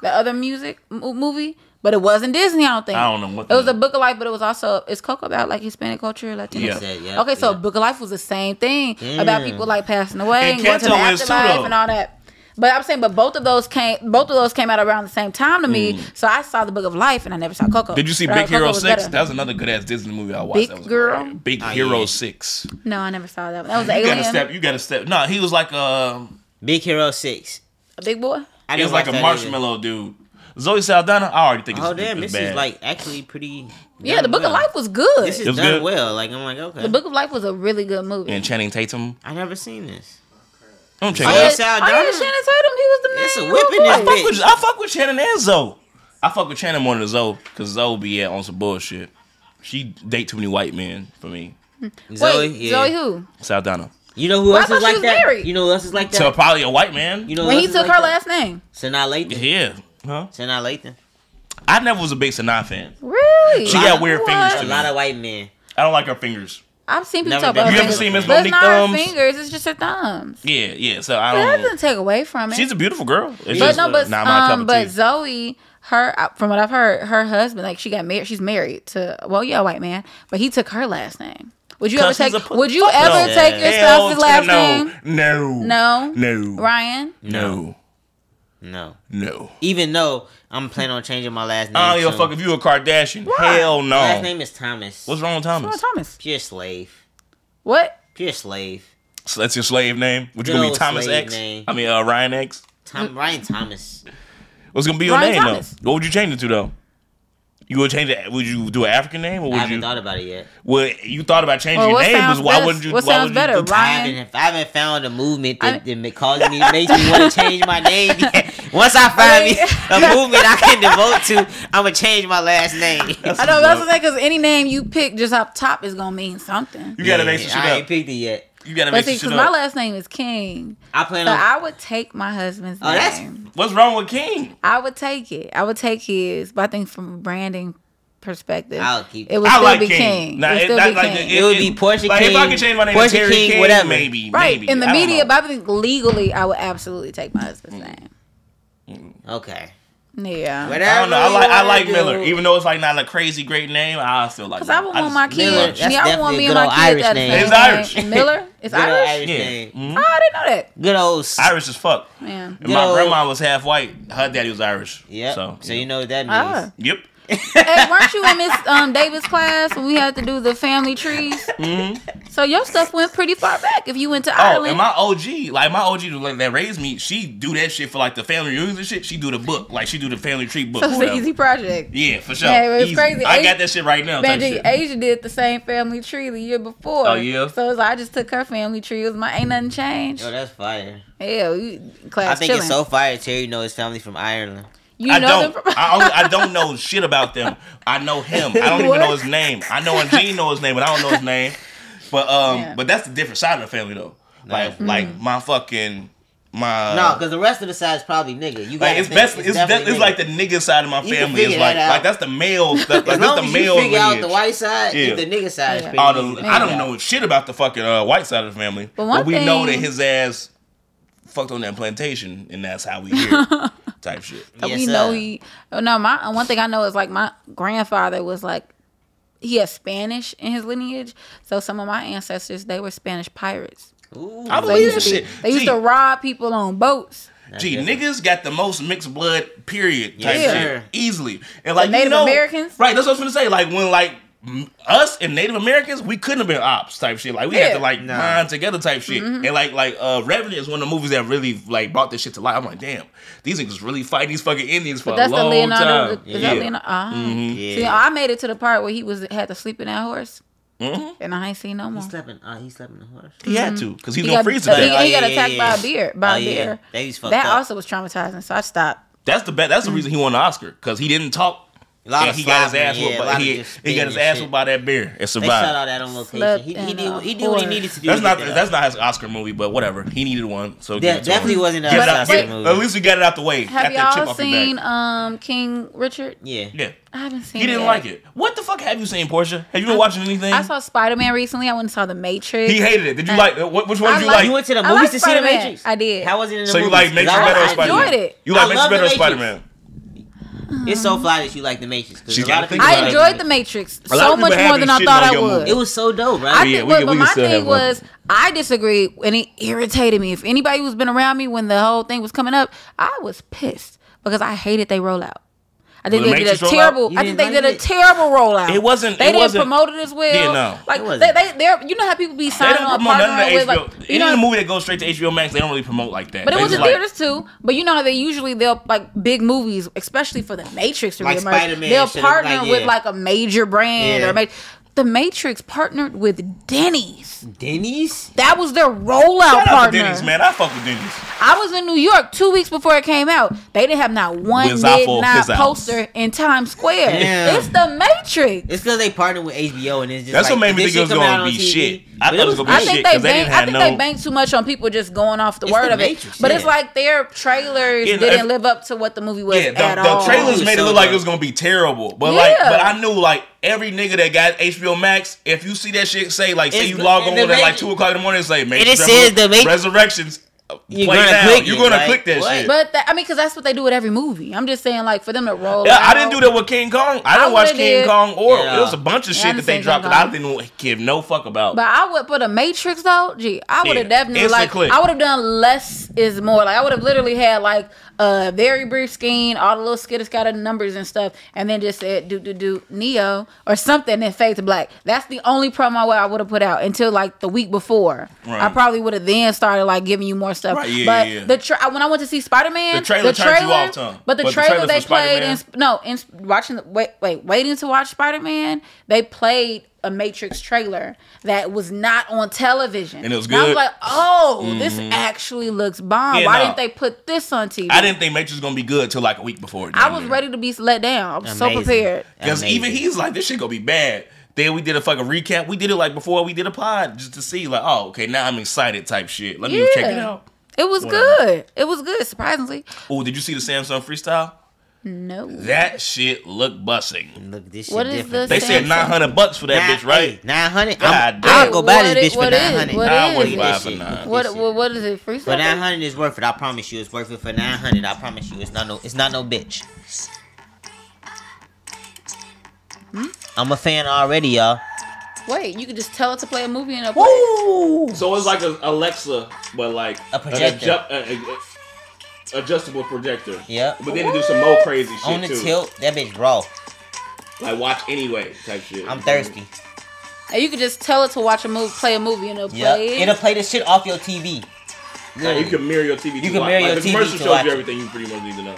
the other music mo- movie, but it wasn't Disney. I don't think.
I don't know what
It was
the-
a Book of Life, but it was also is Coco about like Hispanic culture, Latino.
Yeah.
Said, yeah,
Okay, so
yeah. Mm.
Book of Life was the same thing about people like passing away
And
and going to the
Kanto is too,
afterlife
though.
and all that. But I'm saying, but both of those came, both of those came out around the same time to me.
Mm.
So I saw the Book of Life, and I never saw Coco.
Did you see
But I-
Big Hero
Coco was
Six?
better.
That was another good ass Disney movie I watched.
Big
that was
Girl?
great. Big
Oh,
Hero
yeah.
Six.
No, I never saw that. one. That was an
You gotta
alien,
step. You gotta step. No, he was like a
Big Hero Six.
a big boy.
I
he was
didn't
like
watch
a
that
marshmallow dude. Zoe Saldana. I already think it's,
Either. Oh damn,
it's
this
bad.
is like actually pretty.
Yeah,
done
the Book of
well.
Life was good.
This is
It was
done
good.
well. Like I'm like okay.
the Book of Life was a really good movie.
and Channing Tatum.
I never seen this.
Don't check
Oh,
it
yeah,
out.
yeah,
Sal
oh, yeah,
Dunn.
Channing Tatum, he was the man.
It's a whipping
I
this
fuck with
bitch.
I fuck with Shannon and Zoe. I fuck with Shannon more than Zoe, cause Zoe be at on some bullshit. She date too many white men for me.
Zoe,
Wait,
yeah.
Zoe who?
Saldana.
You know who
Well, I
else
thought
is
she
like
was
that?
married.
You know who else is like that?
To probably a white man.
You know
When
who
he
else is
took
like
her
that?
last name.
Sanaa Lathan.
yeah. Huh?
Sanaa Lathan.
I never was a big Sanaa fan.
Really?
She got weird fingers
A
to me.
lot of white men.
I don't like her fingers.
I've seen people
Never
talk
been.
about her
You ever
fingers.
seen Miss
But it's
Monique
not
thumbs?
her fingers, it's just her thumbs.
Yeah, yeah. So I
But that
don't.
doesn't take away from it.
She's a beautiful girl. It's
but
just uh,
no, but
not my
um,
cup of
but
tea.
Zoe, her uh, from what I've heard, her husband, like she got married. She's married to well, yeah, a white man, but he took her last name. Would you ever
'Cause he's
take?
a pu-
Would you
fuck
ever
no.
take your
Hell
spouse's
to
last
no.
name?
No.
No.
No.
Ryan.
No.
No.
No.
Even though I'm planning on changing my last name.
I don't give Oh, a
soon.
fuck if you a Kardashian. Hell no.
Last name is Thomas.
What's wrong with Thomas?
Oh, Thomas.
Pure slave.
What?
Pure slave.
So that's your slave name. Would you
Good
gonna be
old
Thomas
slave
X? I
name.
mean uh, Ryan X.
Mm.
Tom Ryan Thomas.
What's gonna be your
Ryan
name
Thomas.
though? What would you change it to though? You would change it. Would you do an African name or
I
would
haven't
you?
thought about it yet.
Well, you thought about changing
Well,
your
what
name,
sounds
but why
best-
wouldn't you?
what
why
sounds
would
better,
You do,
I
Ryan?
haven't, I haven't found a movement that,
I-
that causes me makes me
*laughs*
want to change my name. yet. Once I find me a movement I can devote to, I'm gonna change my
*laughs*
last name.
I know that's what I'm saying because any name you pick just off top is gonna mean something.
you gotta make some
Yeah,
shit
I ain't
up.
picked it yet.
You gotta
But
make
see,
some
because
shit
my
up.
last name is King,
I plan
so
on.
I would take my husband's
Oh, that's-
name.
What's wrong with King?
I would take it. I would take his, but I think from branding perspective,
I'll keep-
it would
I
still
like
be
King.
King.
Nah,
it would
it,
still
not
be
like
King.
the-
It would be Portia
like If I
King,
could change my name
Portia
to Terry
King,
King,
whatever.
maybe.
Right
maybe.
in the
I don't
media,
know.
but I think legally, I would absolutely take my husband's
Hmm.
name.
Okay.
Yeah,
Whatever.
I don't know. I
you
like I
wanna
like
do.
Miller, even though it's like not a crazy great name. I still like.
Because I would want my
just-
Miller,
kids.
that's
Yeah, I would
definitely
want me
a good
and my
old
kids
Irish
to have the
name.
same
It's Irish.
*laughs*
name. Miller? It's
Good old
Irish?
Irish
Yeah.
name.
Mhm.
Oh, I didn't know that.
Good old. s-
Irish as fuck.
Man.
And my
Yo.
grandma was half white. Her daddy was Irish.
Yep. So,
So,
you know what that means.
Ah.
Yep.
hey, weren't you in Miss um, Davis class when we had to do the family trees? So your stuff went pretty far back if you went to
Mm-hmm. Oh, and
Ireland.
my OG, like my OG like, that raised me, she do that shit for like the family reunions and shit. She do the book, like she do the family tree book.
so it's
whatever.
an easy project.
Yeah, for sure.
Yeah, it was
Easy.
crazy.
I
Asia-
got that shit right now. type
Benji,
shit.
Asia did the same family tree the year before.
Oh, yeah?
So it's like, I just took her family tree. It was my ain't nothing changed.
Yo, that's fire.
Hell, you,
I
class
think
chilling.
it's so fire. Terry know his family from Ireland.
you
I
know
don't.
them from-
I, only, I don't know shit about them. I know him. I don't even know his name. I know Gene knows his name, but I don't know his name. But um,
Yeah. Mm-hmm.
but that's the different side of the family though. Like
Right.
like my fucking my.
no, because the rest of the side is probably nigga. You
Uh, Like
gotta
it's
think,
best. It's,
definitely
de- it's
nigga.
like the nigga side of my
You can
family. It's
figure
like
that out.
like that's the
*laughs*
male. That, like
As
that's
long
the
as
male
you figure out
lineage.
the white side,
Yeah.
the nigga side is
Yeah.
pretty
All
easy
the,
to
I
figure
don't
out.
know shit about the fucking uh, white side of the family.
But
But,
one
we know that
thing-
his ass fucked on that plantation, and that's how
*laughs*
we hear it, type shit.
But
Yes,
*laughs* we know
sir.
he. oh, No, my one thing I know is like my grandfather was like he has Spanish in his lineage, so some of my ancestors they were Spanish pirates.
Ooh.
I
They
believe
used
that
to, be,
shit.
they used
Gee,
to rob people on boats.
Gee,
different.
niggas got the most mixed blood, period, type
Yeah.
shit. Easily. And like you
Native
know-
Americans?
Right, that's what I was gonna say. Like when like m- us and Native Americans, we couldn't have been ops type shit. Like we had
Yeah. Mm-hmm.
to like
Nah.
mind together type shit. And like like uh Revenant is one of the movies that really like brought this shit to light. I'm like, damn, these niggas really fighting these fucking Indians for
But
a
that's the
long
Leonardo.
time.
Is
yeah. Mm-hmm.
that Leonardo? Ah.
Yeah.
See, I made it to the part where he was had to sleep in that horse,
Mhm.
and I ain't seen no
He
more.
slept in. Uh, he slept in the horse.
He had to, because he's
Mm-hmm. He
gonna
got,
freeze to
so he,
death.
Oh,
he got
yeah,
attacked
yeah,
by a
yeah.
beer. By
Oh,
a
yeah.
beer.
They was fucked
That
up.
also was traumatizing, so I stopped.
That's the best that's
Mm-hmm.
the reason he won the Oscar, because he didn't talk.
A lot
and
of
he got his
slobbering,
ass
yeah,
whooped
a lot
by
of
he,
just
he got his
spitting and
ass
shit.
whooped by that bear and
They shot
survived.
all that on location.
Slept
He, he
in a
did. He did what he
horse.
needed to do.
That's
to
not
get that
that's
out.
not his Oscar movie, but whatever. He needed one, so
Yeah,
give it to
definitely
him.
wasn't an
Get it
Oscar
out- get-
movie.
At least we got it out the way. got
Have
that chip
y'all
off your
seen
back.
um King Richard?
Yeah.
Yeah,
I haven't seen.
he didn't
it.
like it. What the fuck have you seen, Portia? Have you been watching anything?
I saw Spider Man recently. I went and saw The Matrix.
he hated it. Did you
I-
like what? Which one
I
did you
like-
like?
You went to the
I
movies
like
to see the
Spider-Man.
Matrix.
I did.
How was it in the
so you
movies?
like
'Cause
Matrix
I-
better
I
or
I
Spider
enjoyed
Man?
it.
You
I
like Matrix
love
better or
The
Spider
Matrix.
Man?
It's so fly that you like the Matrix. 'cause
She
a
gotta
lot of
think
people
about
I
it.
like
enjoyed The
The
Matrix
A lot
so
of people
much
have
more
been
than I
shitting
thought
on
I
your
would.
movie.
It was so dope, right?
I
Oh, yeah,
think,
we
but,
can-
but
we can
my
still have
thing
one.
was, I disagreed, and it irritated me. If anybody who's been around me when the whole thing was coming up, I was pissed because I hated they rollout. I think
The
they did a
Matrix rollout?
terrible.
You
I
didn't
think they
like
did a
it?
terrible rollout.
It wasn't-
They
it
didn't
wasn't-
promote it as well.
Yeah, no.
Like
It
they,
wasn't.
they, they're. You know how people be
They
signing
don't
on,
promote none of
partnering
the
with,
HBO.
like you
Any
know,
of the movie that goes straight to HBO Max, they don't really promote like that.
But it
They
was in
just like-
theaters too. But you know how they usually they'll like big movies, especially for the Matrix to
Like
reemerge.
Spider-Man
they'll
should've,
partner
like,
with
yeah.
like a major brand
Yeah.
or ma- the Matrix partnered with Denny's.
Denny's.
That was their rollout
Shout out to
partner.
Denny's, man. I fuck with Denny's.
I was in New York two weeks before it came out. They didn't have not one
Wizzafo
midnight
Fizzouts.
poster in Times Square.
Damn.
It's the Matrix.
It's because they partnered with HBO and it's just
That's
like,
what made me
this
think it was
shit coming
gonna
out on
be
TV,
shit. I
but
thought it was gonna be
I
great.
shit.
think
'cause
they
they didn't
bank. I
have
think
no-
they bank too much on people just going off the
It's
word
the
of it.
Matrix,
but
yeah.
it's like their trailers
Yeah,
didn't
if-
live up to what the movie was
Yeah,
at
the,
all.
the trailers
Ooh,
made it
so
look like it
good.
was gonna be terrible, but like,
Yeah.
but I knew like every nigga that got HBO Max, if you see that shit, say like, say
It's
you
good.
log
And
on
the
at like
Matrix-
two o'clock in the morning, and say Matrix
it says the Matrix-
Resurrections, uh,
You're
play
gonna
now.
click
you're
it,
gonna
like,
click that
what?
shit.
But that, I mean, because that's what they do with every movie. I'm just saying, like for them to roll.
yeah, I
out-
didn't do that with King Kong. I didn't
I
watch
would've
King
did.
Kong or
Yeah.
it was a bunch of shit
Yeah, I didn't
that they
see
dropped
King
that I
Kong.
didn't give no fuck about.
But I would for the Matrix though. Gee, I would have
Yeah,
definitely
instant
like
click.
I would have done less is more. Like I would have literally had like a very brief scheme, all the little skitter scatter numbers and stuff, and then just said do do do Neo or something and fade to black. That's the only promo where I would have put out until like the week before.
Right.
I probably would have then started like giving you more stuff.
Right, yeah,
but
yeah, yeah.
the tra- when I went to see Spider Man,
The trailer turned you off, Tom.
But the
But the
trailer,
trailer
they
for
played
Spider-Man?
in Sp- no in Sp- watching the, wait wait waiting to watch Spider Man. They played a Matrix trailer that was not on television,
And it was
I was
good? Mm-hmm.
like, oh, this actually looks bomb.
Yeah,
Why
nah.
didn't they put this on TV?
I didn't think Matrix was gonna be good till like a week before. it
I
damn
was
near.
ready to be let down. I'm so
Amazing.
prepared.
Because even
Amazing.
he's like, this shit gonna be bad. Then we did a fucking recap. We did it like before we did a pod just to see, like, oh, okay, now I'm excited type shit. Let me check it
Yeah.
out.
It was
Whatever.
good. It was good. Surprisingly,
Oh, did you see the Samsung freestyle?
No.
That shit look bussing.
Look, this shit
What is
different.
the
They said
Samsung?
nine hundred bucks for that bitch, right?
Nine hundred.
God damn.
I'll go buy
What
this
it-
bitch for
what it
nine
is,
hundred.
what
Nah, I
is
wouldn't
it?
buy it for nine.
What, what what is it? Free
For nine
stuff?
hundred is worth it. I promise you, it's worth it for nine hundred. I promise you, it's not no, it's not no bitch.
Hmm?
I'm a fan already, y'all.
Wait, you could just tell it to play a movie and a
Woo!
So it's like a Alexa, but like
A
an
projector.
adju- a- a- a- adjustable projector.
Yep.
But then they do some more crazy shit
On the
too.
tilt, that bitch raw.
Like watch anyway type shit.
I'm thirsty.
And you could just tell it to watch a movie, play a movie, and it'll
Yeah,
play it.
it'll play this shit off your TV.
Like, you can mirror your TV.
You
to
can
watch-
mirror
like,
your
the
TV
commercial
to
shows
watch
you
it.
everything you pretty much need to know.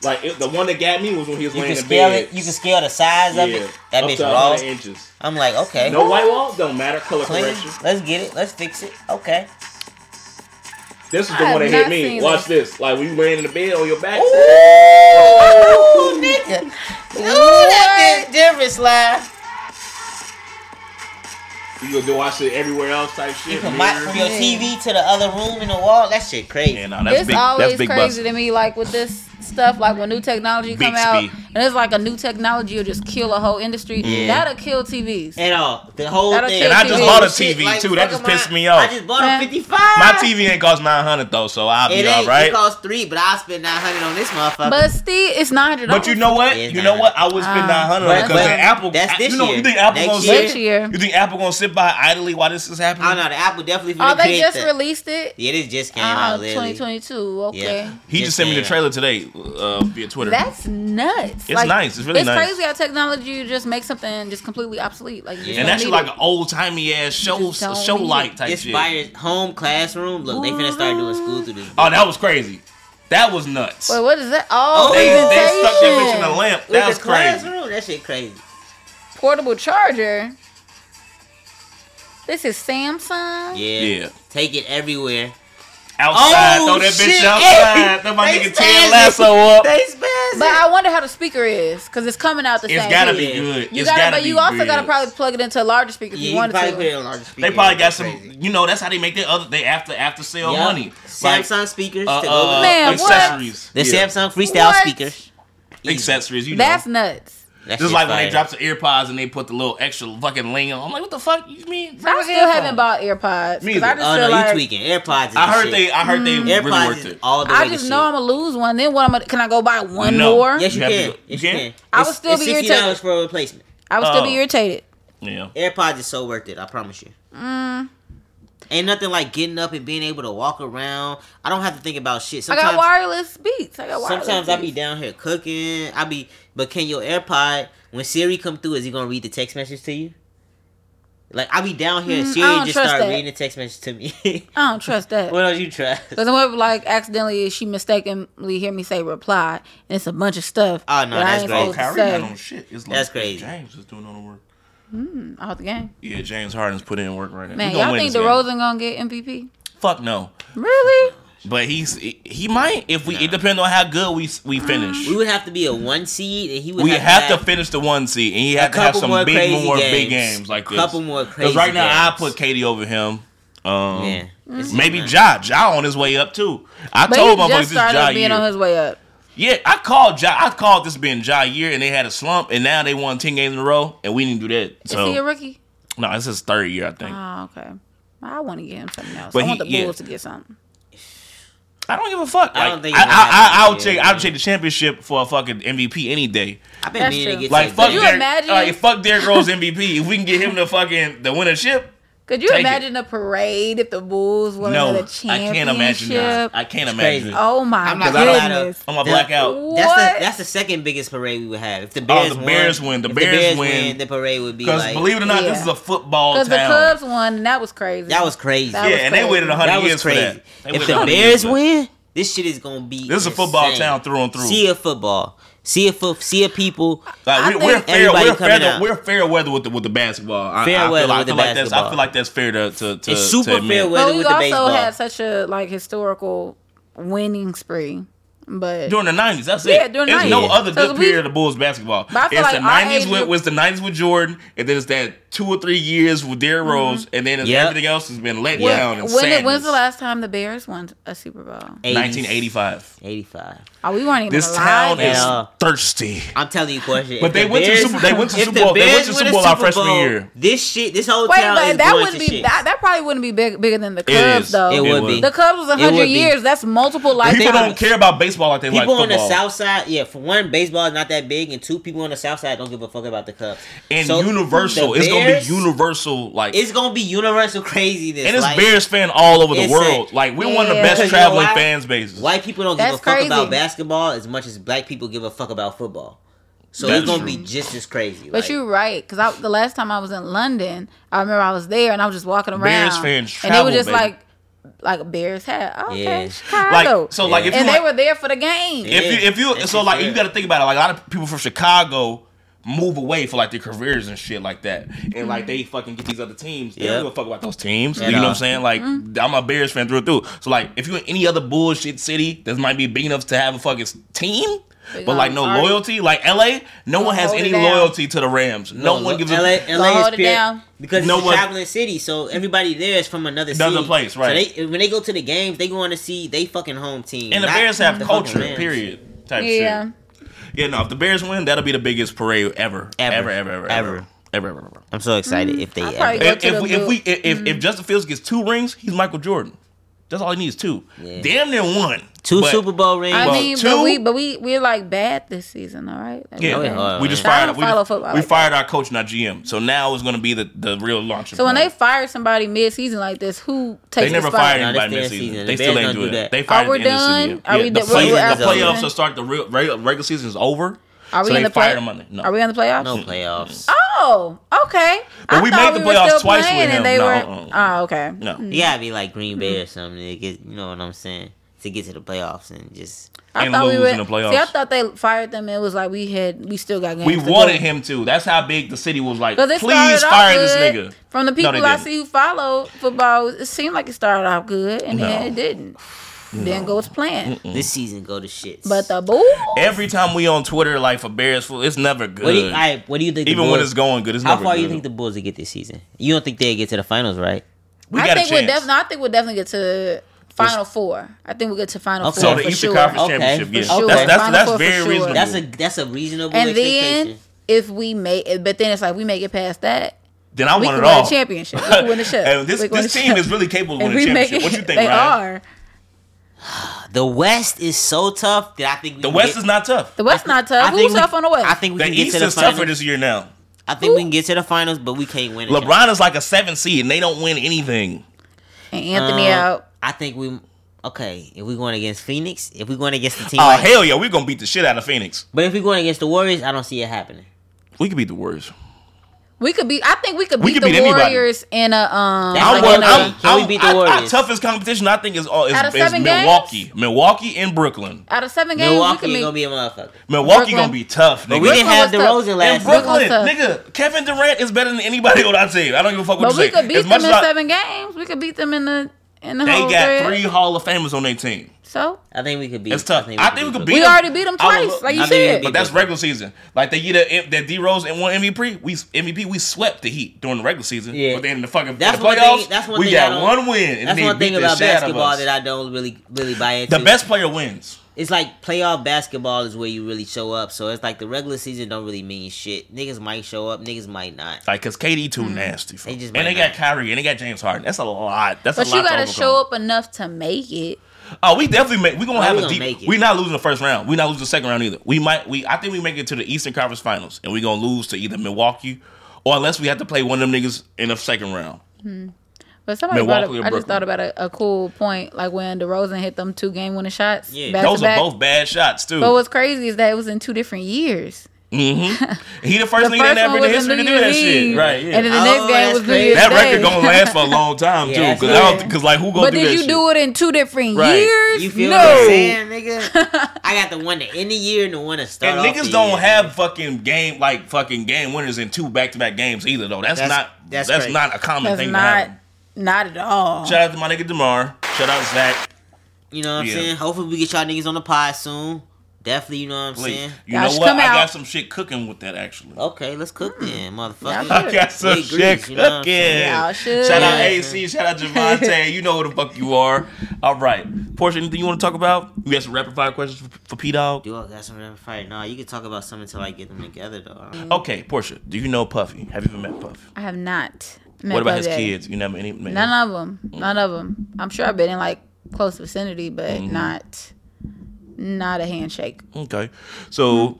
Like it, the one that got me was when he was
You
laying
can
in
scale
bed.
it. You can scale the size of
yeah,
it. That
up
bitch
to
raw.
100 inches.
I'm like, okay,
No white walls don't matter. Color
clean.
correction.
Let's get it. Let's fix it. Okay.
This is
I
the
have
one that
not
hit me.
seen
Watch this. Like when you laying in the bed on your back.
Ooh, nigga. Ooh, that bitch different, Sly.
You gonna do watch it everywhere else type shit.
You can mic
mirror.
from your TV to the other room in the wall. That shit crazy.
Yeah, no, that's
it's
big.
always
That's big
crazy
busting.
to me, like with this stuff, like when new technology come out,
Bixby.
and it's like a new technology will just kill a whole industry.
Yeah.
That'll kill TVs.
At all. uh, The whole
That'll
thing.
kill And I just TV.
bought a
Shit,
TV,
like,
too. That
fuck
just
am I-
pissed me off.
I just bought
Man.
a 55.
My TV ain't cost nine hundred though, so I'll
It
be
ain't.
all
It
right.
costs three, but I'll spend 900 on this motherfucker.
But Steve, it's nine hundred.
But you know what?
It's
You know what? I would spend nine
Ah.
hundred
But-
because
but
Apple.
that's this
you know,
year.
you think Apple
Next
gonna
year.
sit?
next year.
You think Apple gonna sit by idly while this is happening?
oh, no, the Apple definitely finna
Oh, they
create
just
the-
released it.
Yeah, this just came
Uh,
out literally.
2022. Okay.
Yeah.
He just sent me the
came out.
trailer today uh, via Twitter.
That's nuts.
It's nice. It's really
it's
nice.
crazy how technology just makes something just completely obsolete. Like you
and
just don't
that's
need
like
it.
an old timey ass show,
just don't
show
need
like
it.
type
This
shit.
buyer's home classroom. Look, they finna start doing school through this.
Oh, that was crazy. That was nuts.
Wait, what is that? Oh,
Oh,
they,
yeah.
they
presentation.
stuck that bitch in a lamp.
With
That was
the
crazy.
classroom? That shit crazy.
portable charger. This is Samsung.
Yeah.
Yeah.
Take it everywhere.
Outside,
Oh,
throw that bitch
shit.
outside. Throw my
They
nigga
spazzing.
Ted Lasso up.
They
But I wonder how the speaker is, because it's coming out the
It's
same.
gotta
year.
be good.
You
It's
gotta,
gotta
but
be
you also
good.
gotta probably plug it into a larger speaker if
Yeah,
you
you can
wanted
probably put it
to.
on larger speaker.
They probably got
That's
some.
crazy.
You know, that's how they make their other. They after after sale
Yup.
money. Like,
Samsung speakers.
uh,
to
uh,
go with it.
Man, what?
accessories.
the
Yeah.
Samsung freestyle
What?
speakers.
accessories. You know,
That's nuts.
That's
just like when they drop the AirPods and they put the little extra fucking ling on. I'm like, what the fuck you mean?
I
Regular
still
headphones.
haven't bought AirPods. 'cause
Me either.
I just
Oh
feel
no, you
like,
tweaking. AirPods. Is
I
the
heard
shit.
they. I heard they really
AirPods
worked
is
it.
all the way
I
to
just
shit.
know I'm gonna lose one. Then what? I'm gonna can I go buy one
No.
more?
Yes, you
You have
can.
to go-
Yes,
you
you
can?
can.
I would
It's-
still
it's
be
sixty
irritated.
dollars for a replacement.
I would still be
Oh.
irritated.
Yeah.
AirPods is so worth it. I promise you.
Mm.
Ain't nothing like getting up and being able to walk around. I don't have to think about shit.
I
Sometimes,
got wireless beats. I got wireless.
sometimes I be
Beats.
down here cooking. I be, but can your AirPod when Siri come through? Is he gonna read the text message to you? Like I be down here and
Mm, I
Siri
don't
just
trust
start
that.
reading the text message to me. *laughs*
I don't trust that.
what don't you trust?
Cause I'm worried, like accidentally she mistakenly hear me say reply and it's a bunch of stuff.
Oh, no,
that I
that's
ain't
great.
Oh,
supposed to
Kyrie
say.
not on shit. It's like
That's crazy.
James is doing all the work.
Out the game,
Yeah, James Harden's putting in work right now.
man.
He gonna
Y'all
win
think
this game.
DeRozan gonna get MVP?
Fuck no.
Really?
But he's he, he might if we. It depends on how good we we finish.
We would have to be a one seed, and he would.
We have, to
have-
finish the one seed, and he
A
had to have
couple more
some big
crazy
more
games.
big games like this.
Couple more
Because
crazy
right now
games.
I put Katie over him. Um,
Yeah.
Mm.
It's
Maybe
just-
Ja. Ja on his way up too. I
But
told
he
motherfuckers
just
oh, this Ja
started being
year.
on his way up.
yeah, I called Ja. I called this being Ja year, and they had a slump, and now they won ten games in a row, and we didn't do that.
Is
So
he a rookie?
no, this is third year I think.
Oh, okay. I want to get him something else.
But
I want the
he- yeah.
Bulls to get something.
I don't give a fuck.
I
Like, I
don't
I,
think it's
I,
gonna
I,
happen
would
this
take
year,
I
man.
would take the championship for a fucking MVP any day.
I've been
That's
meaning
true.
to get
Like
to
fuck
that.
you
Derrick,
imagine-
like, fuck Derrick Rose MVP. If we can get him to fucking the win a chip,
Could you
Take it.
imagine a parade if the Bulls won
no,
the
I
championship?
can't imagine that. I can't imagine.
crazy.
I'm
Oh my
I'm not
gonna lie,
goodness!
gonna black out
That's
What?
the that's the second biggest parade we would have. If the
Oh,
Bears,
the Bears win, the
if
Bears win.
the parade would be
because
like
believe it or not, this
Yeah.
is a football
Because
town.
the Cubs won, and that was crazy.
that was crazy.
That
yeah,
was
and they waited
crazy.
That
100
was
years for that.
crazy.
They
If
waited
the
100 years
Bears
for that.
win, this shit is gonna be.
This is a football
insane.
town through and through.
See a football. See a foot. See a people.
Like,
I
we, we're
think
fair,
everybody
we're fair,
coming
to,
out.
we're fair weather with the with the basketball. I,
Fair
I feel
weather
like,
with
I feel
the
like that's I
basketball.
feel like that's fair to to, to
It's
to
super
admit.
fair weather
But we
with the
also
baseball.
had such a like historical winning spree. But
During the nineties, that's
Yeah,
it.
during the
There's no
90s.
other
So
good
we-
period of Bulls basketball.
But I feel
it's
like
the
our
nineties
age
with
group-
was the nineties with Jordan, and then it's that two or three years with Derrick Rose, and then it's
Yep.
everything else has been let
When-
down. And
Mm-hmm. when it, when's the
sadness.
last time the Bears won a Super Bowl?
80s.
1985.
85.
Oh, we weren't even
This
alive.
town is
Yeah.
thirsty.
I'm telling you, question.
But
if
they
the
went to
Bears-
Super- they went to
if
Super
the
Bowl- they went
Bears
to
win
Super
a
Bowl our freshman
Bowl,
year.
This shit, this whole
Wait,
town is
but that
going
wouldn't
to
be
shit.
that, that probably wouldn't be big, bigger than the
It
Cubs
is.
though.
it
It
would
would.
be.
The Cubs was
It
hundred
would be.
years. That's multiple
People
lifetimes.
don't care about baseball like they like
People
football.
on the south side, yeah. For one, baseball is not that big, and two, people on the south side don't give a fuck about the Cubs.
and
So,
universal.
the
It's gonna be
Bears-
universal. Like
It's gonna be universal craziness.
and it's
like,
Bears fan all over the
it's
world.
a-
like we're one of the
Yeah.
best
Because you know
traveling
why?
fans bases.
White people don't give
That's
a fuck
crazy.
about basketball as much as black people give a fuck about football. So
That's
it's gonna
true.
be just as crazy.
But
like,
you're right, because I, the last time I was in London, I remember I was there and I was just walking around.
Bears fans
and it
travel,
was just
baby.
like, like a Bears hat. Okay,
Yeah.
Chicago.
Like so, like if
and
you
they were there for the game.
Yeah.
if you if you
That's
so
just
like
real.
you got to think about it. Like a lot of people from Chicago move away for like their careers and shit like that, and like they fucking get these other teams. They
Mm-hmm. Yep. Mm-hmm.
don't give a fuck about those teams.
At
you know what
all.
I'm saying? Like I'm a Bears fan through and through. So like if you're in any other bullshit city that might be big enough to have a fucking s- team.
They
But like no
gonna argue.
loyalty, like LA, no one has
hold
any
it down.
loyalty to the Rams. No one gives
LA,
a
LA
Hold
is
it
pure-
down.
because
No
it's
one-
a traveling city, so everybody there is from another
Another
city.
place, right.
So they, when they go to the games, they going to see they fucking home team.
and the
not
Bears have
the fucking
culture.
Rams.
Period. Type
yeah.
shit. Yeah, no. If the Bears win, that'll be the biggest parade ever,
Ever.
ever, ever, ever, ever,
Ever.
ever, ever. ever.
I'm so excited if they.
Mm, I
ever-
probably- Go
if,
to
if,
the
we, if
blue-
we if, if- if Justin Fields gets two rings, he's Michael Jordan. That's all he needs two.
Yeah.
Damn near one.
two
But-
Super Bowl rings.
I
Well,
mean,
two-
but we but we we're like bad this season, all right? Like,
Yeah,
Oh,
we're
yeah.
bad.
Oh,
we just
yeah.
I
fired.
don't
We,
follow football
we
like
fired our coach and our GM. So now it's going to be the, the real launching.
So when they
point.
fire somebody mid season like this, who takes
they never
the spot?
fired
No,
anybody
this
next
their
season.
season.
They
The
still
Bears
ain't
don't
do
do
that.
that.
They fired
Are
at
we
the end of the season.
done? Are
yeah,
we
the,
done?
play-
We're- we're
the
absolutely
playoffs
done.
will start the real, regular regular seasons over.
Are
so
we in
they
the play-
fired him on it. No.
Are we on the playoffs?
no playoffs.
Oh, okay.
But
I
we
thought
made the
were
playoffs
still
twice with
playing
him.
And they
No,
were.
uh-uh.
Oh, okay.
no.
You gotta be like Green Bay or something to get, you know what I'm saying, to get to the playoffs and just.
I
And
thought we
lose
were.
in the playoffs.
See, I thought they fired them. and It was like we had. We still got games.
We
to
wanted
go.
him to. That's how big the city was like.
'Cause it
Please
started off
fire this
good.
nigga.
From the
No,
people
they
I
didn't.
see who follow football, it seemed like it started off good, and then
No.
it didn't.
*sighs*
Didn't go as planned.
Mm.
This season go to shit.
But the boo.
Every time we on Twitter, like for Bears, fool, it's never good.
what do you, I, what do you think? the
Even when
Bulls-
it's going good, it's
How
never
far
good.
you think the Bulls will get this season? You don't think they get to the finals, right?
we
I
got
think
a chance.
we'll definitely. I think we'll definitely get to final four. I think we'll get to final
Okay.
so
four
the
for
Eastern
sure.
Conference
Okay,
Championship,
for
yeah,
sure.
that's that's,
Final
that's
four for
very
sure.
reasonable.
That's a that's a reasonable
and
expectation.
then if we make, it, but then it's like we make it past that,
then I
we
want
can
it
win
all.
a championship. We can
*laughs*
win a chip.
and this
We can win
this
a
team
chip.
is really capable of
If
winning a
we make
championship. What you
it-
think,
*laughs* They
Ryan?
are.
the West is so tough that I think we
The
can
West
get-
is not tough.
The West not
I
tough.
think
Who's
we-
tough on the West?
I think we
The
can
East
get to the
is tougher
finals.
this year now.
I think we can get to the finals, but we can't win. it.
LeBron is like a seven seed, and they don't win anything.
and Anthony
Um,
out.
I think we okay. If we're going against Phoenix, if we're going against the team,
Oh
like-
hell yeah, we gonna beat the shit out of Phoenix.
but if we're going against the Warriors, I don't see it happening.
We could beat the Warriors.
We could be. I think we could beat
We could
the
beat anybody.
Warriors in a um.
That's
I
like,
in
want.
you
a-
know,
I'm,
can we
I'm,
beat the
I- I-
Warriors?
toughest competition I think is all is,
Out of
is
seven games?
Milwaukee, Milwaukee and Brooklyn.
out of seven games,
Milwaukee
we
is
could
gonna
be.
be a motherfucker.
Milwaukee
Brooklyn.
gonna be tough.
But
nigga.
we didn't have
Brooklyn was
DeRozan
In
last year.
Brooklyn,
Brooklyn.
nigga, Kevin Durant is better than anybody on our team. I don't give a fuck what
But
you
we
say.
could beat
As much
them in
as I-
seven games. We could beat them in the in the
They
whole
got
thread.
three Hall of Famers on their team.
So
I think we could be.
It's tough. I think we could beat.
we
them.
already beat them
I would
twice,
look-
like you
I think we
said.
beat
But that's
Brooklyn.
regular season. Like they get that D Rose and one MVP. We MVP. We swept the Heat during the regular season.
Yeah.
But then in the fucking
That's
the
one
playoffs,
thing- that's one
we
thing
got
I don't-
one win. And
That's
they
one
beat
thing
the
about
shit out of
basketball
us.
that I don't really really buy into.
The best player wins.
It's like playoff basketball is where you really show up. So it's like the regular season don't really mean shit. Niggas might show up, niggas might not.
Like, cause KD too nasty. For
Mm. They just
and they
might
got
not.
Kyrie and they got James Harden. That's a lot. That's
But
a
you
lot.
gotta
to
show up enough to make it.
Oh, we definitely make. We gonna
Oh,
have a
we gonna
deep.
make it.
We're not losing the first round. We're not losing the second round either. We might. We I think we make it to the Eastern Conference Finals, and we are gonna lose to either Milwaukee, or unless we have to play one of them niggas in the second round.
But somebody brought up,
Milwaukee or
I just
Brooklyn?
thought about a, a cool point, like when DeRozan hit them two game winning shots.
Yeah.
back
Those
to back.
are both bad shots too.
But what's crazy is that it was in two different years.
mm-hmm.
*laughs*
He the first
The
nigga that
first
ever in the
one was
history
in
to
New
do that
Year's
shit.
Eve.
Right. Yeah.
And then the
Oh,
next game
that's
was New
crazy.
Year's
that
Day.
record gonna last
*laughs*
for a long time
Yeah,
too,
that's
because I don't.
crazy.
Because like who gonna
But
do
did
that
you
shit?
do it in two different
Right.
years?
You feel
no.
what I'm saying,
*laughs*
nigga? I got the one to end the year and the one to start.
And
off
niggas
the
don't
year.
have fucking game like fucking game winners in two back to back games either though. That's,
That's-
not that's,
that's crazy.
not a common
That's
thing to
not
happen.
not at all.
Shout out to my nigga Demar. Shout out Zach.
You know what I'm
Yeah.
saying? Hopefully we get y'all niggas on the pod soon. Definitely, you know what I'm saying?
Wait, you
Y'all
know
should
what?
come
I got
out.
some shit cooking with that actually.
Okay, let's cook then, motherfucker.
Hmm. Y'all
I got some
We
shit
grease, you know what I'm
cooking.
saying?
Y'all should.
Shout out
Yeah.
AC, shout out
*laughs*
Javante. you know who the fuck you are. All right. Portia, anything you want to talk about? We got some rapid fire questions for, for P Dog.
Do I got some rapid fire? Nah, you can talk about something until I get them together, though.
Okay, Portia, do you know Puffy? Have you ever met Puffy?
I have not. Met
what about
Puff
his
Daddy.
kids? You never any man.
None of them. None of them. I'm sure I've been in like close vicinity, but
Mm-hmm.
not not a handshake.
Okay. So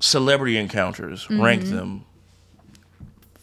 celebrity encounters,
Mm-hmm.
rank them.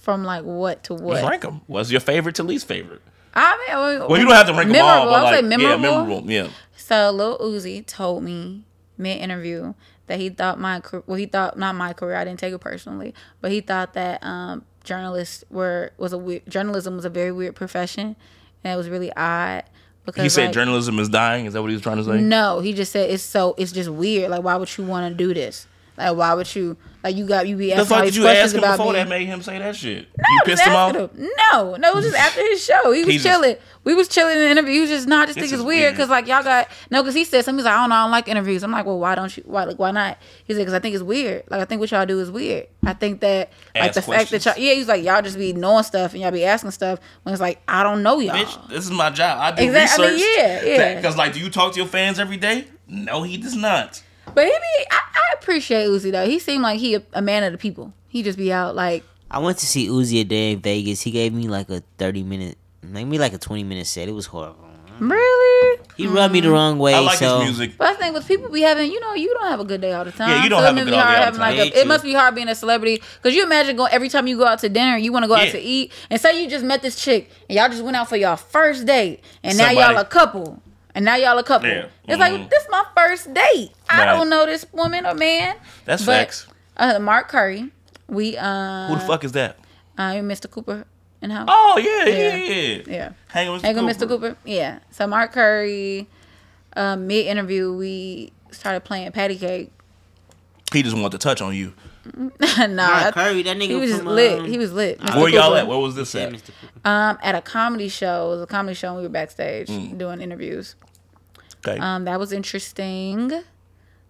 From like what to what?
Just rank them. What's your favorite to least favorite?
I mean,
Well, you don't have to rank
memorable.
them all, but
I'll
like,
say memorable.
yeah, memorable. Yeah.
So Lil Uzi told me mid interview that he thought my car- well he thought not my career I didn't take it personally but he thought that um, journalists were was a weird, journalism was a very weird profession and it was really odd because
He said
like,
journalism is dying. Is that what he was trying to say?
No, he just said it's so it's just weird. Like why would you want to do this? Like why would you like you got you be
The
asking all
fuck
these
did you
questions
ask him
about
before
me?
that made him say that
*laughs*
shit?
No,
you
I was
pissed him off?
asking him. No, no, it was just after his show. He was
He just-
chilling. we was chilling in the interview. He was just not. Nah, I just think
This
it's
is
weird
weird.
because like y'all got no. Because he said something. He's like, I don't know. I don't like interviews. I'm like, well, why don't you? Why like why not? He said because I think it's weird. Like I think what y'all do is weird. I think that like
Ask
the fact that
questions.
y'all yeah. He's like y'all just be knowing stuff and y'all be asking stuff when it's like I don't know y'all.
Bitch, this is my job. I do
Exactly, I mean,
research.
yeah, yeah.
Because like, do you talk to your fans every day? No, he does not.
But he be, I, I appreciate Uzi though. He seemed like he a, a man of the people. He just be out like
I went to see Uzi a day in Vegas. He gave me like a 30 minute, maybe like a 20 minute set. It was horrible.
Mm.
really.
He rubbed me the wrong way.
Mm-hmm. I like
so
his music.
But I think with people be having, you know, you don't have a good day all the time.
Yeah, you don't
it
have a
must
good
be
all day all
hard
the
having, like,
time.
a- It must be hard being a celebrity because you imagine going every time you go out to dinner, you want to go out
Yeah.
to eat, and say you just met this chick and y'all just went out for y'all first date, and now
Somebody-
y'all a couple, and now y'all a couple.
Yeah.
It's
Mhm.
like this my first date. I
Right.
don't know this woman or man.
That's
But,
facts.
Uh, Mark Curry, we uh,
Who the fuck is that?
uh, Mr. Cooper in house.
Oh yeah, yeah,
yeah.
yeah.
Yeah.
Hang with Mr.
Hang
Cooper.
with Mr. Cooper. Yeah. So Mark Curry, um, mid interview, we started playing patty cake. *laughs*
He just wanted to touch on you.
nah,
Mark
I-
Curry, that nigga
he was just
from,
lit.
um,
he was lit. Mr.
Where y'all
Cooper.
at? Where was this
Yeah,
at?
Mr. Cooper.
Um, at a comedy show. It was a comedy show, and we were backstage
Mm.
doing interviews.
Okay.
Um, that was interesting.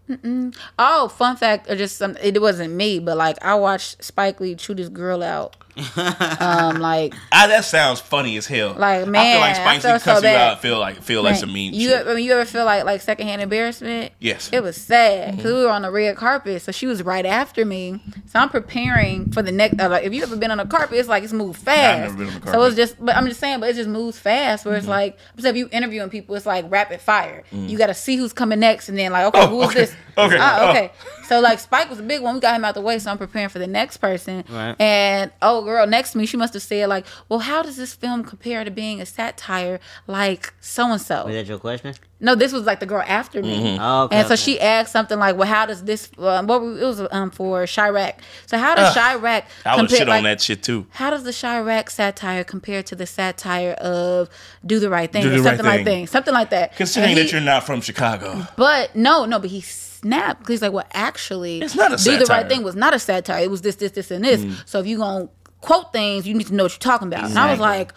Mm-mm. Oh, fun fact, or just some. It wasn't me, but like I watched Spike Lee chew this
*laughs*
girl out. um, like
Ah, that sounds funny as hell.
Like,
I feel
man,
like
I
Spicy
feel so
cussing you
bad.
out. Feel like feel like
Man,
some mean
You,
shit.
I mean, you ever feel like like secondhand embarrassment?
Yes. Mm-hmm.
It was sad because we were on the red carpet, so she was right after me. So I'm preparing for the next. Uh, like, if you ever been on a carpet, it's like it's moved fast.
never been on the
So
carpet. Mm-hmm.
it's just, but I'm just saying, but it just moves fast. Where it's like, so if you interviewing people, it's like rapid fire. You got to see who's coming next, and then like, okay,
Mm. Oh,
who is
okay.
this?
*laughs* Okay.
Ah,
Oh.
okay. So like Spike was a big one. We got him out the way, so I'm preparing for the next person.
Right.
And oh, girl, next to me, she must have said like, "Well, how does this film compare to being a satire like so and
Was
so?"
that your question?
No, this was like the girl after me.
Mm-hmm.
Oh, okay,
And so
okay.
she asked something like, "Well, how does this? Um, what we- it was um for Chirac? So how does Chirac
I would
compare?
shit
like,
on that shit too.
How does the Chirac satire compare to the satire of Do the Right Thing
Do
or
the Right
something like
Thing.
thing, something like that?
Considering
And he-
that you're not from Chicago,
but no, no, but he snapped because he's like, well, actually,
It's not a
do
satire.
the
Mm.
right thing was not a satire. It was this, this, this, and this. So if you gonna quote things, you need to know what you're talking about. And I was like,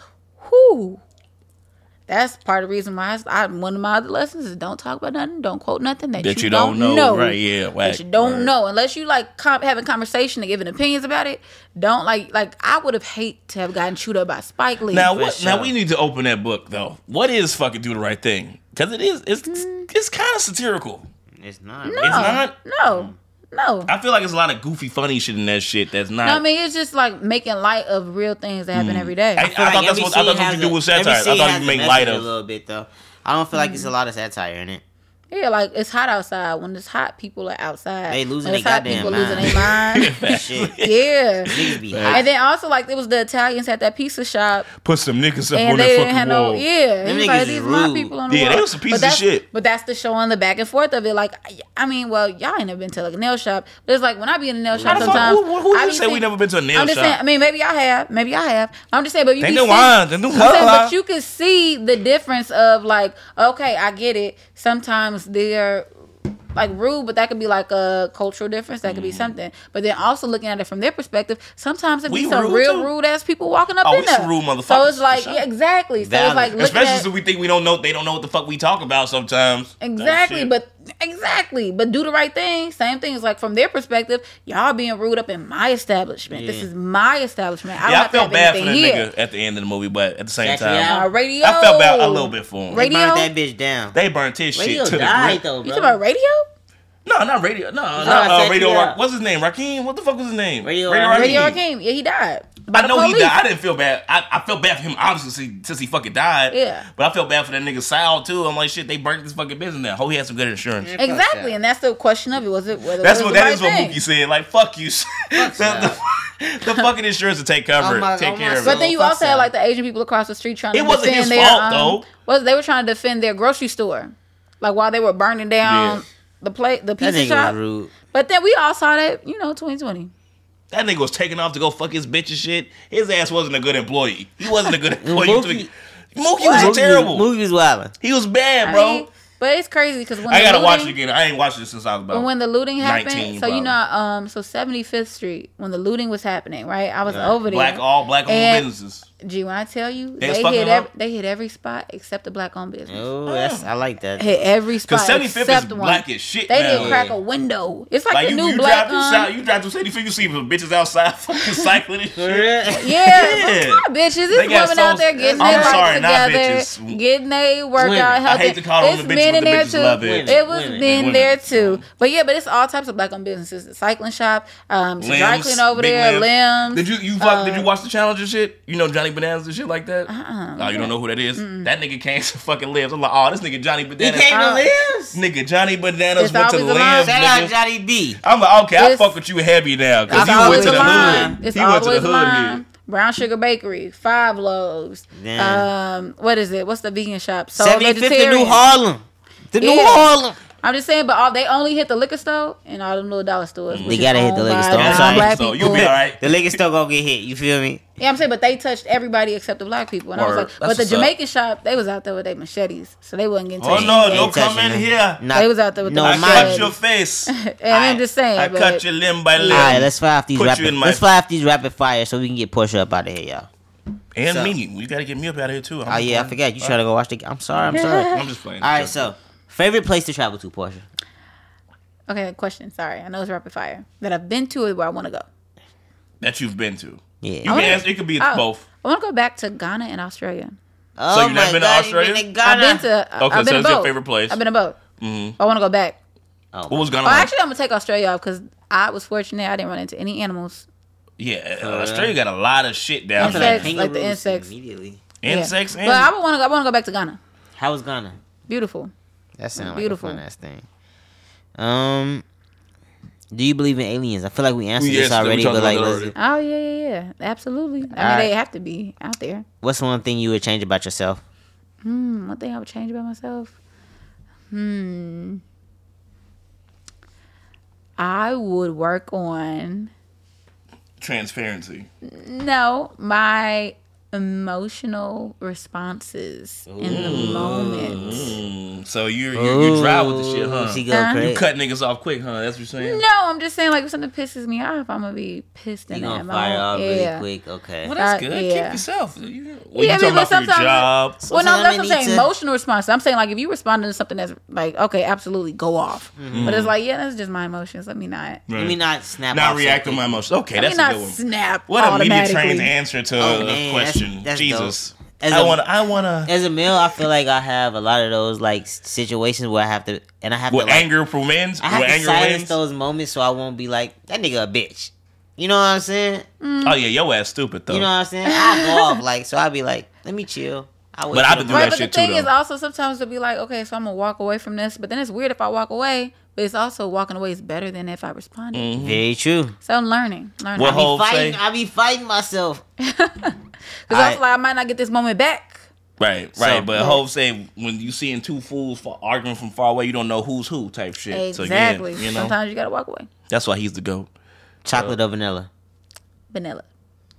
whoo. That's part of the reason why I, I one of my other lessons is don't talk about nothing, don't quote nothing that, you, don't, know,
Right, yeah, whack,
that you don't
word.
know unless you like com- having conversation and giving opinions about it. Don't like like I would have hate to have gotten chewed up by Spike Lee.
now what?
sure.
Now we need to open that book though. What is fucking do the right thing? Because it is. It's
Mm.
it's kind of satirical.
It's not.
no,
it's not-
no, no.
I feel like it's a lot of goofy, funny shit in that shit. That's not.
No, I mean it's just like making light of real things that happen every day.
I, I thought that's
every
what I thought
scene
that's what
has
you do
a-
with satire. I
every scene
thought
has
you
a
make light
message
of.
a little bit though. I don't feel like it's a lot of satire in it.
yeah, like it's hot outside. When it's hot, people are outside.
They losing
When it's
their
hot,
goddamn
people losing their
*laughs*
mind.
Shit,
*laughs*
*laughs*
yeah.
niggas be hot.
And then also like it was the Italians at that pizza shop
Put some niggas up on
and
that
they didn't have
fucking
no
wall.
yeah.
Them niggas
He was like,
is
These my
rude.
people on the
Yeah, they
wall.
was some piece
but
of
that's-
shit.
But that's the show on the back and forth of it. Like I- I mean, well, y'all ain't never been to like a nail shop. But it's like when I be in a nail shop
How the fuck-
sometimes.
who- who- who
I
you
be
say we
seeing-
never been to a nail
I'm just
shop?
saying, I mean, maybe y'all have. Maybe y'all have. I'm just saying, but you
They
be
knew
seeing-
wine. They knew
I'm saying,
wine.
but you can see the difference of like, okay, I get it. Sometimes they're like rude, but that could be like a cultural difference. That could
Mm.
be something. But then also looking at it from their perspective, sometimes it be
We
some
rude,
real
too.
rude ass people walking up
Oh,
in
we some
there.
rude
So
motherfuckers,
it's
for
like
sure.
yeah, exactly. So it's
Valid.
like looking
Especially
at,
since we think we don't know they don't know what the fuck we talk about sometimes. That
Exactly,
shit.
but exactly, but do the right thing. Same thing is like from their perspective, y'all being rude up in my establishment. This
Yeah.
is my establishment. I
yeah, I
don't
felt
have to have
bad for
anything
that
here.
nigga at the end of the movie, but at the same
Check it
time,
out.
Uh, radio.
I felt bad a little bit for him.
They
Radio?
burned that bitch down.
They burnt his
Radio
shit to
died
the
though,
You
bro.
talking about radio?
grill. No, not radio. No, no,
I
not
said
uh, radio.
you
Rock.
out.
What's his name? Rakim. What the fuck was his name?
Radio Rakim.
Radio
Rakim.
Rakim. Yeah, he died. By
I
the
know he
police.
died. I didn't feel bad. I, I felt bad for him, obviously, since he fucking died.
Yeah.
But I felt bad for that nigga Sal, too. I'm like, shit, they burnt this fucking business now. Hope he had some good insurance.
Yeah.
Exactly, and that's the question of it. Was it whether
That's
it was
what
the
that
right
is what
thing?
Mookie said. Like, fuck you. *laughs* the, the, *laughs* the fucking insurance to take cover,
Oh my-
take
oh my
care of
son.
it.
But then you
Fuck
also had
that.
like the Asian people across the street trying to
It wasn't
defend
his
their,
fault,
um,
though.
Was they were trying to defend their grocery store, like while they were burning down
Yeah.
the plate, the
That
pizza
nigga
shop.
was rude.
But then we all saw that, you know, 2020.
That nigga was taking off to go fuck his bitch and shit. His ass wasn't a good employee. He wasn't a good employee.
Mookie-
Mookie, Mookie was
Mookie-
terrible.
Mookie was wildin'.
He was bad,
I
bro.
mean, but it's crazy because when
I
the
gotta
looting,
watch it again. I ain't watched it since I was about.
But when the looting happened,
19
so
probably.
you know, um, so 75th Street, when the looting was happening, right? I was over there.
black all black owned
And-
businesses.
Gee, when I tell you,
They was
they,
fucking
hit
them
every,
up?
they hit every spot except the black owned business.
Oh, that's I like that.
Hit every spot
Cause seventy fifth is
except one.
black as shit
They
now.
didn't crack a window. It's like,
Like
the
you,
new
you drive
black.
through
um,
South, you drive through seventy fifth, you see some bitches outside *laughs* fucking cycling and
For
shit.
*laughs* real?
yeah,
Yeah.
but my bitches,
They
it's
got
women
so-
out there getting
I'm
their life
sorry, not
together,
bitches.
getting they workout
Women. I
healthy.
hate to call them
it's
the bitches,
men
but
in
the
there
bitches
too.
love it.
It was
Women.
men
Women.
there too. But yeah, but it's all types of black-owned businesses: the cycling shop, um, some dry
Limbs,
clean over
big
there,
limbs.
limbs.
Did you you fuck, did
uh,
you watch the challenge and shit? You know Johnny Bananas and shit like that.
Uh-uh.
No, you don't know who that is? That nigga came to fucking limbs. I'm like, oh, this nigga Johnny
He
Bananas.
came to
Uh,
lives?
Nigga Johnny Bananas
It's
went to
always a
limbs.
line.
Shout out
nigga.
Johnny B.
I'm like, okay, I
It's-
fuck with you heavy now because
It's
he went
always
to
a
the
line.
hood.
It's
He went
always
to the hood
mine.
here.
Brown Sugar Bakery, Five Loaves.
Yeah.
Um, what is it? What's the vegan shop? So
75th to New
Vegetarian.
Harlem. The New
Yeah.
Harlem.
I'm just saying, but all they only hit the liquor store and all them little dollar stores.
They
which is
gotta hit the
owned
liquor
by
store. I'm
non-
sorry.
black
So you'll
people.
be all right.
The liquor still gonna get hit. You feel me?
Yeah, I'm saying, but they touched everybody except the black people, and I
Word.
was like,
That's
but the
what's up.
Jamaican shop, they was out there with their machetes, so they wasn't getting
Oh
touched.
no,
Ain't
don't come
touching
in
it.
here.
Not-
They was out there with
no,
the
I
mine.
cut
mind.
your
*laughs*
face.
*laughs* and I'm just saying,
I
Oh, but
cut you limb by limb.
All right, let's fire off these
Put you
rapid.
in my-
Let's fire off these rapid fire so we can get Portia up out of here, y'all.
and
So-
me, you gotta get me up out of here too. I'm
Oh yeah, I
playing.
forgot. You trying to go watch the? I'm sorry. I'm sorry. *laughs* All
I'm just playing.
right, so favorite place to travel to, Portia?
okay, question. Sorry, I know it's rapid fire that I've been to is where I want to go.
that you've been to.
Yeah.
You can
wanna-
ask, it could be
oh,
both.
I want to go back to Ghana and Australia.
Oh
you never
my
been to
God,
Australia?
You been to
I've
Ghana.
been to.
Okay,
I've
so
been to
it's your
both.
favorite place. Mm-hmm.
I've been to both. I want to go back.
Oh,
What was Ghana
Well,
like?
actually, I'm gonna take Australia off because I was fortunate. I didn't run into any animals.
yeah,
Uh,
Australia got a lot of shit down
I feel
there.
Insects, like the
kangaroos
insects.
Immediately.
Yeah.
Insects and
But I would want to. I want to go back to Ghana.
How was Ghana?
Beautiful.
That sounds like a
Beautiful.
fun ass thing. Um, do you believe in aliens? I feel like we answered
We
this
answered it. We
already,
talked
but
about
like,
that
let's-
already.
Oh yeah, yeah, yeah. Absolutely. I mean,
Alright.
they have to be out there.
what's one thing you would change about yourself?
Hmm, one thing I would change about myself. Hmm. I would work on
transparency.
no my emotional responses in the
Mm.
moment.
Mm, so you you you dry with the shit,
Ooh,
huh?
She go
Huh?
crazy.
You cut niggas off quick, huh? That's what you're saying.
No, I'm just saying like if something pisses me off, I'm gonna be pissed
You
in
gonna
that
fire off
moment. Yeah.
really quick? Okay.
Well, that's
Uh,
good.
yeah.
Keep yourself. You, well,
Yeah,
you
I mean,
talking
but
about for your
sometimes-
job?
Well, no,
Sometimes
that's
I
what I'm
need
saying.
to-
Emotional response. I'm saying like if you responding to something that's like, okay, absolutely go off.
Mm-hmm.
But it's like, yeah, that's just my emotions. Let me not.
Let me not snap.
Not
off
react to
so
my
quick.
emotions. Okay,
Let me
that's a
not
good one.
snap
What a media trained
automatically.
answer to
Oh,
a
man,
question.
that's- that's
Jesus.
dope. As
I
a-
want to. I want to.
*laughs* As a male, I feel like I have a lot of those like s- situations where I have to, and I have
With
to like,
anger for wins.
I have
With
to
anger
silence
wins.
those moments so I won't be like that nigga a bitch. You know what I'm saying?
Oh yeah, your ass stupid though.
You know what I'm saying? I
*laughs*
go off like so. I be like, let me chill. I wait
But
till
I been
the
doing
morning.
Right,
that
but the
shit too,
thing is
though.
also sometimes to be like, okay, so I'm gonna walk away from this, but then it's weird if I walk away, but it's also walking away is better than if I responded.
Mm-hmm.
Very true.
So I'm learning, learning.
Mm. Well,
I be
Hov
fighting.
say-
I be fighting myself.
Because I was
I-
like, I might not get this moment back.
Right, right.
So-
but Hov say when you seeing two fools for arguing from far away, you don't know who's who type shit.
Exactly.
So yeah, you know
Sometimes you gotta walk away.
that's why he's the goat.
Chocolate or vanilla?
Vanilla.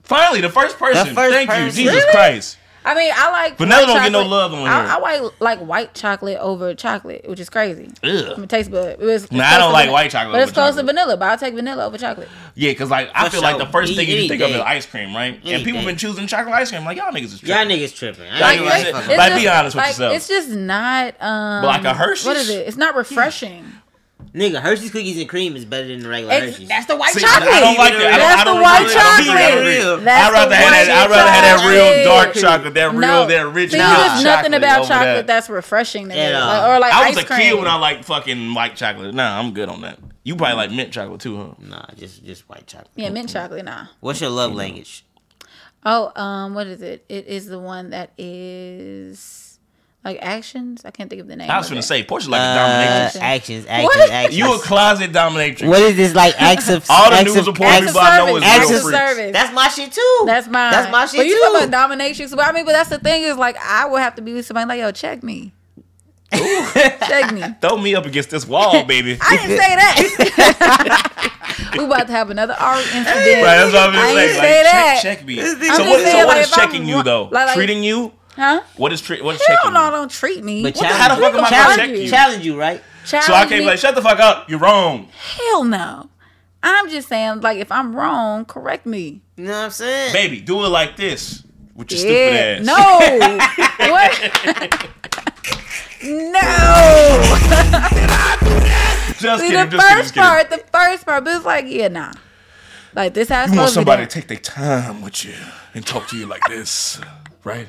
Finally, the first person.
first
Thank
person.
you, Jesus
Really?
Christ.
I I mean, I like
Vanilla
white
don't get no
chocolate.
love on here.
I, I like like white chocolate over chocolate, which is crazy. I
Ugh.
mean, taste bud. It was- it's
Nah, I
close
don't
to
like
vanilla.
white chocolate
but it's
over
close to
chocolate.
vanilla. But I'll take vanilla over chocolate.
Yeah, cause like I
For
feel like
sure.
the first thing
Any
you think of
day.
is ice cream, right?
Any
and people
day.
been choosing chocolate ice cream. Like y'all niggas is
Y'all
tripping.
niggas tripping. I
Like,
ain't
it's-
gonna lie.
it's- like, be honest with
like,
yourself.
It's just not. Um,
like a Hershey's?
What is it? It's not refreshing.
Nigga, Hershey's cookies and cream is better than the regular
It's-
Hershey's.
that's the white
See,
chocolate.
I don't like that. I
That's
don't,
the
I
white
don't
like
really- I don't
chocolate.
really
chocolate.
like that.
That's
I'd rather
the
have that.
white
I'd rather have that real dark
chocolate.
chocolate, that real,
No.
that rich.
See,
milk
there's nothing
chocolate
about
over
chocolate
that.
that's refreshing to me,
Yeah.
Like- or like
I was
ice
a
cream.
kid when I liked fucking white chocolate. Nah, I'm good on that. You probably like mint chocolate too, huh?
Nah, just just white chocolate.
yeah, mint chocolate. Nah.
What's your love language?
Oh, um, what is it? It is the one that is like actions. I can't think of the name.
I was
of
gonna
it.
say Portia like
Uh,
a dominatrix.
actions, actions,
What?
actions.
You a closet dominatrix.
what is this like? Acts of
*laughs* All the
acts
news
of,
reports
acts of
everybody know
service,
is
acts
real
of
freaks.
service.
That's my shit too.
That's mine.
That's my shit
But you
too.
talk about dominatrix. But I mean, but that's the thing is like I would have to be with somebody like yo, check me, *laughs* check me.
Throw me up against this wall, baby.
*laughs* I didn't say that. *laughs* we about to have another R incident.
Right, that's what I'm
I
just
ain't
saying.
say
Like,
that.
check, check me.
I'm
So
just
what, so
saying,
what
like,
is
if I'm
checking you
wa-
though?
like-
treating you?
Huh?
What is treat? What is
Hell
checking
no,
you?
don't treat me.
But
What the-
challenge-
challenge,
how the fuck am I
gonna
challenge,
check you?
challenge you, right?
So I
challenge
can't be
me?
like, shut the fuck up. You're wrong.
Hell no. I'm just saying, like, if I'm wrong, correct me.
You know what I'm saying?
Baby, do it like this with your
Yeah.
stupid ass. *laughs*
No. what? no.
Just kidding.
See, the
Just kidding. Just
first
kidding.
part, the first part, but it's like, yeah, nah. Like this has
You want
supposed to be.
somebody
done.
to take their time with you and talk to you like this, right?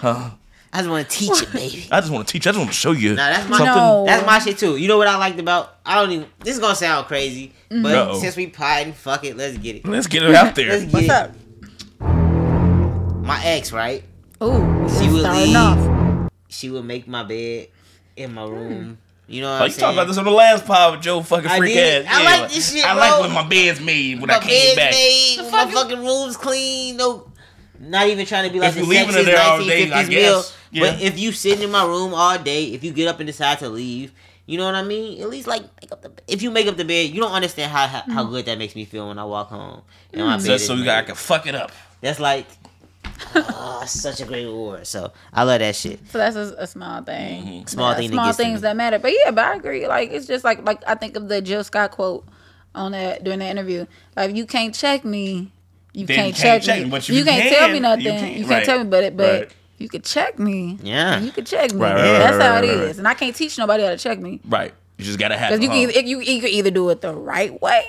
I just want to
*laughs*
teach it, baby.
I just want to teach. I just want to show you
Nah, that's my
something.
No.
that's my shit too. You know what I liked about? I don't even. This is gonna sound crazy,
Mm-hmm.
but
Uh-oh.
since we potting, fuck it, let's get it.
Let's get it out
Let's
there.
get
What's
it.
up?
My ex, right?
Ooh,
She
just
would
starting
leave.
off.
She would make my bed in
Hmm.
my room. You know what
Oh,
I'm
you
saying?
talked about this on the last pod with Joe fucking
I
freak
did.
ass.
I like this shit,
I
bro.
like when my bed's made when
My
I came
bed's
back.
made.
The
my
fuck is-
fucking room's clean. No, not even trying to be like
If
the
you leaving
sexiest
it there all day,
1950s
I
meal.
guess.
But
Yeah.
if you sitting in my room all day, if you get up and decide to leave, you know what I mean. At least like make up the, if you make up the bed, you don't understand how how, how
Mm-hmm.
good that makes me feel when I walk home.
Mm.
And my bed
Just
is
so
made.
you I can fuck it up.
That's like. oh, such a great reward. So I love that shit.
So that's a, a small thing.
Mm-hmm. Small
Yeah,
thing that
small
gets to
things
me.
that matter. But yeah, but I agree. Like it's just like like I think of the Jill Scott quote on that during the interview. Like if you can't check me, you
Then
can't,
you
check,
can't check
me.
me, but
you,
you
can't
can,
tell me
you
nothing. You
can,
can't,
right,
tell me but it but
right.
you could check me.
Yeah.
You could check me.
Right, right, right,
That's
right,
how
right,
it is.
right.
And I can't teach nobody how to check me.
Right. You just gotta have.
Because
it,
you can
huh?
either, you, you can either do it the right way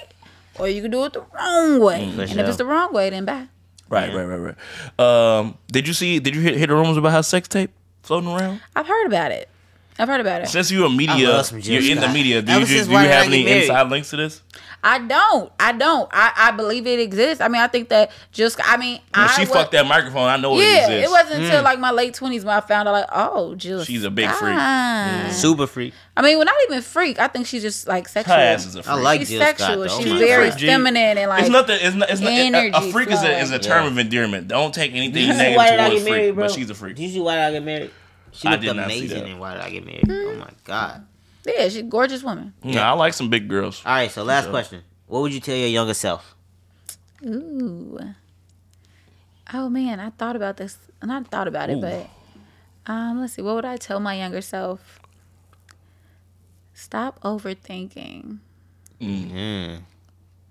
or you can do it the wrong way. and if
Mm, sure.
it's the wrong way, then bye.
Right, right, right, right. Um, did you see? Did you hear, hear the rumors about how sex tape floating around?
I've heard about it. I've heard about it.
Since you're a media,
love some Jill
you're in the
Scott.
media. Do
Ever
you, do you
since Why Did I
have
Get
any
Married?
inside links to this?
I don't. I don't. I, I believe it exists. I mean, I think that just I mean,
When
I
she
wa-
fucked that microphone, I know
Yeah,
it
it
exists.
wasn't
Hmm.
until like my late twenties when I found out like, oh, Jill,
She's a big freak.
Stein.
Super freak.
I mean, well, not even freak. I think she's just like sexual.
Her ass is a freak.
I like
she's
Jill
sexual.
Scott. Though.
she's
She's a
very
freak, G.
feminine and like.
it's nothing. It's not. It's not. A, a
Energy
freak is a, is a
flowing.
term of endearment. Don't take anything
You see
negative
why did I
towards
get
freak,
married, bro?
but she's a freak.
Did you see why did I get married? She
I
looked
did not see
amazing
that.
and why did I get married? Oh my god.
yeah, she's a gorgeous woman.
Yeah, I like some big girls.
All right, so last question. What would you tell your younger self?
Ooh. Oh man, I thought about this. Not thought about it,
Ooh.
but um, let's see. What would I tell my younger self? Stop overthinking.
Hmm,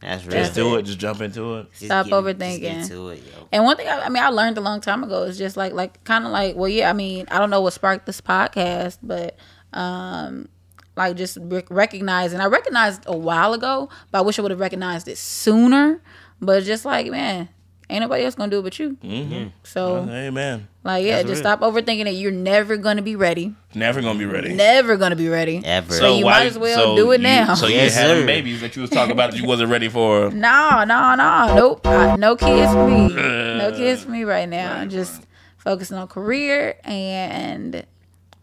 That's real.
Just do it. Just jump into it.
Just
Stop
get- just get
overthinking.
to it, yo.
And one thing I, I mean I learned a long time ago is just like like kind of like well yeah I mean I don't know what sparked this podcast but um like just rec- recognizing I recognized a while ago but I wish I would have recognized it sooner but just like man ain't nobody else gonna do it but you
Mm-hmm.
so
Amen.
like yeah just stop overthinking it you're never gonna be ready
Never gonna be ready.
never gonna be ready
Ever.
So you might as well do it
you-
now.
So
Yes,
you had
sir.
them babies that you was talking about that you wasn't ready for.
no no no nope I, no kids for me no kids for me right now just focusing on career and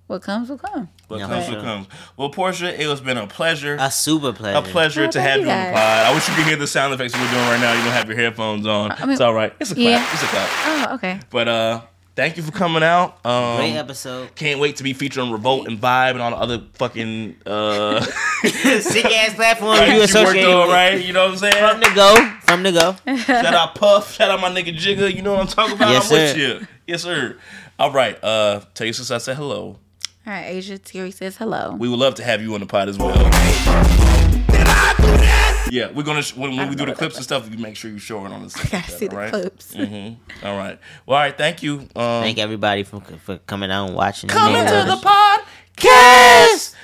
what comes will come.
What
No,
comes,
for
what
sure.
comes. Well, Portia, it has been a pleasure.
a super pleasure.
a pleasure
Oh,
to have
thank
you
you
on the
guys.
pod. I wish you could hear the sound effects we're doing right now. You don't have your headphones on.
mean-
it's all right. It's a clap.
Yeah.
It's a clap.
Oh, okay.
But uh, Thank you for coming out. Um,
Great episode.
Can't wait to be featured on Revolt and Vibe and all the other fucking
*laughs*
uh, *laughs*
Sick ass platform
right,
you
you worked
associated
on,
with.
right? You know what I'm
From
saying?
the go. From the
*laughs*
go.
Shout out Puff. Shout out my nigga Jigga. You know what I'm talking about?
Yes,
I'm with
sir.
you. Yes, sir. All right. Uh, tell your sister I said hello.
All right, Asia Terry says hello.
We would love to have you on the pod as well. Yeah, we're gonna sh- when, when we do the clips and stuff, you make sure you show it on the.
*laughs* I see the clips.
Mm-hmm. All right. Well, all right. Thank you. Um,
Thank everybody for, for coming out and watching.
Coming
Yeah.
to the podcast.